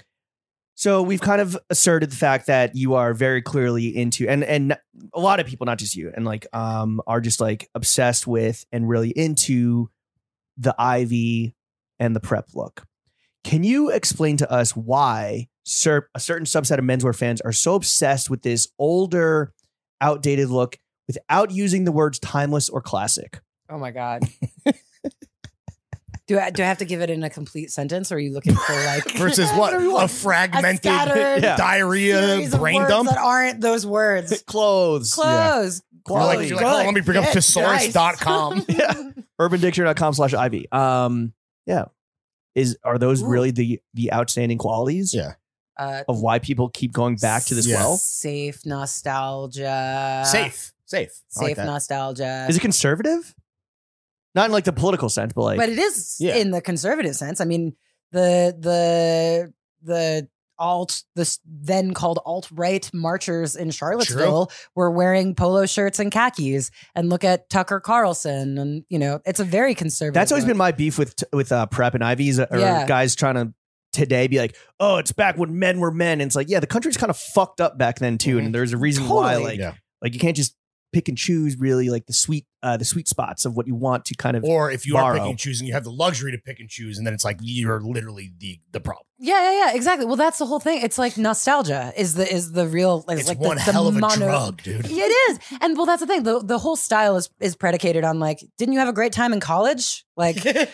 S1: So we've kind of asserted the fact that you are very clearly into and and a lot of people, not just you, and like um are just like obsessed with and really into the Ivy and the prep look. Can you explain to us why cer- a certain subset of menswear fans are so obsessed with this older, outdated look without using the words timeless or classic?
S2: oh my God. do I do I have to give it in a complete sentence? Or are you looking for like
S3: Versus what? A fragmented
S2: scattered
S1: Yeah.
S3: diarrhea
S2: series of
S3: brain
S2: words
S3: dump?
S2: that aren't those words?
S1: Clothes.
S2: Clothes.
S3: Or like,
S1: Clothes.
S3: you're like, oh, let me bring up
S1: Good.
S3: thesaurus.com.
S1: Yeah. urbandictionary.com slash ivy um yeah is are those
S2: Ooh.
S1: really the the outstanding qualities
S3: Yeah.
S2: Uh,
S1: of why people keep going back to this
S3: Yeah.
S1: well
S2: Safe nostalgia.
S3: safe. Safe. I like
S2: Safe
S3: that.
S2: nostalgia.
S1: is it conservative not in like the political sense but like
S2: but it is
S3: Yeah.
S2: in the conservative sense. I mean, the the the alt the s- then called alt right marchers in Charlottesville were wearing polo shirts and khakis, and look at Tucker Carlson, and you know it's a very conservative.
S1: that's always
S2: look.
S1: been my beef with with uh prep and ivy's or
S2: Yeah.
S1: guys trying to today be like oh it's back when men were men and it's like yeah the country's kind of fucked up back then too and there's a reason why
S2: Mm-hmm. Totally.
S1: like
S3: Yeah.
S1: like you can't just pick and choose really like the sweet uh the sweet spots of what you want to kind of
S3: Or if you are
S1: Borrow.
S3: picking and choosing, you have the luxury to pick and choose, and then it's like you're literally the the problem.
S2: yeah, yeah, yeah, exactly. Well, that's the whole thing. It's like nostalgia is the is the real is
S3: It's
S2: like the-
S3: one
S2: the,
S3: hell of a
S2: mono-
S3: drug, dude.
S2: Yeah, It is, and well, that's the thing. the The whole style is is predicated on like, didn't you have a great time in college? Like, and-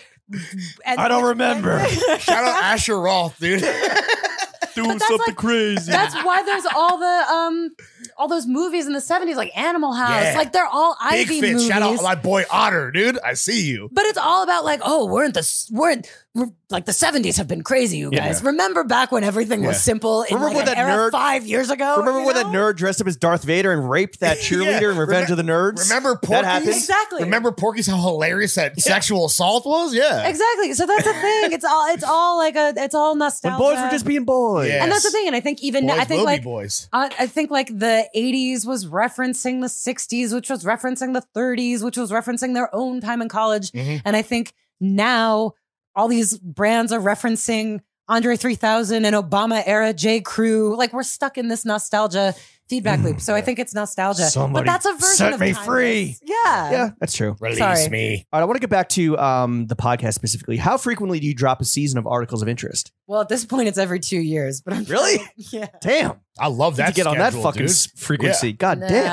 S1: I don't remember.
S3: Shout out Asher Roth, dude.
S1: doing
S2: that's something like-
S1: crazy
S2: That's why there's all the um all those movies in the 70s like Animal House.
S3: Yeah.
S2: Like they're all
S3: Big
S2: Ivy
S3: Fitz.
S2: movies.
S3: Shout out my boy Otter, dude. I see you.
S2: but it's all about like, oh, we're in the we're, in, we're like the 70s have been crazy, you
S1: Yeah.
S2: guys. Remember back when everything
S3: Yeah.
S2: was simple in
S1: Remember
S2: like
S1: when
S2: an
S1: that
S2: era
S1: nerd-
S2: 5 years ago?
S1: Remember
S2: you
S1: when that
S2: know?
S1: nerd dressed up as Darth Vader and raped that cheerleader in Revenge of the Nerds?
S3: Remember Porky's?
S1: That happened?
S2: Exactly.
S3: Remember Porky's? How hilarious that sexual assault was? Yeah.
S2: Exactly. So that's the thing. It's all it's all like a it's all nostalgia.
S1: when boys were just being boys.
S3: Yeah.
S2: And that's the
S3: Yes.
S2: thing and I think even
S3: Boys
S2: I think
S3: will
S2: like
S3: be boys.
S2: I I think like the 80s was referencing the 60s, which was referencing the 30s, which was referencing their own time in college.
S3: Mhm.
S2: And I think now all these brands are referencing Andre 3000 and Obama era J. Crew. Like we're stuck in this nostalgia feedback loop. So I think it's nostalgia.
S1: Mm. Somebody
S2: but that's a version
S1: set
S2: of
S1: me
S2: timeless.
S1: free.
S2: Yeah.
S1: Yeah, that's true.
S3: Release
S2: Sorry.
S3: me.
S1: All right, I want to get back to um, the podcast specifically. How frequently do you drop a season of articles of interest?
S2: Well, at this point, it's every two years. But I'm
S1: Really?
S2: yeah.
S1: Damn.
S3: I love
S1: Need
S3: that.
S1: to get on that
S3: schedule,
S1: fucking
S3: dude.
S1: s- frequency. God
S2: Nah,
S1: damn.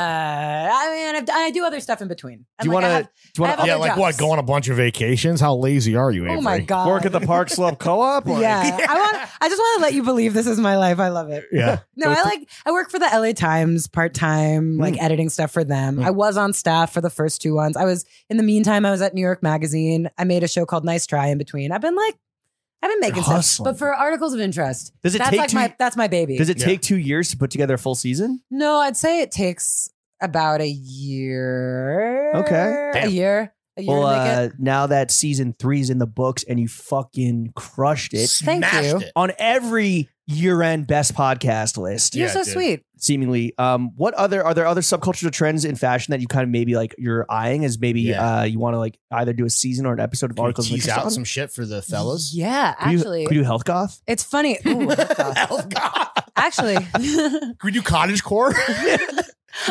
S2: I mean, I've, I do other stuff in between. And
S1: Do you
S2: like, I
S1: want
S2: have-
S1: to do you
S2: I
S1: want
S2: have
S3: Yeah,
S2: other
S3: like
S2: jobs.
S3: what? Go on a bunch of vacations? How lazy are you, Avery?
S2: Oh my god!
S1: to work at the Park Slope Co-op? Or-
S2: yeah, I want. I just want to let you believe this is my life. I love it.
S3: Yeah.
S2: No, I like. I work for the LA Times part
S1: Mm.
S2: time, like editing stuff for them. I was on staff for the first two ones. I was in the meantime. I was at New York Magazine. I made a show called Nice Try in between. I've been like, I've been making stuff,
S1: hustling.
S2: but for articles of interest,
S1: Does it
S2: that's
S1: take
S2: like
S1: two-
S2: my that's my baby.
S1: Does it
S3: Yeah.
S1: take two years to put together a full season?
S2: no, I'd say it takes about a year.
S1: Okay.
S2: a
S3: Damn.
S2: year, a year
S1: Well,
S2: to make it.
S1: uh, now that season three's in the books and you fucking crushed it
S2: Thank
S3: Smashed
S2: you.
S3: it.
S1: on every year-end best podcast list.
S2: You're
S3: yeah,
S2: so
S3: dude.
S2: sweet.
S1: seemingly. Um, what other are there other subcultures or trends in fashion that you kind of maybe like you're eyeing as maybe
S3: Yeah.
S1: uh you want to like either do a season or an episode of
S3: Can you
S1: articles of
S3: tease
S1: interest on?
S3: out some shit for the fellas.
S2: Yeah,
S1: Could you-
S2: actually,
S1: could you health goth?
S3: Oh,
S2: it's funny. Ooh, health goth.
S3: Health goth.
S2: Actually,
S3: Can we do cottage core? you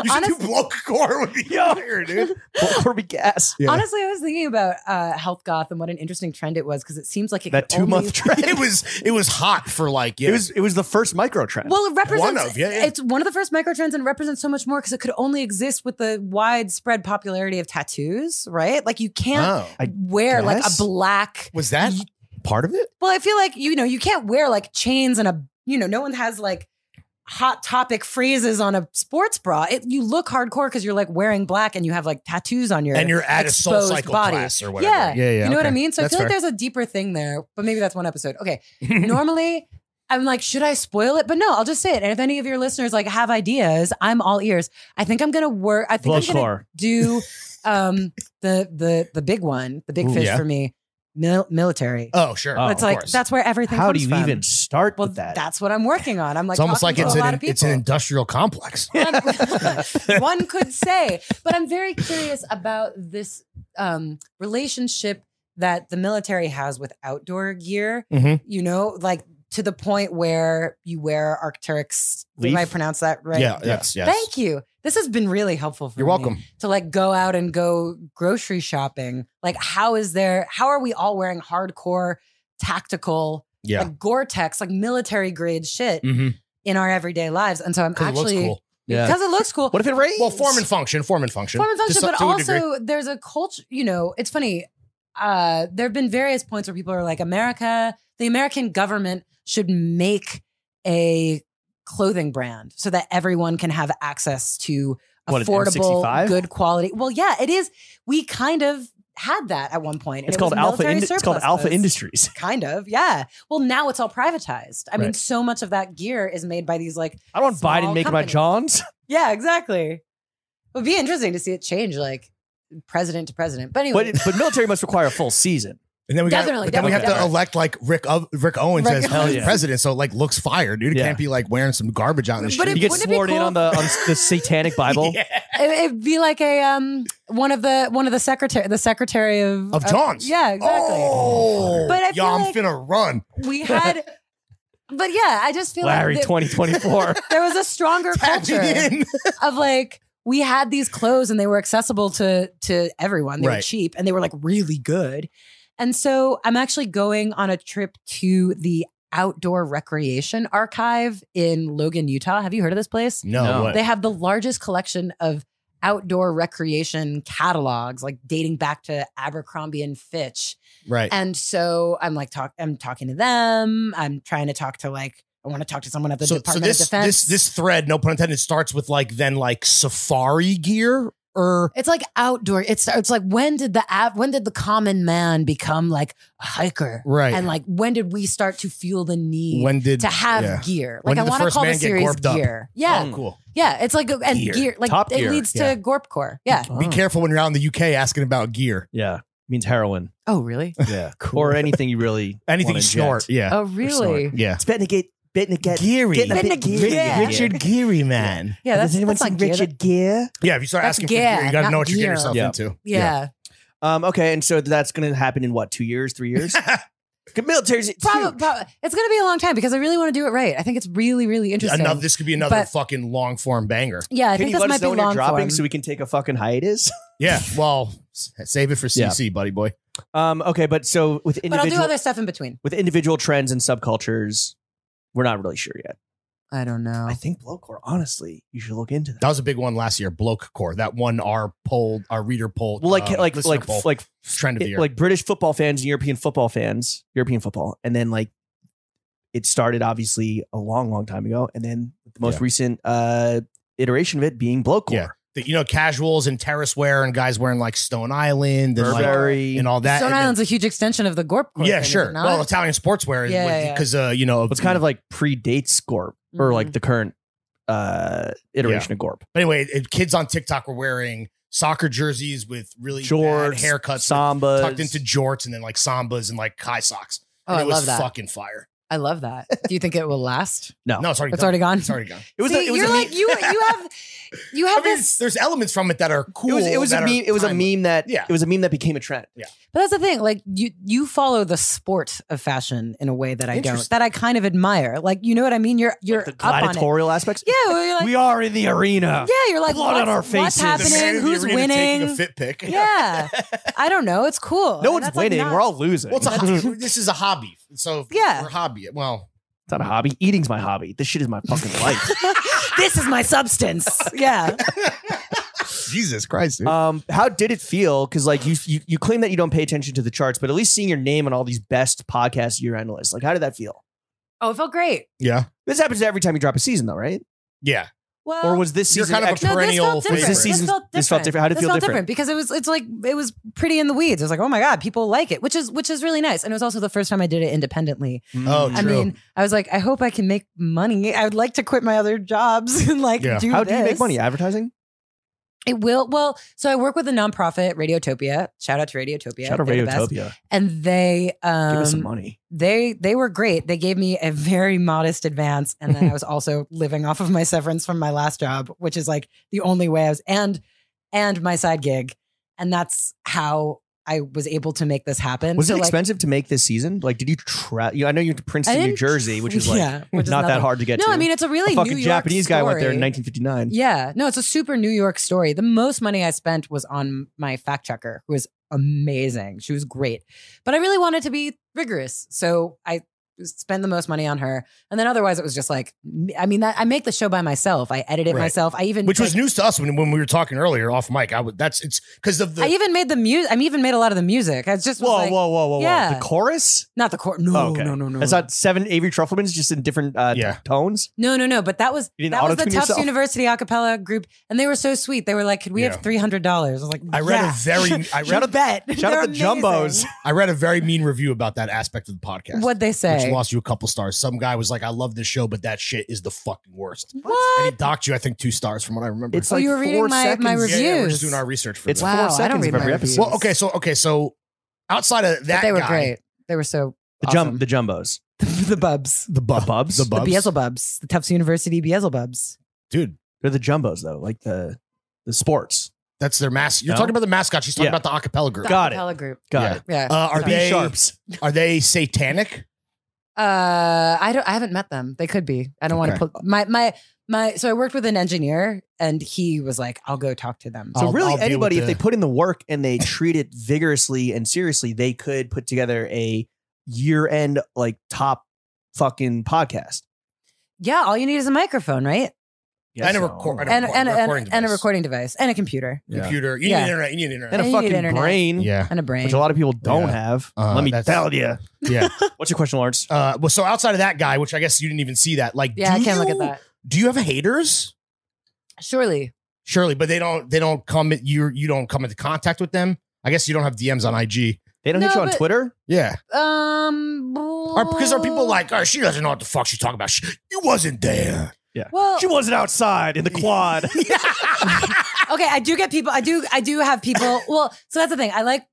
S3: should
S2: Honest-
S3: do bloke core with the other, dude.
S1: Corby gas.
S3: Yeah.
S2: honestly, I was thinking about uh, health goth and what an interesting trend it was because it seems like it
S1: That
S2: could
S1: two
S2: only-
S1: month trend.
S3: It was it was hot for like yeah,
S1: It was it was the first micro trend.
S2: Well, it represents
S3: of, yeah, yeah.
S2: it's one of the first micro trends and represents so much more because it could only exist with the widespread popularity of tattoos, right? Like you can't
S3: Oh.
S1: I
S2: wear like a
S1: guess.
S2: black.
S3: Was that
S1: part of it.
S2: Well, I feel like you know you can't wear like chains and a you know no one has like hot topic phrases on a sports bra. It, you look hardcore because you're like wearing black and you have like tattoos on your
S3: and you're at a soul
S2: exposed
S3: cycle
S2: body.
S3: class or whatever.
S2: Yeah.
S3: yeah.
S2: you know what I
S3: okay.
S2: mean? So
S3: That's
S2: I feel
S3: fair.
S2: like there's a deeper thing there, but maybe that's one episode. Okay. Normally, I'm like, should I spoil it? But no, I'll just say it. And if any of your listeners like have ideas, I'm all ears. I think I'm gonna work. I think I'm gonna
S1: Bloodcore.
S2: do um, the the the big one, the big
S1: Ooh,
S2: fish
S3: yeah.
S2: for me, mil- military.
S3: Oh sure.
S1: Oh,
S2: it's
S1: of
S2: like
S3: course.
S2: that's where everything.
S1: How
S2: comes
S1: do you
S2: from.
S1: even start
S2: Well,
S1: with that?
S2: that's what I'm working on. I'm like,
S3: it's almost like
S2: talking to
S3: it's
S2: a lot
S3: an
S2: of
S3: it's an
S2: people.
S3: industrial complex.
S2: One- one could say. But I'm very curious about this um, relationship that the military has with outdoor gear.
S3: Mhm.
S2: You know, like to the point where you wear Arc'teryx. Did
S1: Leaf?
S2: I pronounce that right?
S3: Yeah, that's yes.
S2: Thank you. This has been really helpful for
S3: You're
S2: me
S3: welcome.
S2: to like go out and go grocery shopping. Like, how is there? How are we all wearing hardcore tactical?
S3: Yeah.
S2: Like Gore-Tex, like military grade shit
S3: Mm-hmm.
S2: in our everyday lives, and so I'm
S3: It looks
S2: actually
S3: cool.
S1: yeah.
S2: because it looks cool.
S1: What if it rains?
S3: Well, form and function, form and function.
S2: Form and
S3: To
S2: function,
S3: some-
S2: but
S3: to a degree.
S2: also there's a culture. You know, it's funny. Uh, there have been various points where people are like, America, the American government should make a clothing brand so that everyone can have access to
S1: What, an
S2: affordable,
S1: M65?
S2: good quality. Well, yeah, it is. We kind of had that at one point. and
S1: it's
S2: it was
S1: called Alpha.
S2: military
S1: Indi- it's called
S2: surplus
S1: Alpha
S2: goods.
S1: Industries.
S2: Kind of, yeah. Well, now it's all privatized. I mean,
S1: Right.
S2: so much of that gear is made by these like
S1: I don't want
S2: Small
S1: Biden making my
S2: company.
S1: Johns.
S2: yeah, exactly. It would be interesting to see it change, like president to president. But anyway,
S1: But but military must require a full season.
S3: and then we got,
S2: Definitely,
S3: but then we have
S2: definitely,
S3: to elect like Rick Ov- Rick Owens
S2: Rick
S3: as
S1: Owens. Hell yeah.
S3: president, so it like looks fire, dude. It
S1: Yeah.
S3: can't be like wearing some garbage out in the
S2: But
S3: street.
S2: it-
S1: You get
S2: wouldn't be
S1: sworn in
S2: cool-
S1: on the on s- the Satanic Bible.
S2: it, would be like a um one of the one of the secretary the secretary of
S3: Of John's.
S2: yeah, exactly.
S3: Oh,
S2: But I
S3: yeah,
S2: feel
S3: I'm
S2: like-
S3: finna run.
S2: We had, but yeah, I just feel
S1: Larry,
S2: like th-
S1: twenty twenty four.
S2: there was a stronger
S3: Tap me
S2: culture
S3: in.
S2: of like we had these clothes and they were accessible to to everyone. They were
S3: Right.
S2: cheap and they were like really good. And so I'm actually going on a trip to the Outdoor Recreation Archive in Logan, Utah. Have you heard of this place?
S3: No,
S1: No.
S3: what?
S2: They have the largest collection of outdoor recreation catalogs, like dating back to Abercrombie and Fitch.
S3: right.
S2: And so I'm like talk I'm talking to them. I'm trying to talk to like I want to talk to someone at the Department
S3: this,
S2: of Defense.
S3: This this thread, no pun intended, starts with like then like safari gear or
S2: it's like outdoor. It's it's like when did the av- when did the common man become like a hiker?
S3: right.
S2: And like when did we start to feel the need
S3: when did
S2: to have
S3: yeah.
S2: gear?
S3: When
S2: Like
S3: did
S2: I
S3: the
S2: want to
S3: first
S2: call the
S3: man get
S2: series
S3: gorped up?
S2: gear. Yeah,
S3: Oh, cool.
S2: yeah. It's like a, and
S3: Gear.
S2: gear, like
S1: Top
S2: it
S1: gear.
S2: leads to
S3: Yeah.
S2: gorp core. Yeah.
S3: Be
S1: Oh.
S3: careful when you're out in the UK asking about gear.
S1: Yeah, means heroin.
S2: Oh really?
S1: Yeah, or anything you really
S3: Anything
S1: wanna
S3: snort.
S1: inject.
S3: Yeah.
S2: Oh, really?
S3: Yeah.
S5: It's betting to get betting to get
S3: Geary.
S5: Getting a
S2: Been
S5: bit
S2: a-
S5: geary.
S2: yeah.
S3: Richard Geary, man.
S2: Yeah, that's,
S5: Does anyone
S2: that's
S5: see
S2: not gear.
S5: Richard Gear?
S3: Yeah, if you start
S2: That's
S3: asking
S2: gear,
S3: for gear, you gotta
S2: not
S3: know what you're
S2: gear.
S3: getting yourself
S1: Yeah.
S3: into.
S2: yeah.
S1: Um, okay, and so that's going to happen in what two years, three years? Military's it's
S2: Probably,
S1: huge.
S2: it's going to be a long time because I really want to do it right. I think it's really, really interesting.
S3: Another, this could be another
S2: But-
S3: fucking long form banger.
S2: yeah, I
S1: Can
S2: think
S1: you
S2: this
S1: let us
S2: might be
S1: know when you're
S2: long
S1: dropping
S2: form.
S1: so we can take a fucking hiatus?
S3: Yeah. Well, s- save it for
S1: Yeah.
S3: CC, buddy boy.
S1: Um, okay, but so with
S2: but I'll do
S1: individual
S2: other stuff in between.
S1: with individual trends and subcultures, we're not really sure yet.
S2: I don't know.
S1: I think blowcore. Honestly, you should look into that.
S3: That was a big one last year. Bloke core. That one our poll, our reader poll.
S1: Well, like
S3: uh,
S1: like
S3: listener
S1: like
S3: poll
S1: like
S3: trend of the
S1: it-
S3: year.
S1: like British football fans and European football fans, European football, and then like it started obviously a long, long time ago, and then the most
S3: Yeah.
S1: recent uh iteration of it being blowcore,
S3: Yeah. the, you know, casuals and terrace wear and guys wearing like Stone Island and like,
S1: Burberry,
S3: and all that.
S2: Stone
S3: and then-
S2: Island's a huge extension of the Gorp. Corp,
S3: yeah,
S2: is it
S3: sure.
S2: not?
S3: Well, Italian sportswear is
S2: Yeah, yeah, yeah.
S3: because uh, you know
S1: it's kind of like predates Gorp or
S2: Mm-hmm.
S1: like the current uh iteration of Gorp.
S3: But anyway, it, kids on TikTok were wearing soccer jerseys with really
S1: Shorts,
S3: bad haircuts,
S1: sambas,
S3: tucked into jorts, and then like sambas and like high socks.
S2: oh,
S3: And
S2: I
S3: it was
S2: love that.
S3: fucking fire.
S2: I love that. Do you think it will last?
S3: No, it's already
S2: It's
S3: gone.
S2: already gone.
S3: It's already gone.
S1: It was.
S2: See,
S1: a, it was
S2: you're
S1: a
S2: like
S1: meme.
S2: you. You have. You have
S3: I mean,
S2: this.
S3: there's elements from it that are cool.
S1: It was. It was a
S3: that are
S1: meme. It was a
S3: timeless.
S1: meme that.
S3: Yeah.
S1: It was a meme that became a trend.
S2: But that's the thing. Like you, you follow the sport of fashion in a way that I don't.
S3: Interesting.
S2: That I kind of admire. Like you know what I mean. You're you're
S1: the
S2: up on it.
S1: gladiatorial aspects.
S2: Yeah, well, you're like,
S1: we are in the arena.
S2: yeah, you're like
S1: Blood on
S2: what's-
S1: our
S2: What's
S1: faces. The
S3: The man
S2: happening?
S3: in the
S2: Who's
S3: arena taking
S2: winning?
S3: A fit pick.
S2: Yeah, I don't know. It's cool.
S1: No
S2: And
S1: one's
S2: that's, like,
S1: winning.
S2: not-
S1: We're all losing.
S3: Well, it's a ho- this is a hobby. So
S2: Yeah.
S3: we're hobby. Well,
S1: It's not a hobby. Eating's my hobby. This shit is my fucking life.
S2: this is my substance. Yeah.
S3: Jesus Christ,
S2: Uh,
S3: dude.
S1: um, how did it feel? Because like you, you you claim that you don't pay attention to the charts, but at least seeing your name on all these best podcast year end lists, like how did that feel?
S2: Oh, it felt great.
S3: yeah,
S1: This happens every time you drop a season, though, right?
S3: yeah.
S2: Well,
S1: Or was this
S3: You're
S1: season
S3: kind of a
S1: extra?
S2: no, this
S3: perennial
S2: felt
S3: favorite.
S2: different.
S1: This season-
S2: felt different.
S1: this felt different. How did it
S2: This
S1: feel
S2: felt
S1: different?
S2: Because it was, it's like it was pretty in the weeds. It was like, oh my god, people like it, which is which is really nice. And it was also the first time I did it independently.
S3: Oh,
S2: I
S3: True.
S2: mean, I was like, I hope I can make money. I would like to quit my other jobs and like
S3: Yeah.
S2: do.
S1: How do you make
S2: this.
S1: money? Advertising?
S2: It will. Well, so I work with a nonprofit, Radiotopia. Shout out to Radiotopia.
S1: Shout out
S2: They're the best.
S1: Radiotopia.
S2: And they um,
S1: Give us some money.
S2: they they were great. They gave me a very modest advance, and then I was also living off of my severance from my last job, which is like the only way I was and and my side gig, and that's how I was able to make this happen.
S1: Was
S2: So,
S1: it
S2: like,
S1: expensive to make this season? Like, did you try? You, I know you went to
S2: I
S1: Princeton, New
S2: didn't-
S1: Jersey, which is like
S2: Yeah, which is
S1: not that
S2: nothing.
S1: hard to get
S2: No,
S1: to.
S2: I mean it's a really
S1: a fucking
S2: New York
S1: Japanese guy went there in
S2: story.
S1: 1959.
S2: Yeah, no, it's a super New York story. The most money I spent was on my fact checker, who was amazing. She was great, but I really wanted to be rigorous, so I spend the most money on her. And then otherwise, it was just like, I mean, that I make the show by myself. I edit it
S3: Right.
S2: myself. I even
S3: Which was
S2: like,
S3: news to us when, when we were talking earlier off mic. I would. That's it's because of the.
S2: I even made the music. I even made a lot of the music. I just was
S1: Whoa,
S2: like,
S1: whoa, whoa, whoa,
S2: yeah.
S1: whoa! The chorus?
S2: not the court. No,
S1: Oh, okay.
S2: no, no, no.
S1: That's not seven Avery Trufflemans, just in different uh,
S3: Yeah.
S1: tones.
S2: No, no, no. But that was
S1: You didn't
S2: that was the
S1: auto-tune
S2: Tufts
S1: yourself?
S2: University a cappella group, and they were so sweet. They were like, "Could we
S3: Yeah.
S2: have three hundred dollars?" I was like,
S3: I read
S2: yeah.
S3: a very. I
S1: Shout
S3: read.
S1: out,
S2: bet.
S1: shout out the Jumbos.
S3: I read a very mean review about that aspect of the podcast.
S2: What they
S3: Which
S2: say?
S3: lost you a couple stars. Some guy was like, "I love this show, but that shit is the fucking worst."
S2: What?
S3: And he docked you, I think, two stars from what I remember.
S1: It's
S2: Oh,
S1: like
S2: you were reading
S1: four
S2: my-
S1: seconds.
S2: my
S3: yeah, yeah, we're
S2: reviews.
S3: just doing our research for
S1: It's
S3: that.
S2: Wow, I
S1: four
S2: don't
S1: seconds
S2: read
S1: of
S2: my
S1: every
S2: reviews.
S1: episode.
S3: Well, okay, so okay, so outside of
S2: But
S3: that,
S2: they were
S3: guy,
S2: great. They were so
S1: The
S2: awesome.
S1: jum, the jumbos,
S2: the bubs,
S3: The
S1: the
S3: bub,
S1: bubs,
S3: the bubs,
S2: the Beelzebubs, the Tufts University Beelzebubs.
S3: dude.
S1: They're the jumbos though, like the the sports.
S3: That's their mask. You're
S1: No?
S3: talking about the mascot. She's talking
S1: Yeah.
S3: about the acapella group.
S1: Got it.
S2: Acapella group.
S1: Got
S3: Yeah.
S1: it.
S2: Yeah.
S3: Uh, are
S2: Sorry.
S3: they
S1: B sharps.
S3: Are they satanic?
S2: Uh, I don't. I haven't met them. They could be. I don't want
S3: Okay.
S2: to put my my my. So I worked with an engineer, and he was like, "I'll go talk to them."
S1: So
S3: I'll-
S1: really,
S3: I'll deal
S1: anybody,
S3: with
S1: if
S3: the-
S1: they put in the work and they treat it vigorously and seriously, they could put together a year-end like top fucking podcast.
S2: yeah, all you need is a microphone, right?
S1: Guess
S3: And a
S1: so.
S3: record-
S2: And
S3: recording-
S2: and
S3: recording
S2: and, and a
S3: device.
S2: recording device and a computer
S1: Yeah.
S3: Computer. You
S2: Yeah.
S3: need internet. You need
S1: and
S3: internet.
S2: And
S1: a
S2: you need
S1: fucking
S2: internet.
S1: brain,
S3: Yeah.
S2: and a brain.
S1: which a lot of people don't
S3: Yeah.
S1: have.
S3: Uh,
S1: Let me
S3: that's-
S1: tell you.
S3: Yeah.
S1: What's your question, Lawrence?
S3: Uh, well, so outside of that guy, which I guess you didn't even see that. Like,
S2: yeah, I
S3: do
S2: can't look at
S3: you-
S2: that.
S3: Do you have haters?
S2: Surely,
S3: Surely, but they don't. They don't come. at- You you don't come into contact with them. I guess you don't have DMs on IG.
S1: They don't hit
S2: No,
S1: you on
S2: but-
S1: Twitter.
S3: Yeah,
S2: um,
S3: Are- because are people like, oh, she doesn't know what the fuck she's talking about. She, you wasn't there.
S2: well,
S1: wasn't outside in the quad.
S2: okay, I do get people. I do. I do have people. Well, so that's the thing. I like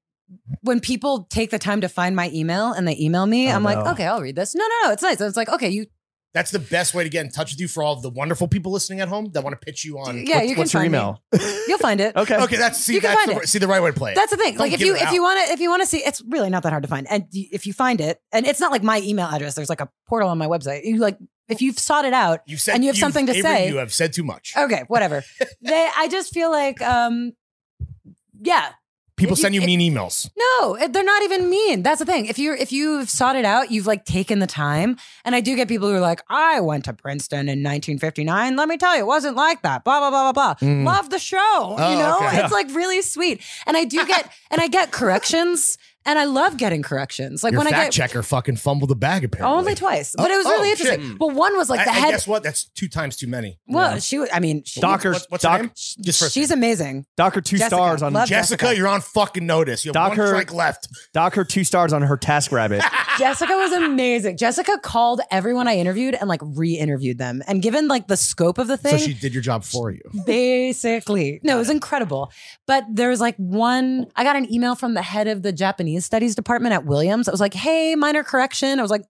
S2: when people take the time to find my email and they email me.
S1: Oh,
S2: I'm like,
S1: no.
S2: okay, I'll read this. No, no, no. It's nice. It's like, okay, you.
S3: That's the best way to get in touch with you for all of the wonderful people listening at home that want to pitch you on.
S2: Yeah, you can
S1: What's your
S2: find me.
S1: email?
S2: You'll find it.
S1: Okay.
S3: Okay, that's see
S2: You can
S3: that's
S2: find
S3: the,
S2: it.
S3: see the right way to play it.
S2: That's the thing.
S3: Don't
S2: like if
S3: give
S2: you
S3: it
S2: if
S3: out.
S2: you want to if you want to see, it's really not that hard to find. And you- if you find it, and it's not like my email address. There's like a portal on my website. You like if you've sought it out.
S3: you said
S2: and you have
S3: you've-
S2: something to
S3: Avery,
S2: say. Uh,
S3: You have said too much.
S2: Okay, whatever. they, I just feel like, um, yeah,
S3: People
S2: if you-
S3: send you
S2: if-
S3: mean emails.
S2: No, it- they're not even mean. That's the thing. If you if you've sought it out, you've like taken the time. And I do get people who are like, I went to Princeton in 1959. Let me tell you, it wasn't like that. Blah blah blah blah blah.
S3: Mm. Oh,
S2: Love the show. you know,
S3: okay.
S2: it's like really sweet. And I do get and I get corrections, and I love getting corrections. Like
S3: Your
S2: when I
S3: fact
S2: get
S3: checker fucking fumbled the bag apparently.
S2: only twice, but it was
S3: Oh,
S2: really
S3: oh,
S2: interesting.
S3: shit.
S2: But one was like the
S3: I,
S2: head.
S3: and guess what? That's two times too many.
S2: well, she. was- I mean, she,
S1: Docker,
S3: What's- what's her
S1: doc,
S3: name? Just first.
S2: she's amazing.
S1: Docker two
S2: Jessica,
S1: stars on
S2: love-
S3: Jessica,
S2: Jessica.
S3: you're on fucking notice. You have
S1: Doc
S3: one
S1: her-
S3: strike left.
S1: Docker two stars on her task rabbit.
S2: Jessica was amazing. Jessica called everyone I interviewed and like re-interviewed them. And given like the scope of the
S3: So
S2: thing,
S3: she did your job for you.
S2: basically. No, it was incredible. But there was like one, I got an email from the head of the Japanese studies department at Williams. I was like, hey, minor correction. I was like,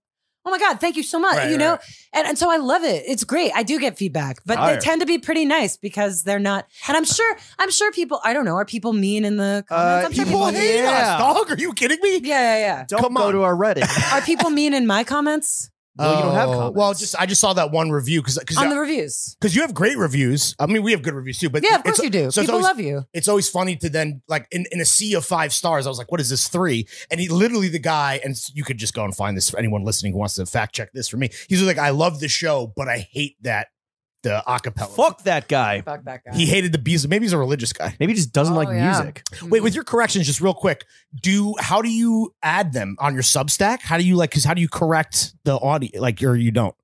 S2: oh my God, thank you so much.
S3: Right,
S2: you
S3: right,
S2: know,
S3: right.
S2: and, and so I love it. It's great. I do get feedback, but
S1: Fire.
S2: they tend to be pretty nice because they're not. And I'm sure, I'm sure people, I don't know, are people mean in the comments?
S1: Uh,
S2: I'm sure
S1: people
S3: People hate
S1: Yeah.
S3: us, dog. Are you kidding me?
S2: Yeah, yeah, yeah.
S1: Don't
S3: Come
S1: go
S3: on.
S1: to our Reddit.
S2: Are people mean in my comments
S1: Well, you don't have
S3: Oh,
S1: comments.
S3: Well, just I just saw that one review because because
S2: on the reviews?
S3: you have great reviews. I mean, we have good reviews too. But
S2: Yeah, of course
S3: it's,
S2: you do.
S3: so it's
S2: people
S3: always-
S2: love you.
S3: it's always funny to then like in, in a sea of five stars. I was like, what is this three? And he literally the guy, and you could just go and find this for anyone listening who wants to fact check this for me. He's like, I love the show, but I hate that the acapella.
S1: Fuck that guy.
S2: Fuck that guy.
S3: He hated the bees. Maybe he's a religious guy.
S1: Maybe he just doesn't
S2: Oh,
S1: like
S2: yeah.
S1: music.
S3: Wait, with your corrections, just real quick, do how do you add them on your Substack? How do you like? Because how do you correct the audio? Like, or you don't?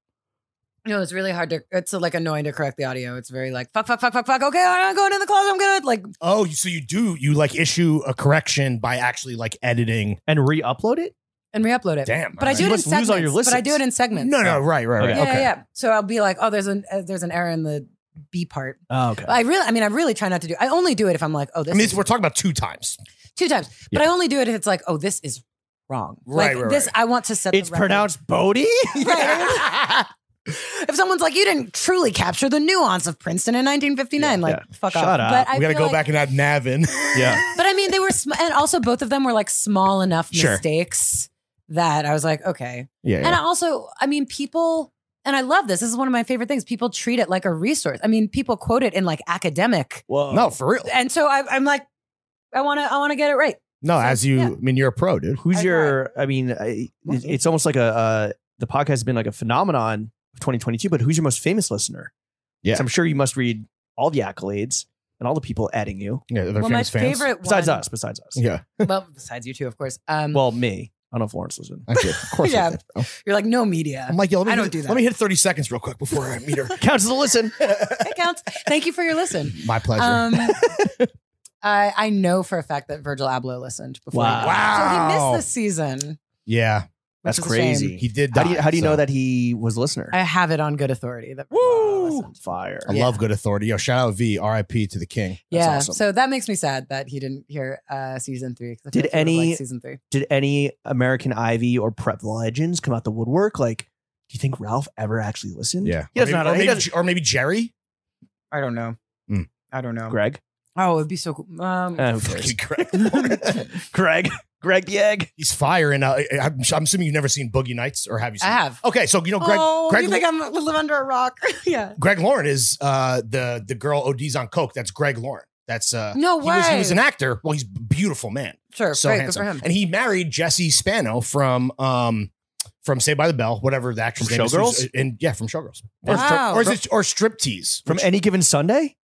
S2: No, it's really hard to. It's uh, like annoying to correct the audio. It's very like fuck, fuck, fuck, fuck, fuck. Okay, I'm going in the closet. I'm gonna like.
S3: Oh, so you do? You like issue a correction by actually like editing?
S1: And re upload it?
S2: and re-upload it.
S3: Damn, Uh,
S2: but I
S3: all
S2: do
S1: You
S2: it in
S1: must
S2: segments.
S1: lose all your
S2: but I do it
S1: listens.
S2: in segments.
S3: No, no, right, right, right.
S1: Okay.
S2: yeah,
S3: Okay.
S2: yeah, yeah. So I'll be like, oh, there's an uh, there's an error in the B part.
S1: Oh, okay.
S2: But I really, I mean, I really try not to do. I only do it if I'm like, oh,
S3: I
S2: this
S3: mean,
S2: is
S3: it's- we're talking about two times.
S2: two times. But I only do it if it's like, oh, this is wrong.
S3: Right,
S2: like,
S3: right,
S2: This
S3: right.
S2: I want to set.
S1: It's
S2: the record.
S1: pronounced Bodie?
S2: Right. if someone's like, you didn't truly capture the nuance of Princeton in 1959, like
S1: yeah.
S2: fuck
S1: Shut
S2: off.
S1: up.
S2: But I
S3: we got to
S2: feel
S3: go
S2: like-
S3: back and add Navin.
S1: yeah.
S2: But I mean, they were, sm- and also both of them were like small enough
S3: Sure.
S2: mistakes that I was like, okay.
S3: yeah.
S2: And I also, I mean, people, and I love this. This is one of my favorite things. People treat it like a resource. I mean, people quote it in like academic,
S1: Whoa.
S3: no, for real.
S2: and so I, I'm like, I want to, I want to get it right.
S3: No,
S2: So,
S3: as you,
S2: yeah.
S3: I mean, you're a pro, dude.
S1: Who's
S2: I
S1: your? I mean, I, it- it's almost like a uh, the podcast has been like a phenomenon of 2022. But who's your most famous listener?
S3: Yeah.
S1: 'Cause I'm sure you must read all the accolades and all the people adding you.
S3: Yeah, they're
S2: well, my
S3: famous fans.
S2: favorite
S1: Besides
S2: one,
S1: us, besides us.
S3: Yeah.
S2: well, besides you two, of course. Um, well,
S1: Well, me. I don't know if Lawrence listened.
S3: Okay. Of course.
S2: Yeah.
S3: yeah.
S2: you're like no media.
S3: I'm like, yo, let me
S2: I
S3: hit-
S2: don't do that.
S3: Let me hit 30 seconds real quick before I meet her.
S1: Counts as a listen.
S2: It counts. Thank you for your listen.
S3: my pleasure.
S2: Um, I, I know for a fact that Virgil Abloh listened before. he
S1: Wow.
S2: died. So he
S3: Wow.
S2: missed this season.
S3: yeah.
S1: That's
S2: is a shame.
S1: crazy.
S3: He did.
S1: How do you
S3: die,
S1: how do you
S3: so.
S1: know that he was a listener?
S2: I have it on good authority that listened.
S1: Fire.
S3: I
S2: Yeah.
S3: love good authority. Yo, shout out V, RIP to the king. That's
S2: yeah,
S3: awesome.
S2: so that makes me sad that he didn't hear uh, season three. 'cause I feel
S1: Did
S2: like he would've
S1: any-
S2: liked season three?
S1: Did any American Ivy or Prep Legends come out the woodwork? Like, do you think Ralph ever actually listened?
S3: yeah.
S1: He doesn't
S3: or
S1: know.
S3: maybe,
S1: how to- He
S3: or maybe,
S1: doesn't.
S3: or maybe Jerry.
S2: I don't know.
S3: Hmm.
S2: I don't know.
S1: Greg.
S2: Oh, it'd be so cool. Um,
S1: Uh, who cares?
S3: Fucking Greg.
S1: Greg. Greg the egg.
S3: He's firing. Uh, I- I'm, I'm assuming you've never seen Boogie Nights, or have you?
S2: I
S3: Seen
S2: have.
S3: Okay, so you know Greg.
S2: oh,
S3: Greg
S2: you think I'm live under a rock? yeah.
S3: Greg Lauren is uh, the the girl ODs on coke. That's Greg Lauren. That's uh,
S2: No
S3: he
S2: way.
S3: was, he was an actor. Well, he's a beautiful man,
S2: sure.
S3: so
S2: great,
S3: handsome,
S2: Good for him.
S3: and he married Jesse Spano from um from Say by the Bell, whatever the actress
S1: From
S3: name is.
S1: Showgirls?
S3: Who's- and yeah, from Showgirls, or,
S2: Wow.
S3: or is it or Striptease
S1: From
S3: which-
S1: any given Sunday?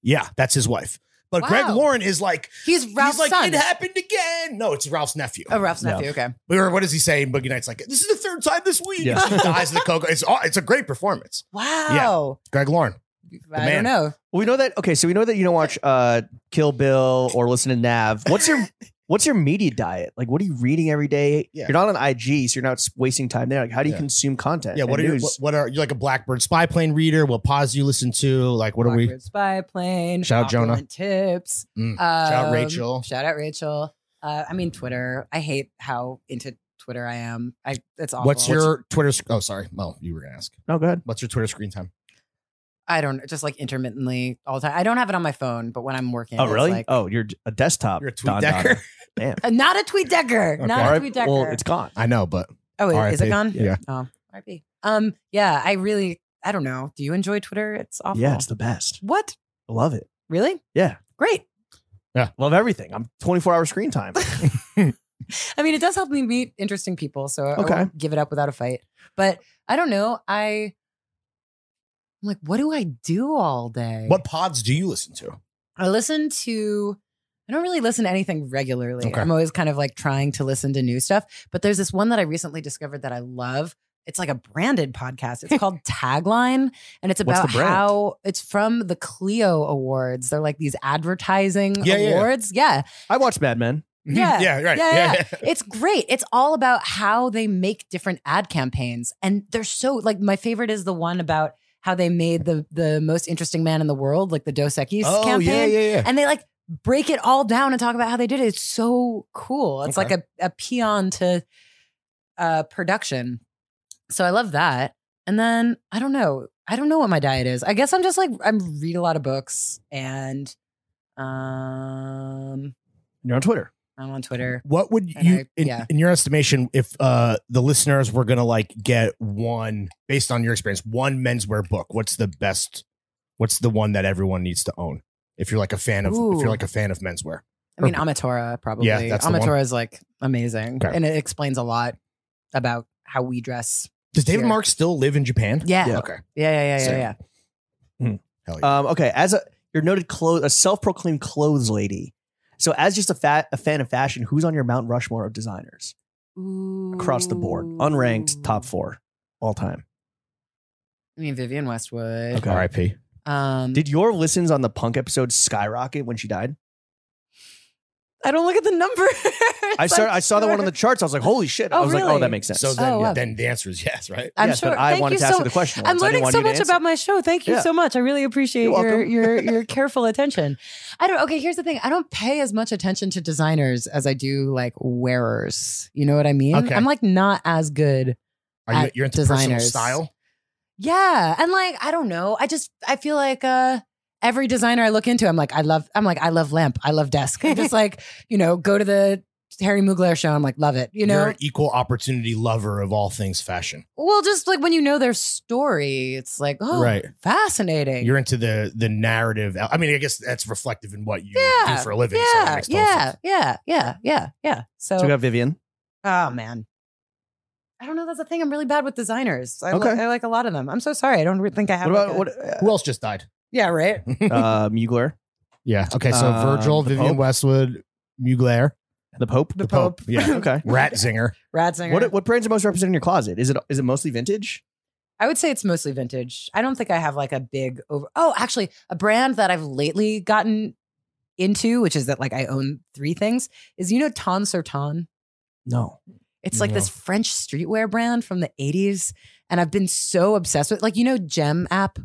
S3: yeah, that's his wife. But Greg
S2: Wow.
S3: Lauren is like
S2: He's Ralph's
S3: he's like
S2: son.
S3: it happened again. No, it's Ralph's nephew.
S2: oh, Ralph's
S1: No.
S2: nephew. Okay.
S3: We were, what does he say in Boogie Nights? Like this is the third time this week.
S1: Yeah.
S3: the eyes of the coke. It's aw- it's a great performance.
S2: Wow.
S3: Greg Lauren.
S2: I
S3: man.
S2: don't know.
S1: Well, we know that. Okay, so we know that you don't watch uh, Kill Bill or listen to Nav. What's your What's your media diet? Like, what are you reading every day?
S3: Yeah.
S1: You're not on IG, so you're not wasting time there. Like, how do you
S3: Yeah.
S1: consume content?
S3: Yeah, what are
S1: and
S3: you,
S1: news?
S3: what, what are you like a Blackbird spy plane reader? What pause do you listen to? Like what are we?
S2: Blackbird Spy plane.
S3: Shout out Jonah.
S2: Opulent Tips.
S3: Mm. Shout out
S2: Um,
S3: Rachel.
S2: Shout out Rachel. Uh, I mean Twitter. I hate how into Twitter I am. I it's awful.
S3: What's your Twitter? sc- Oh, sorry, Mel, you were gonna ask.
S1: No, go ahead.
S3: What's your Twitter screen time?
S2: I don't just like intermittently all the time. I don't have it on my phone, but when I'm working,
S1: Oh,
S2: it's
S1: really?
S2: like-
S1: oh, you're a desktop.
S3: You're a tweet
S1: Don
S3: decker.
S1: Donner.
S2: Uh, not a tweet decker.
S3: Okay.
S2: Not
S1: All
S2: a
S1: right,
S2: tweet decker.
S1: Well, it's gone.
S3: I know, but
S2: oh, wait, is
S3: RIP.
S2: it gone?
S3: Yeah.
S2: Oh, RP. Um, yeah. I really, I don't know. Do you enjoy Twitter? It's awful.
S1: Yeah, it's the best.
S2: what?
S1: I love it.
S2: Really?
S1: Yeah.
S2: Great.
S1: Love everything. I'm 24 hour screen time.
S2: I mean, it does help me meet interesting people, so
S1: Okay.
S2: I won't give it up without a fight. But I don't know. I I'm like, what do I do all day?
S3: what pods do you listen to?
S2: I listen to. I don't really listen to anything regularly.
S3: Okay.
S2: I'm always kind of like trying to listen to new stuff. But there's this one that I recently discovered that I love. It's like a branded podcast. It's called Tagline, and it's
S1: What's
S2: about
S1: the brand?
S2: how it's from the Clio Awards. They're like these advertising
S3: Yeah, yeah, yeah.
S2: awards. yeah.
S1: I watch Mad Men.
S2: Yeah.
S3: yeah, right.
S2: Yeah,
S3: yeah,
S2: yeah,
S3: yeah.
S2: it's great. It's all about how they make different ad campaigns, and they're so like my favorite is the one about how they made the the most interesting man in the world, like the Dos Equis
S3: Oh,
S2: campaign,
S3: yeah, yeah, yeah.
S2: and they like break it all down and talk about how they did it. It's so cool. It's
S3: Okay.
S2: like a a peon to uh, production. So I love that. And then I don't know. I don't know what my diet is. I guess I'm just like I'm read a lot of books and um
S1: You're on Twitter.
S2: I'm on Twitter.
S3: What would
S2: And
S3: you,
S2: I-
S3: in,
S2: yeah.
S3: in your estimation, if uh, the listeners were gonna like get one based on your experience, one menswear book? What's the best? What's the one that everyone needs to own? If you're like a fan of, if
S2: Ooh.
S3: you're like a fan of menswear,
S2: I mean Amatora probably.
S3: Yeah, that's the one.
S2: Amatora is like amazing.
S3: Okay.
S2: And it explains a lot about how we dress.
S3: does David
S2: Sure.
S3: Mark still live in Japan?
S2: Yeah. Yeah,
S3: Okay.
S2: yeah, yeah, yeah,
S3: Sick.
S2: yeah.
S3: Hell yeah.
S1: Um, okay, as a your noted clothes, a self-proclaimed clothes lady. So, as just a fat a fan of fashion, who's on your Mount Rushmore of designers across the board, unranked, top four, all time?
S2: I mean Vivian Westwood.
S1: Okay.
S3: R.I.P.
S2: Um
S1: Did your listens on the punk episode skyrocket when she died?
S2: I don't look at the number.
S1: I
S2: saw.
S1: started, I saw that one on the charts. I was like, holy shit! I
S2: Oh,
S1: was like, oh,
S2: really?
S1: that makes sense.
S3: So then,
S2: Oh, wow.
S3: then the answer is yes, right?
S2: I'm
S1: yes,
S2: sure.
S1: but I
S2: Thank
S1: wanted
S2: you
S1: to
S2: so
S1: ask her the question.
S2: I'm
S1: once. I didn't
S2: learning
S1: want
S2: so
S1: you to
S2: much
S1: answer.
S2: about my show. Thank you
S1: Yeah.
S2: so much. I really appreciate
S1: You're
S2: your
S1: welcome.
S2: your your careful attention. I don't okay, here's the thing. I don't pay as much attention to designers as I do like wearers. You know what I mean?
S3: Okay.
S2: I'm like not as good.
S3: Are you,
S2: At
S3: you're into personal
S2: designers.
S3: style?
S2: Yeah. And like, I don't know. I just I feel like uh every designer I look into, I'm like, I love I'm like, I love lamp, I love desk. I just like, you know, go to the Harry Mugler show, I'm like, love it. You know,
S3: you're an equal opportunity lover of all things fashion.
S2: well, just like when you know their story, it's like, oh,
S3: Right.
S2: fascinating.
S3: You're into the the narrative. I mean, I guess that's reflective in what you
S2: Yeah,
S3: do for a living. so that
S2: yeah,
S3: makes total
S2: yeah,
S3: sense.
S2: yeah, yeah, yeah, yeah. So,
S1: So we got Vivian.
S2: oh man, I don't know. That's the thing. I'm really bad with designers. I,
S1: Okay.
S2: li- I like a lot of them. I'm so sorry. I don't re- think I have.
S1: What about
S2: like a-
S1: what?
S3: Who else just died?
S2: Yeah, right.
S1: Uh, Mugler,
S3: Yeah. Okay. So
S1: Um,
S3: Virgil,
S1: the
S3: Vivian
S1: Pope?
S3: Westwood, Mugler,
S1: the Pope.
S2: The Pope.
S3: Yeah.
S1: Okay.
S3: Ratzinger.
S2: Ratzinger.
S1: What what brands are most represented in your closet? Is it is it mostly vintage?
S2: I would say it's mostly vintage. I don't think I have like a big over. Oh, actually, a brand that I've lately gotten into, which is that like I own three things, is you know Ton Sur Ton.
S1: No.
S2: It's like this French streetwear brand from the 80s. And I've been so obsessed with like, you know, Gem app,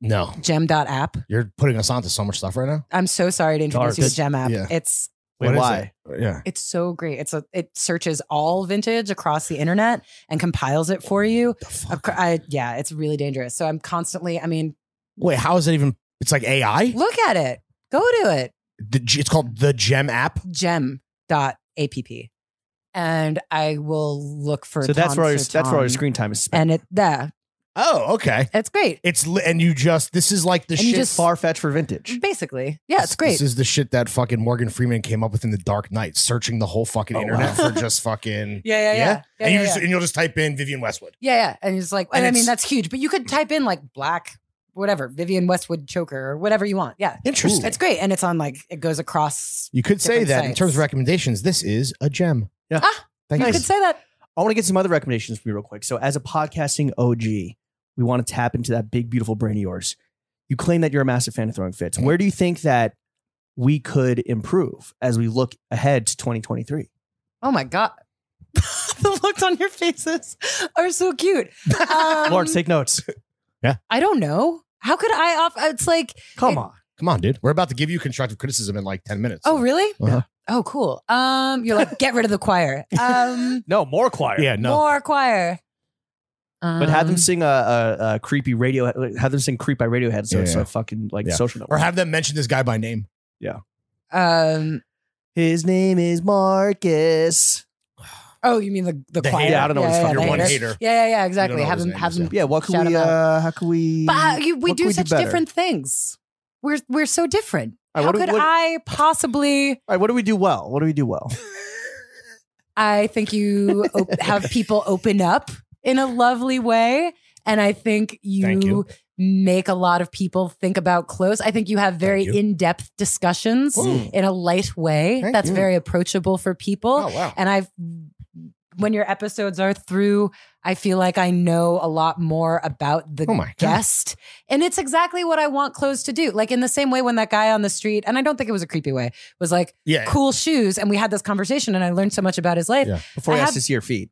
S3: No,
S2: gem.app.
S3: you're putting us onto so much stuff right now.
S2: I'm so sorry to introduce
S1: Dark.
S2: you to Gem app.
S3: Yeah.
S2: It's
S1: Wait,
S3: What is
S1: why?
S3: it? Yeah.
S2: it's so great. It's a it searches all vintage across the internet and compiles it
S1: Oh.
S2: for you.
S3: The
S2: Of
S3: fuck?
S2: cour- I, yeah, it's really dangerous. So I'm constantly, I mean,
S3: Wait, how is it even? It's like AI.
S2: look at it. Go to it.
S3: The, G- it's called the Gem app.
S2: Gem.app. And I will look for
S1: So that's
S2: Tom
S1: where all your,
S2: Sir
S1: that's where all your
S2: Tom.
S1: screen time is spent.
S2: and it yeah,
S3: Oh, okay.
S2: it's great.
S3: It's li- and you just this is like the
S2: And you
S3: shit.
S2: just- Mm.
S1: far fetched for vintage.
S2: Basically. Yeah, it's great.
S3: This is the shit that fucking Morgan Freeman came up with in The Dark Knight, searching the whole fucking
S1: Oh,
S3: internet
S2: wow.
S3: for just fucking.
S2: Yeah, yeah, yeah.
S3: and you
S2: yeah,
S3: just,
S2: yeah.
S3: and you'll just type in Vivian Westwood.
S2: yeah, yeah. And it's like,
S3: And
S2: and, I mean,
S3: it's-
S2: that's huge. But you could type in like black, whatever, Vivian Westwood choker or whatever you want. Yeah,
S3: Interesting.
S2: it's great, and it's on like it goes across.
S3: You could say
S2: Different
S3: that in
S2: sites.
S3: terms of recommendations, this is a gem.
S1: Yeah.
S2: Ah,
S3: Thank
S2: You
S3: you.
S2: could say that.
S1: I want to get some other recommendations from you real quick. So as a podcasting OG, we want to tap into that big, beautiful brain of yours. You claim that you're a massive fan of throwing fits. Where do you think that we could improve as we look ahead to 2023?
S2: Oh my god, the looks on your faces are so cute. Um,
S1: Lawrence, take notes.
S2: I don't know. How could I off? It's like,
S1: Come
S2: it-
S1: on.
S3: Come on, dude. We're about to give you constructive criticism in like 10 minutes.
S2: oh really?
S3: Uh-huh.
S2: Oh cool. Um, you're like, get rid of the choir. Um,
S1: No, more choir.
S3: Yeah, no.
S2: more choir.
S1: But have them
S2: Um,
S1: sing a, a, a creepy radio. Have them sing "Creep" by Radiohead, so
S3: Yeah,
S1: it's
S3: yeah.
S1: a fucking like
S3: Yeah.
S1: social network.
S3: Or have them mention this guy by name.
S2: Um,
S1: His name is Marcus.
S2: oh, you mean the the,
S3: The
S2: choir?
S3: hater.
S1: Yeah, I don't know
S2: yeah,
S1: what's
S2: yeah,
S1: fucking
S2: the
S3: Your one
S2: haters.
S3: hater.
S2: Yeah, yeah, yeah, exactly.
S3: know what
S2: Have
S3: his
S2: them,
S3: name
S2: have
S3: is,
S2: them.
S1: Yeah, what could
S2: Shout
S1: we?
S2: him out.
S1: Uh, how could we?
S2: But uh, you, we
S1: what
S2: do
S1: could we do
S2: such
S1: better?
S2: different things. We're we're so different.
S1: All right,
S2: How
S1: what do-
S2: could
S1: what-
S2: I possibly?
S1: All right, what do we do well? What do we do well?
S2: I think you op- have people open up in a lovely way, and I think you,
S3: Thank you.
S2: make a lot of people think about clothes. I think you have very
S3: you.
S2: in-depth discussions
S3: Ooh.
S2: in a light way
S3: Thank
S2: that's
S3: you.
S2: very approachable for people.
S3: Oh, wow.
S2: And I've, when your episodes are through, I feel like I know a lot more about the
S3: Oh my God.
S2: guest. And it's exactly what I want clothes to do. Like in the same way when that guy on the street, and I don't think it was a creepy way, was like,
S3: Yeah.
S2: cool shoes. And we had this conversation and I learned so much about his life.
S3: Yeah.
S1: Before
S2: I
S1: I ask
S2: have-
S1: to see your feet.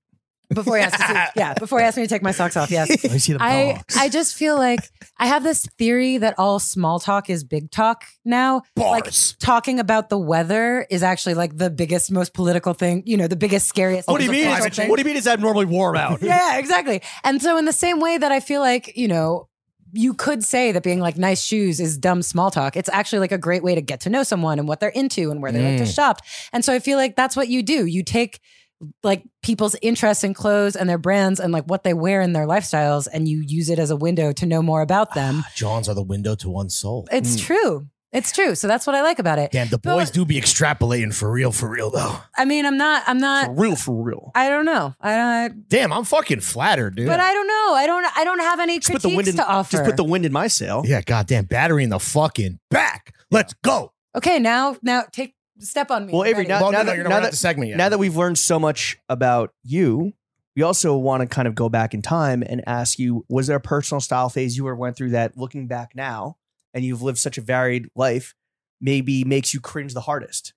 S2: before he asked to see, yeah, before he asked me to take my socks off, yes.
S1: I see the
S2: I,
S1: box.
S2: I just feel like I have this theory that all small talk is big talk now. Like
S3: Bars.
S2: talking about the weather is actually like the biggest, most political thing, you know, the biggest, scariest.
S1: what do you
S2: thing.
S1: mean?
S3: Climate
S1: it's- What do you mean? It's abnormally warm out?
S2: yeah, exactly. And so, in the same way that I feel like, you know, you could say that being like nice shoes is dumb small talk. It's actually like a great way to get to know someone and what they're into and where they like to
S1: Mm.
S2: shop. And so, I feel like that's what you do. You take like people's interests in clothes and their brands and like what they wear in their lifestyles and you use it as a window to know more about them.
S3: Johns are the window to one's soul.
S1: Mm.
S2: It's true. It's true. So that's what I like about it.
S3: Damn, the
S2: Eh, But-
S3: boys do be extrapolating for real, for real though.
S2: I mean, I'm not, I'm
S1: For
S2: not,
S1: real, for real.
S2: I don't know. I don't,
S3: Damn, I'm fucking flattered, dude.
S2: but I don't know. I don't, I don't have any
S1: Just put the wind
S2: critiques
S1: in.
S2: to offer.
S1: Just put the wind in my sail.
S3: yeah, goddamn, battery in the fucking back. Let's go.
S2: Okay, now now take step on me.
S1: Well,
S2: I'm
S1: Avery,
S2: ready.
S1: now-
S3: well, no,
S1: now
S3: no,
S1: that-
S3: you're not
S1: now
S3: at
S1: that-
S3: the segment yet.
S1: Now that we've learned so much about you, we also want to kind of go back in time and ask you: Was there a personal style phase you ever went through that, looking back now, and you've lived such a varied life, maybe makes you cringe the hardest?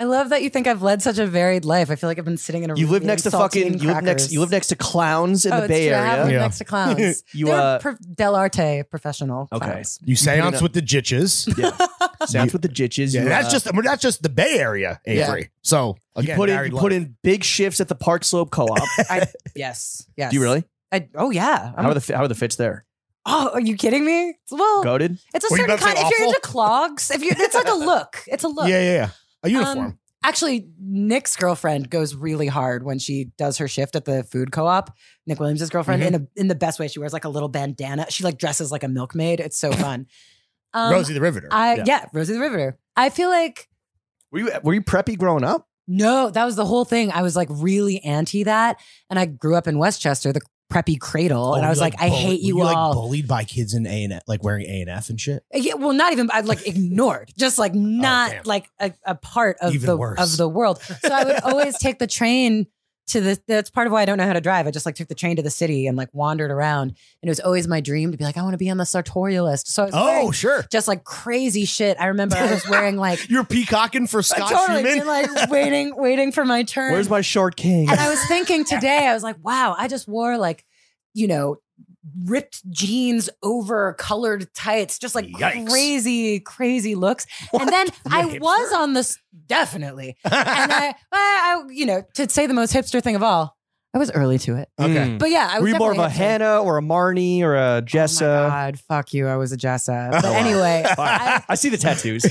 S2: I love that you think I've led such a varied life. I feel like I've been sitting in a
S1: You
S2: room
S1: live
S2: eating
S1: next to
S2: saltine
S1: fucking. You live next.
S2: crackers.
S1: You live next to clowns in
S2: oh,
S1: the
S2: it's
S1: Bay
S2: true. I
S1: Area.
S2: have lived
S3: Yeah.
S2: next to clowns.
S1: You
S2: they were
S1: uh,
S2: pro- Del Arte professional.
S1: Okay.
S2: Clowns.
S3: you
S1: it
S3: seance
S1: up.
S3: with the jitches.
S1: sounds with the jitches.
S3: Yeah,
S1: you,
S3: that's
S1: uh,
S3: just I mean, that's just the Bay Area,
S1: Yeah.
S3: Avery. So
S1: you
S3: again,
S1: put in.
S3: varied
S1: You put
S3: life.
S1: in big shifts at the Park Slope Co-op.
S2: Yes. Yes.
S1: Do you really?
S2: I, oh yeah. I'm-
S1: How are the fi- how are the fits there?
S2: oh, are you kidding me? Well,
S1: Goaded.
S2: it's a
S3: Were you
S2: certain
S3: about to say
S2: kind. If you're
S3: awful?
S2: into clogs, if you, it's like a look. It's a look.
S3: Yeah, yeah, yeah. A uniform.
S2: Um, actually, Nick's girlfriend goes really hard when she does her shift at the food co-op. Nick Williams' girlfriend,
S3: Mm-hmm.
S2: in a, in the best way, she wears like a little bandana. She like dresses like a milkmaid. It's so fun. Um,
S3: Rosie the Riveter.
S2: I
S1: yeah.
S2: yeah. Rosie the Riveter. I feel like
S1: Were you were you preppy growing up?
S2: no, that was the whole thing. I was like really anti that, and I grew up in Westchester, the preppy cradle,
S3: Oh,
S2: and I
S3: you,
S2: was like, I
S3: bullied-
S2: hate
S3: were
S2: you,
S3: like,
S2: all.
S3: bullied by kids in A and like wearing A and F and shit.
S2: Yeah, well, not even I like ignored, just like not
S3: Oh, damn.
S2: like a, a part of
S3: Even
S2: the
S3: worse.
S2: of the world. So I would always take the train to the. That's part of why I don't know how to drive. I just like took the train to the city and like wandered around, and it was always my dream to be like I want to be on the sartorialist. So I was
S3: Oh,
S2: wearing
S3: sure.
S2: just like crazy shit. I remember I was wearing like
S3: You're peacocking for Scott
S2: totally
S3: Schumann.
S2: being, like waiting waiting for my turn.
S1: Where's my short king?
S2: And I was thinking today, I was like, wow, I just wore like, you know, ripped jeans over colored tights, just like
S3: Yikes.
S2: crazy, crazy looks. And then I
S3: hipster?
S2: was on this definitely. And I, I, I, you know, to say the most hipster thing of all, I was early to it.
S3: okay.
S2: But yeah, I was
S1: Hmm. Were you more of
S2: definitely
S1: a
S2: hipster.
S1: Hannah or a Marnie or a
S2: Oh my
S1: Jessa?
S2: God, fuck you. I was a Jessa. But
S3: wow.
S2: anyway, I,
S1: I see the tattoos.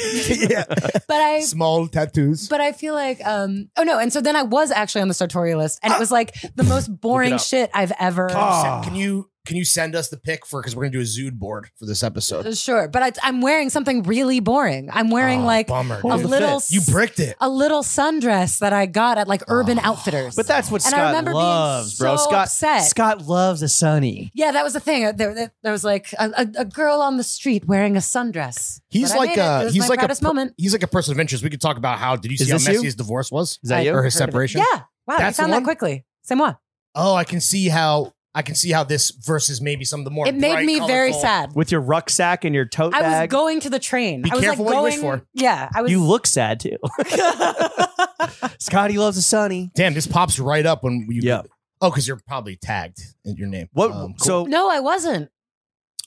S3: yeah.
S2: but I
S3: Small tattoos.
S2: But I feel like, um, oh no. And so then I was actually on the sartorialist, and it was like the most boring
S1: Ah! up.
S2: shit I've ever.
S3: Can you send- Can you can you send us the pic for because we're gonna do a Zood board for this episode?
S2: Sure, but I, I'm wearing something really boring. I'm wearing
S3: Oh,
S2: like
S3: bummer,
S2: a
S3: dude.
S2: little
S1: Fit.
S3: You bricked it.
S2: a little sundress that I got at like Urban
S3: Ah.
S2: Outfitters.
S1: But that's what
S2: And I
S1: Scott
S2: remember being
S1: loves, bro.
S2: so
S1: Scott
S2: upset.
S1: Scott loves a sunny.
S2: yeah, that was the thing. Uh, There, there, there was like a, a, a girl on the street wearing a sundress.
S3: He's
S2: But I
S3: like
S2: made it. It
S3: a
S2: was
S3: he's
S2: my
S3: like a
S2: proudest
S3: per-
S2: moment.
S3: he's like a person of interest. We could talk about how did you
S1: Is
S3: see how
S1: this
S3: messy
S1: you?
S3: his divorce was
S1: Is that you?
S3: or his
S2: Heard of it.
S3: separation?
S2: Yeah. Wow,
S3: That's the
S2: you found that
S3: one?
S2: quickly. Same one.
S3: Oh, I can see how I can see how this versus maybe some of the more
S2: it made
S3: bright,
S2: me very
S3: colorful-
S2: sad.
S1: With your rucksack and your tote
S2: I was
S1: bag.
S2: going to the train.
S3: Be
S2: I was
S3: careful
S2: like
S3: what you
S2: going,
S3: wish for.
S2: Yeah, I was.
S1: you look sad too. Scotty loves a sunny.
S3: Damn, this pops right up when you.
S1: Yeah.
S3: Oh, because you're probably tagged in your name.
S1: What
S3: Um, cool.
S1: so
S2: no, I wasn't.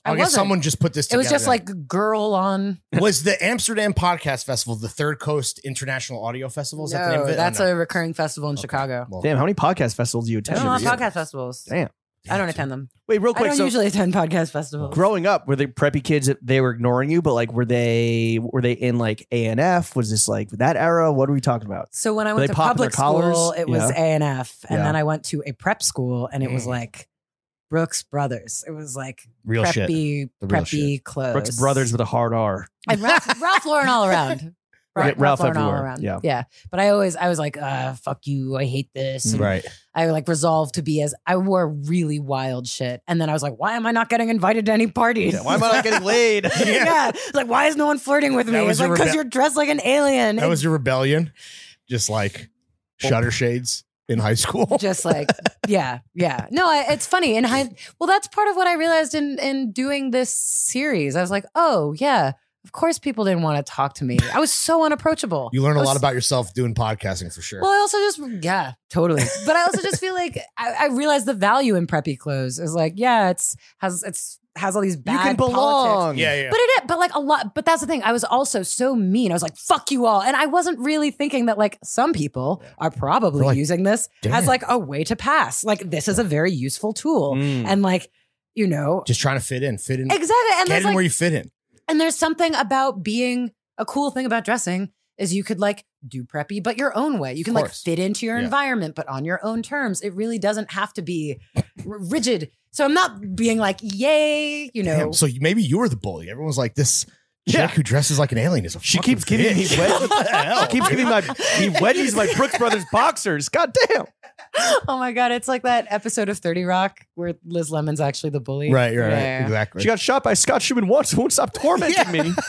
S2: I,
S3: I, guess
S2: wasn't.
S3: someone just put this.
S2: It
S3: Together
S2: was just
S3: then.
S2: like girl on.
S3: was the Amsterdam Podcast Festival the Third Coast International Audio Festival? Is that the name of it?
S2: that's
S3: Oh, no.
S2: a recurring festival in
S3: Okay.
S2: Chicago.
S3: Well,
S1: Damn, how many podcast festivals do you
S2: I
S1: attend?
S2: don't know
S1: every year?
S2: podcast festivals.
S1: Damn.
S2: I don't attend them.
S1: Wait, real
S2: I
S1: quick.
S2: don't
S1: So
S2: usually attend podcast festivals.
S1: growing up, were they preppy kids that they were ignoring you, but like were they were they in like ANF? Was this like that era? What are we talking about?
S2: So when I
S1: They
S2: went to
S1: pop in their
S2: public school,
S1: collars?
S2: it was
S1: Yeah.
S2: A and F, and
S1: Yeah.
S2: then I went to a prep school, and it was
S3: Mm.
S2: like Brooks Brothers. It was like
S3: real shit.
S2: preppy,
S3: The real
S2: preppy clothes.
S1: Brooks Brothers with a hard R.
S2: and Ralph, Ralph Lauren all around.
S1: Right, Ralph
S2: Lauren all
S1: everywhere.
S2: around.
S1: Yeah.
S2: But I always, I was like, uh, "Fuck you! I hate this." and
S3: Right.
S2: I like resolved to be as I wore really wild shit. And then I was like, why am I not getting invited to any parties?
S1: Why am I not getting laid?
S2: yeah. Like, why is no one flirting with
S3: That
S2: me?
S3: was
S2: It's
S3: your
S2: like, because
S3: rebe-
S2: you're dressed like an alien.
S3: That was your rebellion, just like shutter shades in high school.
S2: just like, yeah, yeah. No, I, it's funny. And I, well, that's part of what I realized in, in doing this series. I was like, oh, yeah. Of course, people didn't want to talk to me. I was so unapproachable.
S3: You learn
S2: I
S3: a
S2: was-
S3: lot about yourself doing podcasting for sure.
S2: Well, I also just yeah, totally. But I also just feel like I, I realized the value in preppy clothes. Is like yeah, it's has it's has all these bad
S1: you can
S2: politics.
S1: belong.
S3: yeah, yeah.
S2: But it, but like a lot, but that's the thing. I was also so mean. I was like, "Fuck you all," and I wasn't really thinking that like some people are probably
S3: They're like,
S2: using this
S3: Damn.
S2: as like a way to pass. Like this is a very useful tool,
S1: Mm.
S2: and like you know
S3: just trying to fit in, fit in,
S2: exactly. And
S3: get
S2: there's
S3: in
S2: like,
S3: where you fit in.
S2: and there's something about being a cool thing about dressing is you could like do preppy, but your own way. You can like
S3: course.
S2: fit into your
S3: Yeah.
S2: environment, but on your own terms. It really doesn't have to be r- rigid. So I'm not being like, yay, you know.
S3: Damn, so you, maybe you were the bully. Everyone's like, this chick
S1: Yeah.
S3: who dresses like an alien is a
S1: She
S3: fucking
S1: keeps giving me
S3: bitch.
S1: wedgies.
S3: What the hell,
S1: She keeps
S3: dude?
S1: giving my me wedgies, my Brooks Brothers boxers. God damn.
S2: oh my god, it's like that episode of Thirty Rock where Liz Lemon's actually the bully.
S3: Right, right, right.
S2: Yeah.
S3: Exactly.
S1: She got shot by Scott Schumann once. Won't stop tormenting me.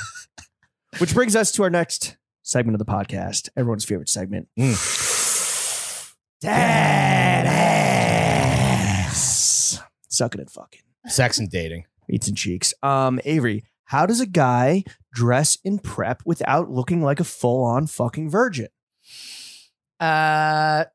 S1: Which brings us to our next segment of the podcast. Everyone's favorite segment.
S3: Mm.
S1: Dead ass. Sucking and fucking.
S3: Sex and dating.
S1: Meats and cheeks. Um, Avery, how does a guy dress in prep without looking like a full-on fucking virgin?
S2: Uh,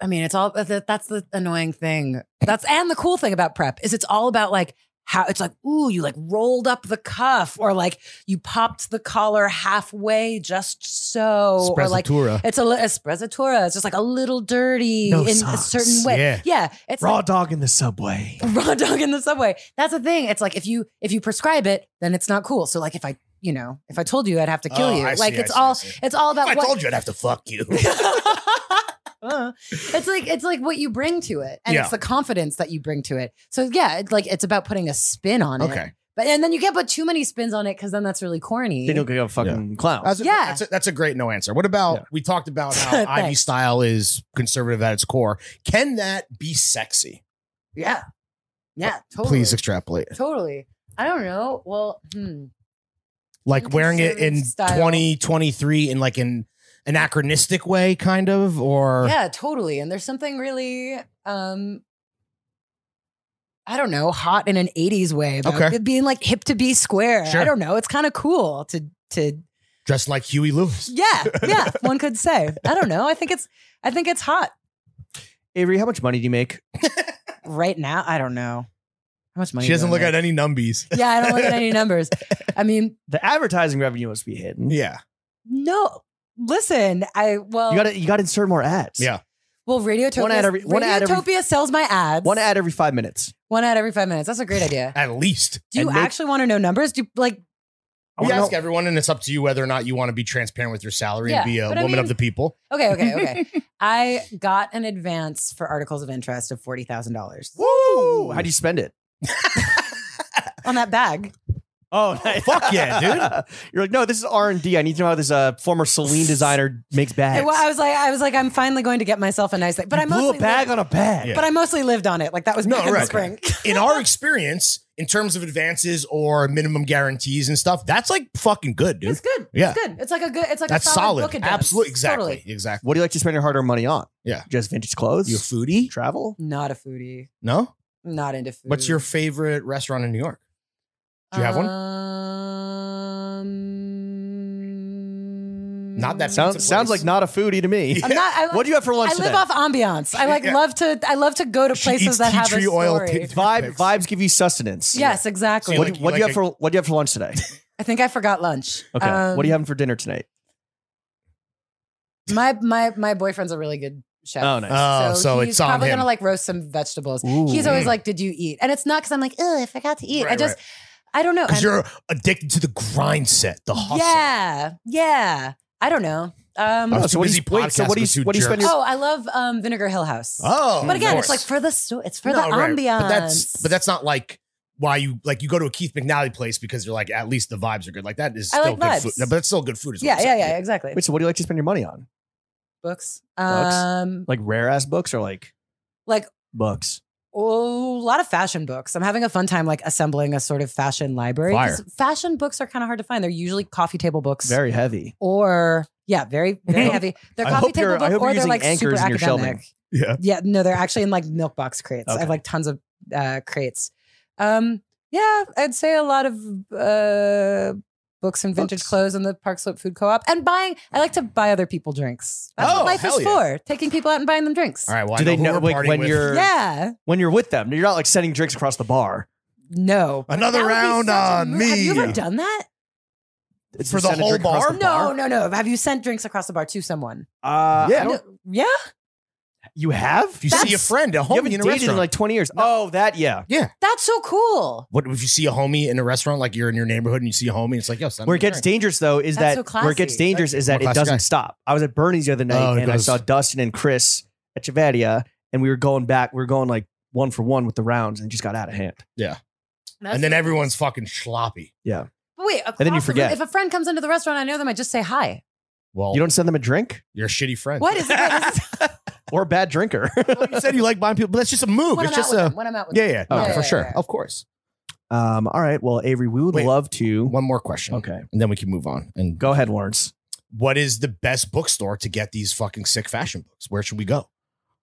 S2: I mean, it's all that- that's the annoying thing. That's and the cool thing about prep is it's all about like how it's like, ooh, you like rolled up the cuff or like you popped the collar halfway just so, Oh, or like
S3: Sprezzatura.
S2: it's a li- esprezzatura. It's just like a little dirty
S1: No
S2: in
S1: socks.
S2: a certain way.
S3: Yeah.
S2: it's
S1: Raw dog in the subway.
S2: raw dog in the subway. That's the thing. It's like if you if you prescribe it, then it's not cool. So like if I you know if I told you I'd have to kill
S3: Oh,
S2: you.
S3: I see,
S2: like
S3: I
S2: it's
S3: see, I
S2: all
S3: see.
S2: it's all about
S3: I
S2: what
S3: told you I'd have to fuck you.
S2: Uh, it's like it's like what you bring to it, and
S3: Yeah.
S2: it's the confidence that you bring to it. So yeah, it's like it's about putting a spin on it.
S3: okay.
S2: but and then you can't put too many spins on it because then that's really corny.
S1: They don't get a fucking clown.
S3: That's a,
S2: Yeah.
S3: that's, a, that's a great no answer. What about
S1: Yeah.
S3: we talked about how Ivy
S2: Thanks.
S3: style is conservative at its core? Can that be sexy?
S2: yeah, yeah, totally.
S3: Please extrapolate.
S2: totally. I don't know. Well, hmm.
S3: Like wearing it in
S2: Conservative style.
S3: 2023 in like an anachronistic way, kind of, or
S2: yeah, totally. And there's something really, um, I don't know, hot in an '80s way about
S3: Okay.
S2: it being like hip to be square.
S3: Sure.
S2: I don't know. It's kind of cool to to
S3: dressed like Huey Lewis.
S2: Yeah, yeah, one could say. I don't know. I think it's I think it's hot
S1: Avery, how much money do you make?
S2: right now. I don't know. How much money?
S3: She doesn't
S2: do I
S3: look at
S2: make?
S3: any numbies.
S2: Yeah, I don't look at any numbers. I mean,
S1: The advertising revenue must be hidden.
S3: Yeah.
S2: no. Listen, I well
S1: You gotta you gotta insert more ads.
S3: Yeah.
S2: well Radiotopia
S1: One ad every- one ad every-
S2: Radiotopia sells my ads.
S1: One ad every five minutes.
S2: one ad every 5 minutes. That's a great idea.
S3: At least.
S2: Do you
S1: And make-
S2: actually want to know numbers? Do you like
S1: I
S3: We
S1: wanna
S3: ask
S1: know-
S3: everyone, and it's up to you whether or not you want to be transparent with your salary
S2: Yeah,
S3: and be a
S2: but
S3: woman
S2: I
S3: of
S2: mean-
S3: the people.
S2: Okay, okay, okay. I got an advance for articles of interest of $40,000
S1: Woo! How do you spend it?
S2: on that bag.
S1: Oh,
S3: fuck yeah,
S1: dude! You're like, no, this is R and D. I need to know how this uh, former Celine designer makes bags.
S2: Well, I was like I was like I'm finally going to get myself a nice thing. But I
S1: You blew
S2: mostly
S1: a bag
S2: live-
S1: on a bag.
S3: Yeah.
S2: But I mostly lived on it. Like that was
S3: No,
S2: back in the
S3: right.
S2: spring.
S3: In our experience, in terms of advances or minimum guarantees and stuff, that's like fucking good, dude.
S2: It's good.
S3: Yeah.
S2: It's good. It's like a good. It's like
S3: That's
S2: a solid,
S3: solid.
S2: book advance.
S3: Absolutely. Exactly.
S2: Totally.
S3: Exactly.
S1: What do you like to spend your hard-earned money on?
S3: Yeah.
S1: just vintage clothes,
S3: You a foodie?
S1: travel.
S2: Not a foodie.
S3: No?
S2: Not into food.
S3: What's your favorite restaurant in New York? do you have one?
S2: Um,
S3: Not that
S1: Sounds
S3: Pizza
S1: sounds
S3: place.
S1: like not a foodie to me.
S3: Yeah.
S2: I'm not. I,
S1: What do you have for lunch
S2: I live
S1: today?
S2: off ambiance. I like
S3: Yeah.
S2: love to. I love to go to
S3: She
S2: places
S3: eats
S2: that
S3: tea
S2: have
S3: tree
S2: a
S3: oil
S2: story.
S3: tea-
S1: Vibe vibes give you sustenance.
S2: yes, exactly.
S3: So
S1: What,
S3: Like,
S1: do, you, what
S3: you
S1: do you
S3: like
S1: have for What do you have for lunch today?
S2: I think I forgot lunch.
S1: Okay. what are you
S2: Um,
S1: having for dinner tonight?
S2: My my my boyfriend's a really good chef.
S1: Oh, nice.
S3: Oh, so
S2: he's
S3: it's on
S2: probably
S3: him.
S2: gonna like roast some vegetables.
S1: Ooh.
S2: He's always like, "Did you eat?" And it's not because I'm like, "Oh, I forgot to eat." I
S3: Right,
S2: just, I don't know.
S3: Because
S2: And-
S3: you're addicted to the grind set, the hustle.
S2: yeah, yeah. I don't know. Um,
S3: I'm
S1: Oh,
S3: too
S1: so what do you-
S3: busy
S1: wait, so
S3: podcasting
S1: what do you-
S3: with two
S1: what do you spend
S3: jerks.
S1: your-
S2: oh, I love um, Vinegar Hill House.
S3: Oh,
S2: but
S3: of
S2: again,
S3: course.
S2: it's like for the sto- it's for
S3: No,
S2: the
S3: right.
S2: ambiance.
S3: But that's but that's not like why you like you go to a Keith McNally place because you're like at least the vibes are good. Like that is
S2: I
S3: still
S2: like
S3: good
S2: vibes.
S3: food. No, But it's still good food as
S2: yeah, yeah, yeah, exactly.
S1: Wait, so what do you like to spend your money on?
S2: books?
S1: Books?
S2: Um,
S1: Like rare ass books or like
S2: like
S1: books?
S2: oh, a lot of fashion books. I'm having a fun time like assembling a sort of fashion library. 'cause Fashion books are kind of hard to find. They're usually coffee table books.
S1: Very heavy.
S2: or yeah, very very
S3: I
S2: heavy. They're
S1: I
S2: coffee
S1: hope you're-
S2: table
S1: I
S2: book,
S1: hope
S2: or
S1: you're
S2: they're
S1: using
S2: like super
S1: anchors in your shelving.
S2: academic.
S3: Yeah.
S2: Yeah, no, they're actually in like milk box crates. I
S1: Okay.
S2: have like tons of uh, crates. Um, yeah, I'd say a lot of uh, books and vintage
S3: Books.
S2: clothes in the Park Slope Food Co-op and buying. I like to buy other people drinks. That's
S3: Oh,
S2: what life
S3: hell
S2: is
S3: yeah.
S2: for: taking people out and buying them drinks.
S3: All right. Well,
S1: Do
S3: I
S1: they know
S3: know, who we're
S1: like
S3: partying
S1: when
S3: with.
S1: you're
S2: Yeah.
S1: when you're with them? You're not like sending drinks across the bar.
S2: No. but
S3: Another
S2: that would be
S3: round
S2: such a
S3: on
S2: mo- Have you
S3: me.
S2: ever done that?
S1: It's
S3: For
S1: to
S3: the
S1: send a
S3: whole
S1: drink across
S3: bar?
S1: the
S2: No, no, no. Have you sent drinks across the bar to someone?
S1: Uh,
S3: Yeah.
S1: I don't-
S2: No. Yeah.
S1: you have.
S3: If you see a
S2: That's-
S3: friend at
S1: you
S3: home
S1: haven't
S3: in a
S1: dated in
S3: restaurant,
S1: like 20 years. Oh, that yeah.
S2: That's so cool.
S3: what if you see a homie in a restaurant, like you're in your neighborhood and you see a homie, and it's like, yo, send
S1: Where
S3: him
S1: it
S3: a
S1: gets
S3: drink.
S1: dangerous though is
S2: That's
S1: that
S2: so
S1: where it gets
S2: classy.
S1: dangerous is that
S3: More
S1: it doesn't
S3: classy
S1: stop. I was at Bernie's the other night
S3: Oh, it
S1: and I
S3: goes-
S1: saw Dustin and Chris at Chavadia and we were going back. We were going like one for one with the rounds and it just got out of hand.
S3: and then everyone's fucking sloppy.
S2: But wait,
S1: then you
S2: across the room-
S1: forget.
S2: If a friend comes into the restaurant, I know them. I just say hi.
S3: Well,
S1: You don't send them a drink
S3: you're a shitty friend.
S2: What is it? What is
S1: or a bad drinker.
S3: you said you like buying people, but that's just a move.
S2: when
S3: it's
S2: I'm
S3: just
S2: out with
S3: a
S2: them, when I'm out with
S3: yeah,
S2: them.
S3: yeah, no,
S1: Yeah,
S3: for
S2: yeah,
S3: sure,
S2: yeah.
S3: of course.
S1: um, all right. Well, Avery, we would
S3: Wait.
S1: love to.
S3: One more question,
S1: Okay.
S3: and then we can move on. And
S1: Go ahead, Lawrence.
S3: what is the best bookstore to get these fucking sick fashion books? Where should we go?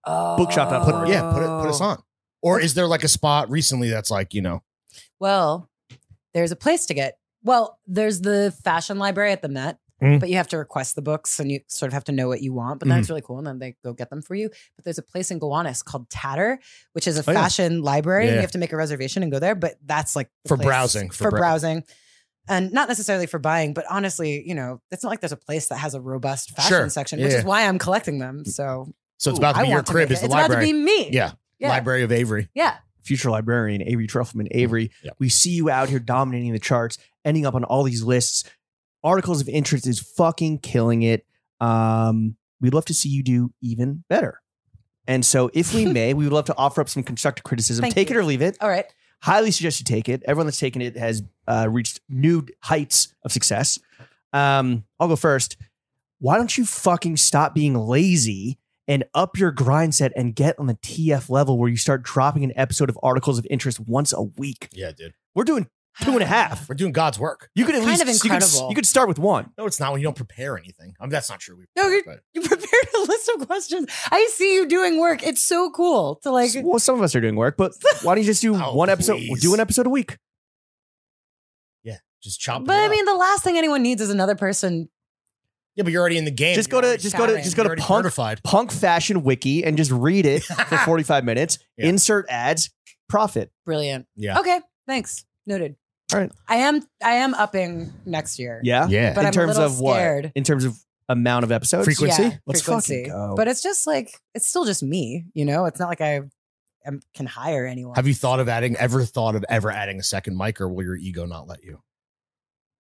S3: Put,
S1: Bookshop.org.
S3: Yeah, put it,
S2: Oh.
S3: put us on. Or is there like a spot recently that's like you know?
S2: Well, there's a place to get. Well, there's the fashion library at the Met,
S1: Mm.
S2: but you have to request the books and you sort of have to know what you want. But
S3: Mm.
S2: that's really cool. And then they go get them for you. But there's a place in Gowanus called Tatter, which is a
S1: Oh, yeah.
S2: fashion library. and
S3: Yeah.
S2: You have to make a reservation and go there. But that's like the
S3: For browsing, for
S2: For,
S3: brow-
S2: browsing. And not necessarily for buying, but honestly, you know, it's not like there's a place that has a robust fashion
S3: Sure.
S2: section,
S3: Yeah,
S2: which
S3: yeah.
S2: is why I'm collecting them. So
S3: So it's
S2: ooh,
S3: about to
S2: I
S3: be your
S2: want
S3: crib
S2: make
S3: is
S2: it.
S3: the
S2: it's
S3: library.
S2: about to be me.
S3: Yeah.
S2: Yeah.
S3: Library of Avery.
S2: Yeah.
S1: Future librarian Avery Truffleman.
S2: Mm,
S1: Avery,
S3: Yeah.
S1: we see you out here dominating the charts, ending up on all these lists. Articles of interest is fucking killing it. Um, we'd love to see you do even better. And so, if we may, we would love to offer up some constructive criticism.
S2: Thank
S1: take
S2: you.
S1: it or leave it.
S2: All right.
S1: Highly suggest you take it. Everyone that's taken it has uh, reached new heights of success. Um, I'll go first. Why don't you fucking stop being lazy and up your grind set and get on the TF level where you start dropping an episode of articles of interest once a week?
S3: Yeah, dude.
S1: We're doing two and a half.
S3: We're doing God's work.
S1: You could at
S2: Kind
S1: least
S2: of
S1: you could- You
S2: incredible.
S1: could, start with one.
S3: No, it's not when you don't prepare anything. I mean, that's not true. We
S2: No, you're-
S3: but-
S2: You prepared a list of questions. I see you doing work. It's so cool to like.
S1: well, some of us are doing work, but why don't you just do
S3: Oh,
S1: one episode?
S3: please.
S1: Do an episode a week.
S3: just chop.
S2: But I mean, the last thing anyone needs is another person.
S3: yeah, but you're already in the game.
S1: Just
S3: You're
S1: go to
S3: already-
S1: just go to
S2: shouting.
S1: just go
S3: you're
S1: to
S3: already
S1: punk
S3: certified.
S1: punk fashion wiki and just read it for 45 minutes,
S3: Yeah.
S1: insert ads, profit.
S2: Brilliant.
S3: Yeah.
S2: Okay. Thanks. Noted.
S1: All right.
S2: I am. I am upping next year.
S1: Yeah.
S3: Yeah.
S2: But
S1: in
S2: I'm a
S1: terms
S2: little
S1: of what?
S2: scared.
S1: In terms of amount of episodes?
S3: Frequency.
S2: Yeah,
S1: Let's
S2: frequency.
S1: fucking go.
S2: But it's just like it's still just me. You know, it's not like I am, can hire anyone.
S3: Have you thought of adding ever thought of ever adding a second mic or will your ego not let you?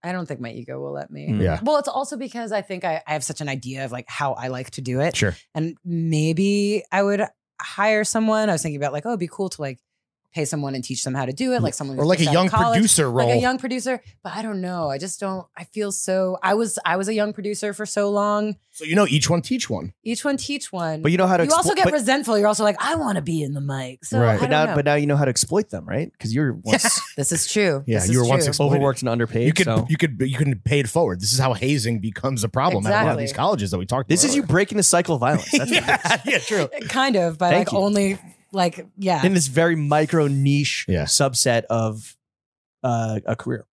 S2: I don't think my ego will let me.
S1: Mm.
S3: Yeah.
S2: Well, it's also because I think I, I have such an idea of like how I like to do it.
S3: Sure.
S2: and maybe I would hire someone. I was thinking about like, oh, it'd be cool to like pay someone and teach them how to do it, like someone
S3: Or
S2: who's
S3: like a
S2: just out of
S3: young
S2: college,
S3: producer role.
S2: like a young producer. But I don't know. I just don't. I feel so. I was I was a young producer for so long.
S3: so you know each one teach one.
S2: Each one teach one.
S1: But you know how to
S2: you also
S1: explo-
S2: get
S1: but,
S2: resentful. You're also like, I want to be in the mic. So
S3: Right.
S2: I
S1: but
S2: don't
S1: now
S2: know.
S1: but now you know how to exploit them, right? Because you were once
S2: this is true.
S3: Yeah,
S2: This
S3: you
S2: is
S3: were once
S2: true.
S3: exposed Exploited.
S1: overworked and underpaid.
S3: You could
S1: so.
S3: you could you can pay it forward. This is how hazing becomes a problem at a lot of
S2: Exactly.
S3: these colleges that we talked
S1: this
S3: about.
S1: is you breaking the cycle of violence. That's what it is.
S3: yeah, yeah, true.
S2: Eh, kind of, but
S1: Thank
S2: like
S1: you.
S2: only like yeah.
S1: In this very micro niche
S3: Yeah.
S1: subset of uh, a career.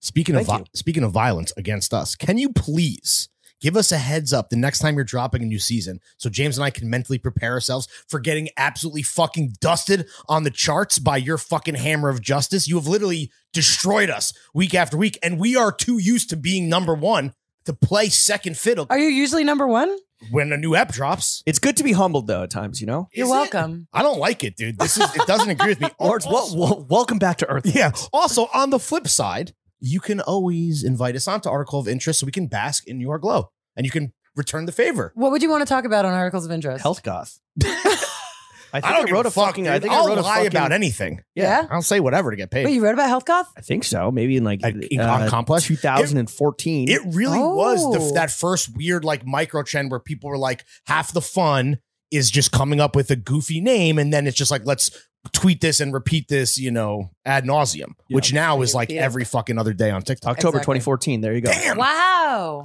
S3: Speaking of
S1: Thank
S3: vi-
S1: you.
S3: speaking of violence against us, can you please give us a heads up the next time you're dropping a new season so James and I can mentally prepare ourselves for getting absolutely fucking dusted on the charts by your fucking hammer of justice? You have literally destroyed us week after week, and we are too used to being number one to play second fiddle
S2: Are you usually number one?
S3: when a new ep drops.
S1: It's good to be humbled though at times, you know?
S2: You're
S3: Is it?
S2: welcome.
S3: I don't like it, dude. This is it doesn't agree with me.
S1: Or it's
S3: Also-
S1: well, well, welcome back to Earth.
S3: Yeah. Also, on the flip side, you can always invite us onto Article of Interest so we can bask in your glow and you can return the favor.
S2: What would you want to talk about on articles of interest?
S1: Health goth. I think
S3: I,
S1: I,
S3: don't
S1: wrote a
S3: fuck,
S1: fucking.
S3: dude.
S1: I think
S3: I'll
S1: I wrote a
S3: lie
S1: fucking,
S3: about anything.
S2: Yeah.
S3: I'll say whatever to get paid.
S2: Wait, you wrote about health goth?
S1: I think so. Maybe in like uh,
S3: Like, in- on Complex?
S1: 2014.
S3: it really was the,
S2: Oh.
S3: that first weird like micro trend where people were like, half the fun is just coming up with a goofy name, and then it's just like, let's tweet this and repeat this, you know, ad nauseum,
S1: Yeah.
S3: which now is
S2: Repeat
S3: like
S2: it.
S3: every fucking other day on TikTok.
S1: October
S2: Exactly.
S1: 2014. There you go.
S3: Damn.
S2: Wow.
S1: Wow,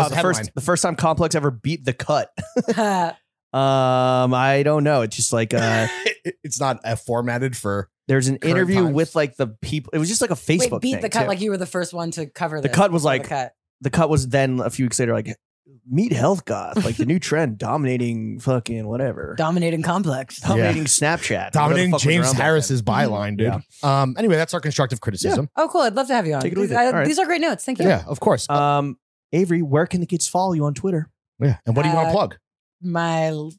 S3: What's
S1: the
S3: the
S1: first
S3: headline?
S1: the first time Complex ever beat the cut.
S2: Uh,
S1: Um, I don't know. It's just like uh,
S3: it's not uh, formatted for.
S1: there's an
S3: Current
S1: interview
S3: times.
S1: with like the people. It was just like a Facebook
S2: Wait, beat
S1: thing.
S2: the cut
S1: too.
S2: like you were the first one to cover
S1: The
S2: this.
S1: cut was
S2: Cover the
S1: like-
S2: cut.
S1: the cut was then a few weeks later like meet health goth, like the new trend dominating fucking whatever.
S2: dominating complex.
S1: dominating Snapchat. Whatever the
S3: Dominating
S1: fuck was
S3: James
S1: around back Mm-hmm.
S3: Harris's byline, dude. Um. Anyway, that's our constructive criticism.
S2: Oh, cool. I'd love to have you on.
S1: Take it or
S2: these,
S1: leave it.
S2: I-
S1: All right.
S2: these are great notes. Thank
S3: Yeah,
S2: you.
S3: of course.
S1: then.
S2: Uh,
S1: Um, Avery, where can the kids follow you on Twitter?
S3: yeah. And what do you want
S2: uh,
S3: to plug?
S2: My l-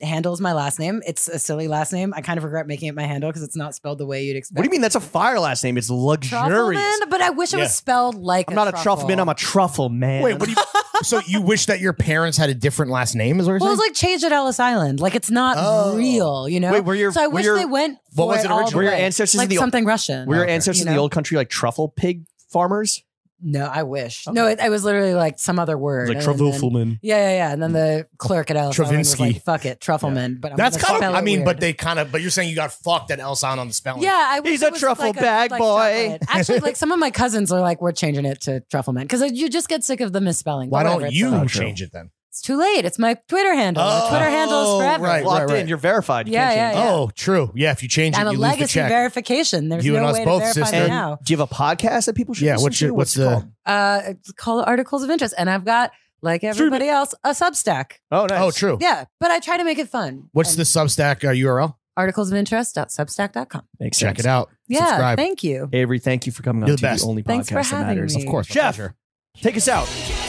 S2: handle is my last name. It's a silly last name. I kind of regret making it my handle because it's not spelled the way you'd expect.
S1: What do you mean? That's a fire last name. It's luxurious.
S2: Truffleman, but I wish it
S3: Yeah.
S2: was spelled like
S1: I'm not a truffle man. I'm a truffle man.
S3: Wait, what do you? so you wish that your parents had a different last name? Is what you're
S2: Well,
S3: saying?
S2: it's like changed at Ellis Island. Like it's not
S3: Oh.
S2: real, you know.
S1: Wait, were your
S2: so I
S1: were
S2: wish
S1: your,
S2: they went.
S3: what
S2: for
S3: was it
S2: all the
S3: originally?
S1: were your
S2: way.
S1: ancestors in
S2: Like
S1: the old,
S2: something Russian.
S1: were your
S3: Okay.
S1: ancestors
S2: You
S1: in the
S2: know?
S1: old country like truffle pig farmers?
S2: No, I wish.
S1: Okay.
S2: No, it, it was literally like some other word. and then- Yeah, yeah, yeah. And then the clerk at Ellis Island was
S3: Hmm. Travinsky.
S2: like, "Fuck it, Truffleman." But I'm
S3: That's
S2: gonna
S3: kind of.
S2: spell
S3: I
S2: it
S3: mean,
S2: weird.
S3: but they kind of. But you're saying you got fucked at El Sound on the spelling.
S2: Yeah, I wish
S1: He's
S2: it
S1: a
S2: was
S1: truffle
S2: like a-
S1: bag
S2: like
S1: boy.
S2: chocolate. Actually, like some of my cousins are like, we're changing it to truffle man because you just get sick of the misspelling. But
S3: Why don't
S2: whatever, it's
S3: you
S2: all-
S1: not Oh, true.
S3: change it then?
S2: It's too late. It's my Twitter handle. My Twitter handle
S3: Oh,
S2: is forever.
S3: right,
S1: Locked
S3: right.
S1: in. You're verified. You
S2: Yeah,
S1: can't
S2: yeah,
S1: change it.
S2: yeah.
S3: Oh, true. Yeah, if you change
S2: I'm
S3: it,
S2: a
S3: you lose the
S2: legacy
S3: check.
S2: verification. There's
S3: You
S2: no
S3: and us
S2: way
S3: both,
S2: to verify
S3: sister.
S2: me
S1: And
S2: now.
S1: do you have a podcast that people should?
S3: yeah,
S1: listen
S3: what's
S1: to?
S3: your, what's
S1: it
S3: the?
S1: called?
S2: Uh, it's called articles of interest, and I've got like everybody else a Substack.
S1: Oh, nice.
S3: Oh, true.
S2: Yeah, but I try to make it fun.
S3: What's
S2: And
S3: the Substack uh, URL?
S2: articles of interest.substack.com?
S1: Makes
S3: Check
S1: sense.
S3: it out.
S2: Yeah,
S3: Subscribe.
S2: thank you.
S1: Avery, thank you for coming on
S3: You're the
S1: to the
S3: best.
S1: only
S2: Thanks for
S1: podcast that
S2: having
S1: matters.
S2: me.
S3: Of course, my
S1: Jeff.
S3: pleasure.
S1: Take us out.
S4: Jeff.